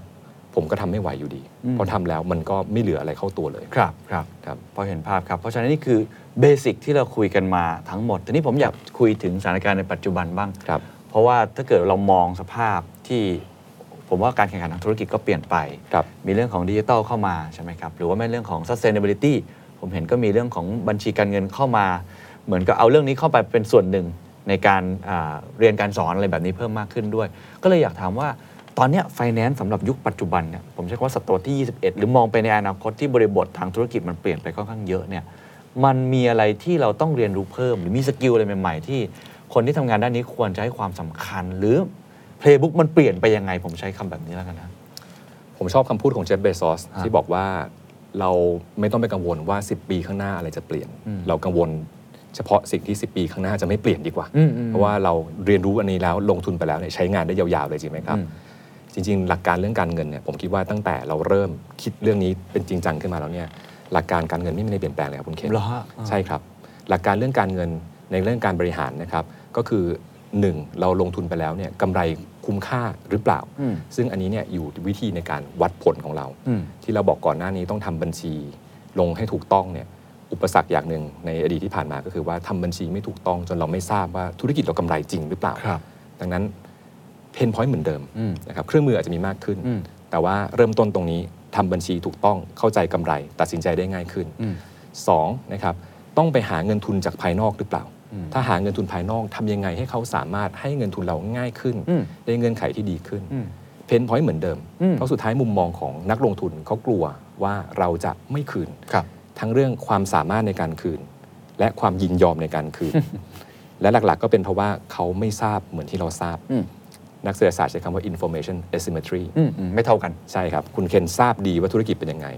[SPEAKER 1] ผมก็ทำไม่ไหวอยู่ดี
[SPEAKER 6] อืม
[SPEAKER 1] เพราะทำแล้วมันก็ไม่เหลืออะไรเข้าตัวเลย
[SPEAKER 6] ครับ ครับ
[SPEAKER 1] ครับ
[SPEAKER 6] พอเห็นภาพครับ เพราะฉะนั้นนี่คือเบสิกที่เราคุยกันมาทั้งหมด ทีนี้ผมอยากคุยถึงสถานการณ์ในปัจจุบันบ้าง
[SPEAKER 1] ครับ
[SPEAKER 6] เพราะว่าถ้าเกิดเรามองสภาพที่ผมว่าการแข่งขันทางธุรกิจก็เปลี่ยนไป
[SPEAKER 1] ครับ
[SPEAKER 6] มีเรื่องของดิจิทัลเข้ามาใช่ไหมครับ หรือว่าแม้เรื่องของ sustainability ผมเห็นก็มีเรื่องของบัญชีการเงินเข้ามา เหมือนกับเอาเรื่องนี้เข้าไปเป็นส่วนหนึ่งในการอ่าเรียนการสอนอะไรแบบนี้เพิ่มมากขึ้นด้วย ก็เลยอยากถามว่าตอนเนี้ไฟแนนซ์สำหรับยุคปัจจุบันเนี่ยผมใช้คำว่าศตวรรษที่ 21 หรือมองไปในอนาคตที่บริบททางธุรกิจมันเปลี่ยนไปค่อนข้างเยอะเนี่ยมันมีอะไรที่เราต้องเรียนรู้เพิ่ม หรือมีสกิลอะไรใหม่ๆ ที่คนที่ทำงานด้านนี้ควรจะให้ความสำคัญ หรือเพลย์บุ๊กมันเปลี่ยนไปยังไงผมใช้คำแบบนี้แล้วกันนะ
[SPEAKER 1] ผมชอบคำพูดของเจฟเบซอส
[SPEAKER 6] ฮะ
[SPEAKER 1] ที่บอกว่าเราไม่ต้องไปกังวลว่า 10 ปีข้างหน้าอะไรจะเปลี่ยน
[SPEAKER 6] อืม
[SPEAKER 1] เรากังวลเฉพาะสิ่งที่ 10 ปีข้างหน้าจะไม่เปลี่ยนดีกว่า
[SPEAKER 6] อืมอืม
[SPEAKER 1] เพราะว่าเราเรียนรู้อันนี้แล้วลงทุนไปแล้วเนี่ยใช้งานได้ยาวๆเลยจริงไหมครับ
[SPEAKER 6] อืม
[SPEAKER 1] จริงๆ หลักการเรื่องการเงินเนี่ยผมคิดว่าตั้งแต่เราเริ่มคิดเรื่องนี้เป็นจริงจังขึ้นมาแล้วเนี่ยหลักการการเงินไม่ได้เปลี่ยนแปลงเลยครับคุณเคน
[SPEAKER 6] เหรอฮะ
[SPEAKER 1] ใช่ครับ หลักการเรื่องการเงิน ในเรื่องการบริหารนะครับก็คือ 1 เราลงทุนไปแล้วเนี่ยกำไรคุ้มค่าหรือเปล่า
[SPEAKER 7] อืม
[SPEAKER 1] ซึ่งอันนี้เนี่ยอยู่วิธีในการวัดผลของเรา ที่เราบอกก่อนหน้านี้ต้องทำบัญชีลงให้ถูกต้องเนี่ยอุปสรรคอย่างหนึ่งในอดีตที่ผ่านมาก็คือว่าทำบัญชีไม่ถูกต้องจนเราไม่ทราบว่าธุรกิจเรากำไรจริงหรือเปล่า
[SPEAKER 6] ครับ
[SPEAKER 1] ดังนั้นเพนพอยต์เหมือนเดิม
[SPEAKER 6] อืม
[SPEAKER 1] นะครับเครื่องมืออาจจะมีมากขึ้น
[SPEAKER 6] อืม
[SPEAKER 1] แต่ว่าเริ่มต้นตรงนี้ทำบัญชีถูกต้องเข้าใจกำไร ตัดสินใจได้ง่ายขึ้น
[SPEAKER 6] อืม
[SPEAKER 1] สองนะครับต้องไปหาเงินทุนจากภายนอกหรือเปล่า ถ้าหาเงินทุนภายนอกทำยังไงให้เขาสามารถให้เงินทุนเราง่ายขึ้น
[SPEAKER 7] อืม
[SPEAKER 1] ได้เงื่อนไขที่ดีขึ้น
[SPEAKER 6] อืม
[SPEAKER 1] เพนพอยต์เหมือนเดิม
[SPEAKER 7] อืม
[SPEAKER 1] เพราะสุดท้ายมุมมองของนักลงทุนเขากลัวว่าเราจะไม่คืน
[SPEAKER 6] ครับ
[SPEAKER 1] ทั้งเรื่องความสามารถในการคืน และความยินยอมในการคืน และหลักๆ ก็เป็นเพราะว่าเขาไม่ทราบเหมือนที่เราทราบ
[SPEAKER 7] อืม
[SPEAKER 1] นักเศรษฐศาสตร์ใช้คำว่า information asymmetry
[SPEAKER 7] อืมอืมไม่เท่ากัน
[SPEAKER 1] ใช่ครับ คุณเคนทราบดีว่าธุรกิจเป็นยังไง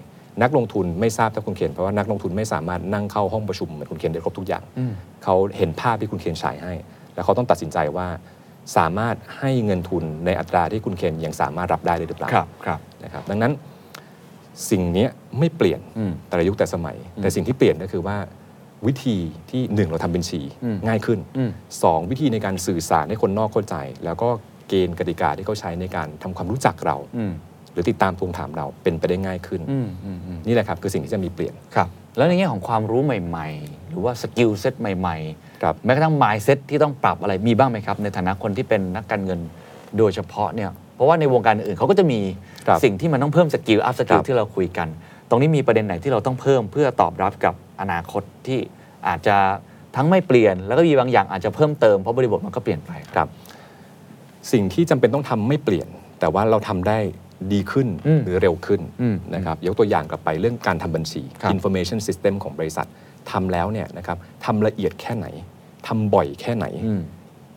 [SPEAKER 1] นักลงทุนไม่ทราบถ้าคุณเคนเพราะว่านักลงทุนไม่สามารถนั่งเข้าห้องประชุมเหมือนคุณเคนได้ครบทุกอย่าง เขาเห็นภาพที่คุณเคนฉายให้ แล้วเขาต้องตัดสินใจว่าสามารถให้เงินทุนในอัตราที่คุณเคนยังสามารถรับได้เลยหรือเปล่า
[SPEAKER 6] ครับครับ
[SPEAKER 1] นะครับดังนั้นสิ่งเนี้ยไม่เปลี่ยนแต่ละยุคแต่สมัย แต่สิ่งที่เปลี่ยนก็คือว่าวิธีที่หนึ่งเราทำบัญชีง่ายขึ้นสองวิธีในการสื่อสารให้คนนอกเข้าใจ แล้วก็เกณฑ์กติกาที่เขาใช้ในการทำความรู้จักเรา หรือติดตามทวงถามเราเป็นไปได้ง่ายขึ้น นี่แหละครับคือสิ่งที่จะมีเปลี่ยน
[SPEAKER 7] แล้วในแง่ของความรู้ใหม่ ๆ หรือว่าสกิลเซ็ตใหม่
[SPEAKER 1] ครับ
[SPEAKER 7] ๆ แม้กระทั่ง mindset ที่ต้องปรับอะไรมีบ้างไหมครับ ในฐานะคนที่เป็นนักการเงินโดยเฉพาะเนี่ยเพราะว่าในวงการอื่นเขาก็จะมี
[SPEAKER 1] ครับ
[SPEAKER 7] สิ่งที่มันต้องเพิ่มสกิลอัพสกิล
[SPEAKER 1] ครับ
[SPEAKER 7] ที่เราคุยกัน ตรงนี้มีประเด็นไหนที่เราต้องเพิ่มเพื่อตอบรับกับอนาคตที่อาจจะทั้งไม่เปลี่ยน แล้วก็มีบางอย่างอาจจะเพิ่มเติมเพราะบริบทมันก็เปลี่ยนไป
[SPEAKER 1] ครับสิ่งที่จำเป็นต้องทำไม่เปลี่ยน แต่ว่าเราทำได้ดีขึ้น
[SPEAKER 7] อืม
[SPEAKER 1] หรือเร็วขึ้น
[SPEAKER 7] อืม
[SPEAKER 1] นะครับยกตัวอย่างกลับไปเรื่องการทำบัญชี
[SPEAKER 6] ครับ
[SPEAKER 1] information system ของบริษัททำแล้วเนี่ยนะครับทำละเอียดแค่ไหนทำบ่อยแค่ไหน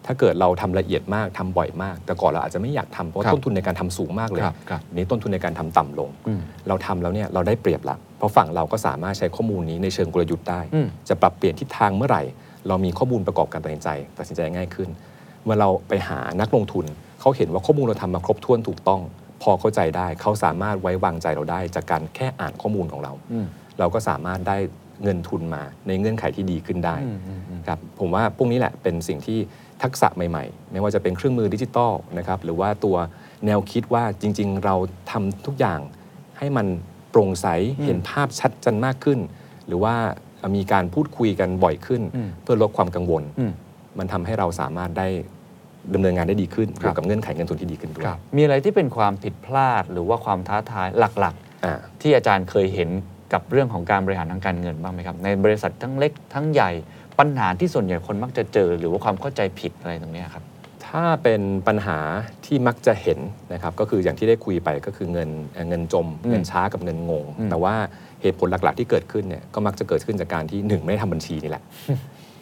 [SPEAKER 1] ถ้าเกิดเราทำละเอียดมากทำบ่อยมาก แต่ก่อนเราอาจจะไม่อยากทำเพราะ
[SPEAKER 6] ครับ
[SPEAKER 1] ต้นทุนในการทำสูงมากเลย
[SPEAKER 6] ครับครับ
[SPEAKER 1] ทีนี้ต้นทุนในการทำต่ำลง เราทำแล้วเนี่ยเราได้เปรียบละเพราะฝั่งเราก็สามารถใช้ข้อมูลนี้ในเชิงกลยุทธ์ได้
[SPEAKER 6] อืม
[SPEAKER 1] จะปรับเปลี่ยนทิศทางเมื่อไหร่ เรามีข้อมูลประกอบการตัดสินใจ ตัดสินใจง่ายขึ้น เมื่อเราไปหานักลงทุน เขาเห็นว่าข้อมูลเราทำมาครบถ้วนถูกต้อง พอเข้าใจได้เขาสามารถไว้วางใจเราได้ จากการแค่อ่านข้อมูลของเรา เราก็สามารถได้เงินทุนมาในเงื่อนไขที่ดีขึ้นได้ครับผมว่าพวกนี้แหละเป็นสิ่งที่ทักษะใหม่ๆ ไม่ว่าจะเป็นเครื่องมือดิจิตอลนะครับหรือว่าตัวแนวคิดว่าจริง ๆ เราทำทุกอย่างให้มันโปร่งใสเห็นภาพชัดจันมากขึ้น หรือว่ามีการพูดคุยกันบ่อยขึ้น เพื่อลดความกังวล มันทำให้เราสามารถได้ดำเนินงานได้ดีขึ้นอยู่กับเงื่อนไขเงินทุนที่ดีขึ้นด้วย
[SPEAKER 7] มีอะไรที่เป็นความผิดพลาดหรือว่าความท้าทายหลัก ๆ
[SPEAKER 1] อ่า
[SPEAKER 7] ที่อาจารย์เคยเห็นกับเรื่องของการบริหารทางการเงินบ้างไหมครับ ในบริษัททั้งเล็กทั้งใหญ่ปัญหาที่ส่วนใหญ่คนมักจะเจอ หรือว่าความเข้าใจผิดอะไรตรงเนี้ยครับ
[SPEAKER 1] ถ้าเป็นปัญหาที่มักจะเห็นนะครับก็คืออย่างที่ได้คุยไปก็คือเงินเอ่อเงินจม เงินช้ากับเงินงง แต่ว่าเหตุผลหลักๆ ที่เกิดขึ้นเนี่ยก็มักจะเกิดขึ้นจากการที่หนึ่งไม่ได้ทำบัญชี นี่แหละ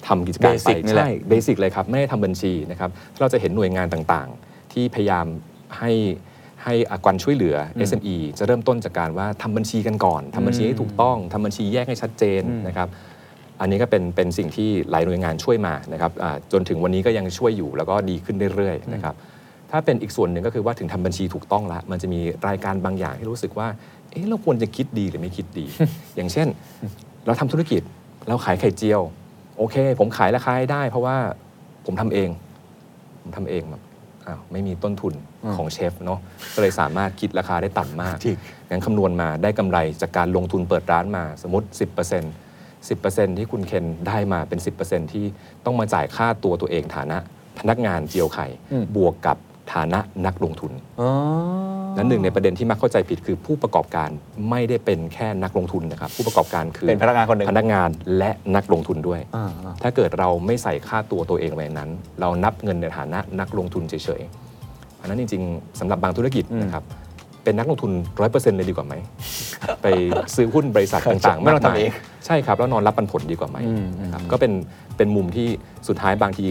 [SPEAKER 1] ทำกิจการไป
[SPEAKER 7] Basic นี่แหละ
[SPEAKER 1] ใช่เบสิกเลยครับ ไม่ได้ทำบัญชีนะครับเราจะเห็นหน่วยงานต่างๆ ที่พยายามให้ให้การช่วยเหลืออ SME จะเริ่มต้นจากการว่าทำบัญชีกันก่อนทำบัญชีให้ถูกต้องทำบัญชีแยกให้ชัดเจนนะครับ อันนี้ก็เป็นเป็นสิ่งที่หลายหน่วยงานช่วยมานะครับอ่าจนถึงวันนี้ก็ยังช่วยอยู่แล้วก็ดีขึ้นเรื่อยๆนะครับถ้าเป็นอีกส่วนหนึ่งก็คือว่าถึงทำบัญชีถูกต้องแล้ว มันจะมีรายการบางอย่างที่รู้สึกว่าเอ๊ะเราควรจะคิดดีหรือไม่คิดดี อย่างเช่น เราทำธุรกิจเราขายไข่เจียว โอเค ผมขายราคาให้ได้ เพราะว่าผมทำเอง ผมทำเองแบบอ้าวไม่มีต้นทุนของเชฟเนาะก็เลยสามารถคิดราคาได้ต่ำมาก
[SPEAKER 6] จริง
[SPEAKER 1] งั้นคำนวณมาได้กำไรจากการลงทุนเปิดร้านมาสมมติ 10% 10%ที่คุณเคนได้มาเป็น 10%ที่ต้องมาจ่ายค่าตัวตัวเองฐานะ พนักงานเจียวไข่บวกกับฐานะนักลงทุน และหนึ่งในประเด็นที่มักเข้าใจผิดคือผู้ประกอบการไม่ได้เป็นแค่นักลงทุนนะครับ ผู้ประกอบการคือ
[SPEAKER 7] เป็นพนักงานคนหนึ่ง
[SPEAKER 1] พนักงานและนักลงทุนด้วย ถ้าเกิดเราไม่ใส่ค่าตัวตัวเองไว้ในนั้น เรานับเงินในฐานะนักลงทุนเฉยๆอันนั้นจริงๆสำหรับบางธุรกิจนะครับ เป็นนักลงทุนร้อยเปอร์เซ็นต์เลยดีกว่าไหม ไปซื้อหุ้นบริษัทต่างๆ
[SPEAKER 7] ไม่ต้อง
[SPEAKER 1] ากาย
[SPEAKER 7] ทำเอง
[SPEAKER 1] ใช่ครับ แล้วนอนรับปันผลดีกว่าไหมนะครับก็เป็นเป็นมุมที่สุดท้ายบางที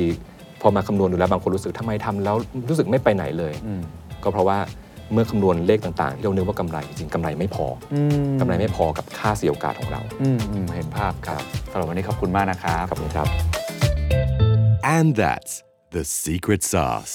[SPEAKER 1] พอมาคำนวณดูแล้วบางคนรู้สึกทำไมทำแล้วรู้สึกไม่ไปไหนเลย ก็เพราะว่าเมื่อคำนวณเลขต่างๆ ที่เรานึกว่ากำไรจริงๆกำไรไม่พอกำไรไม่พอกับค่าเสียโอกาสของเรา
[SPEAKER 7] เห็นภาพครับสำหรับวันนี้ขอบคุณมากนะครับ
[SPEAKER 1] ขอบคุณครับ
[SPEAKER 3] And that's the secret sauce.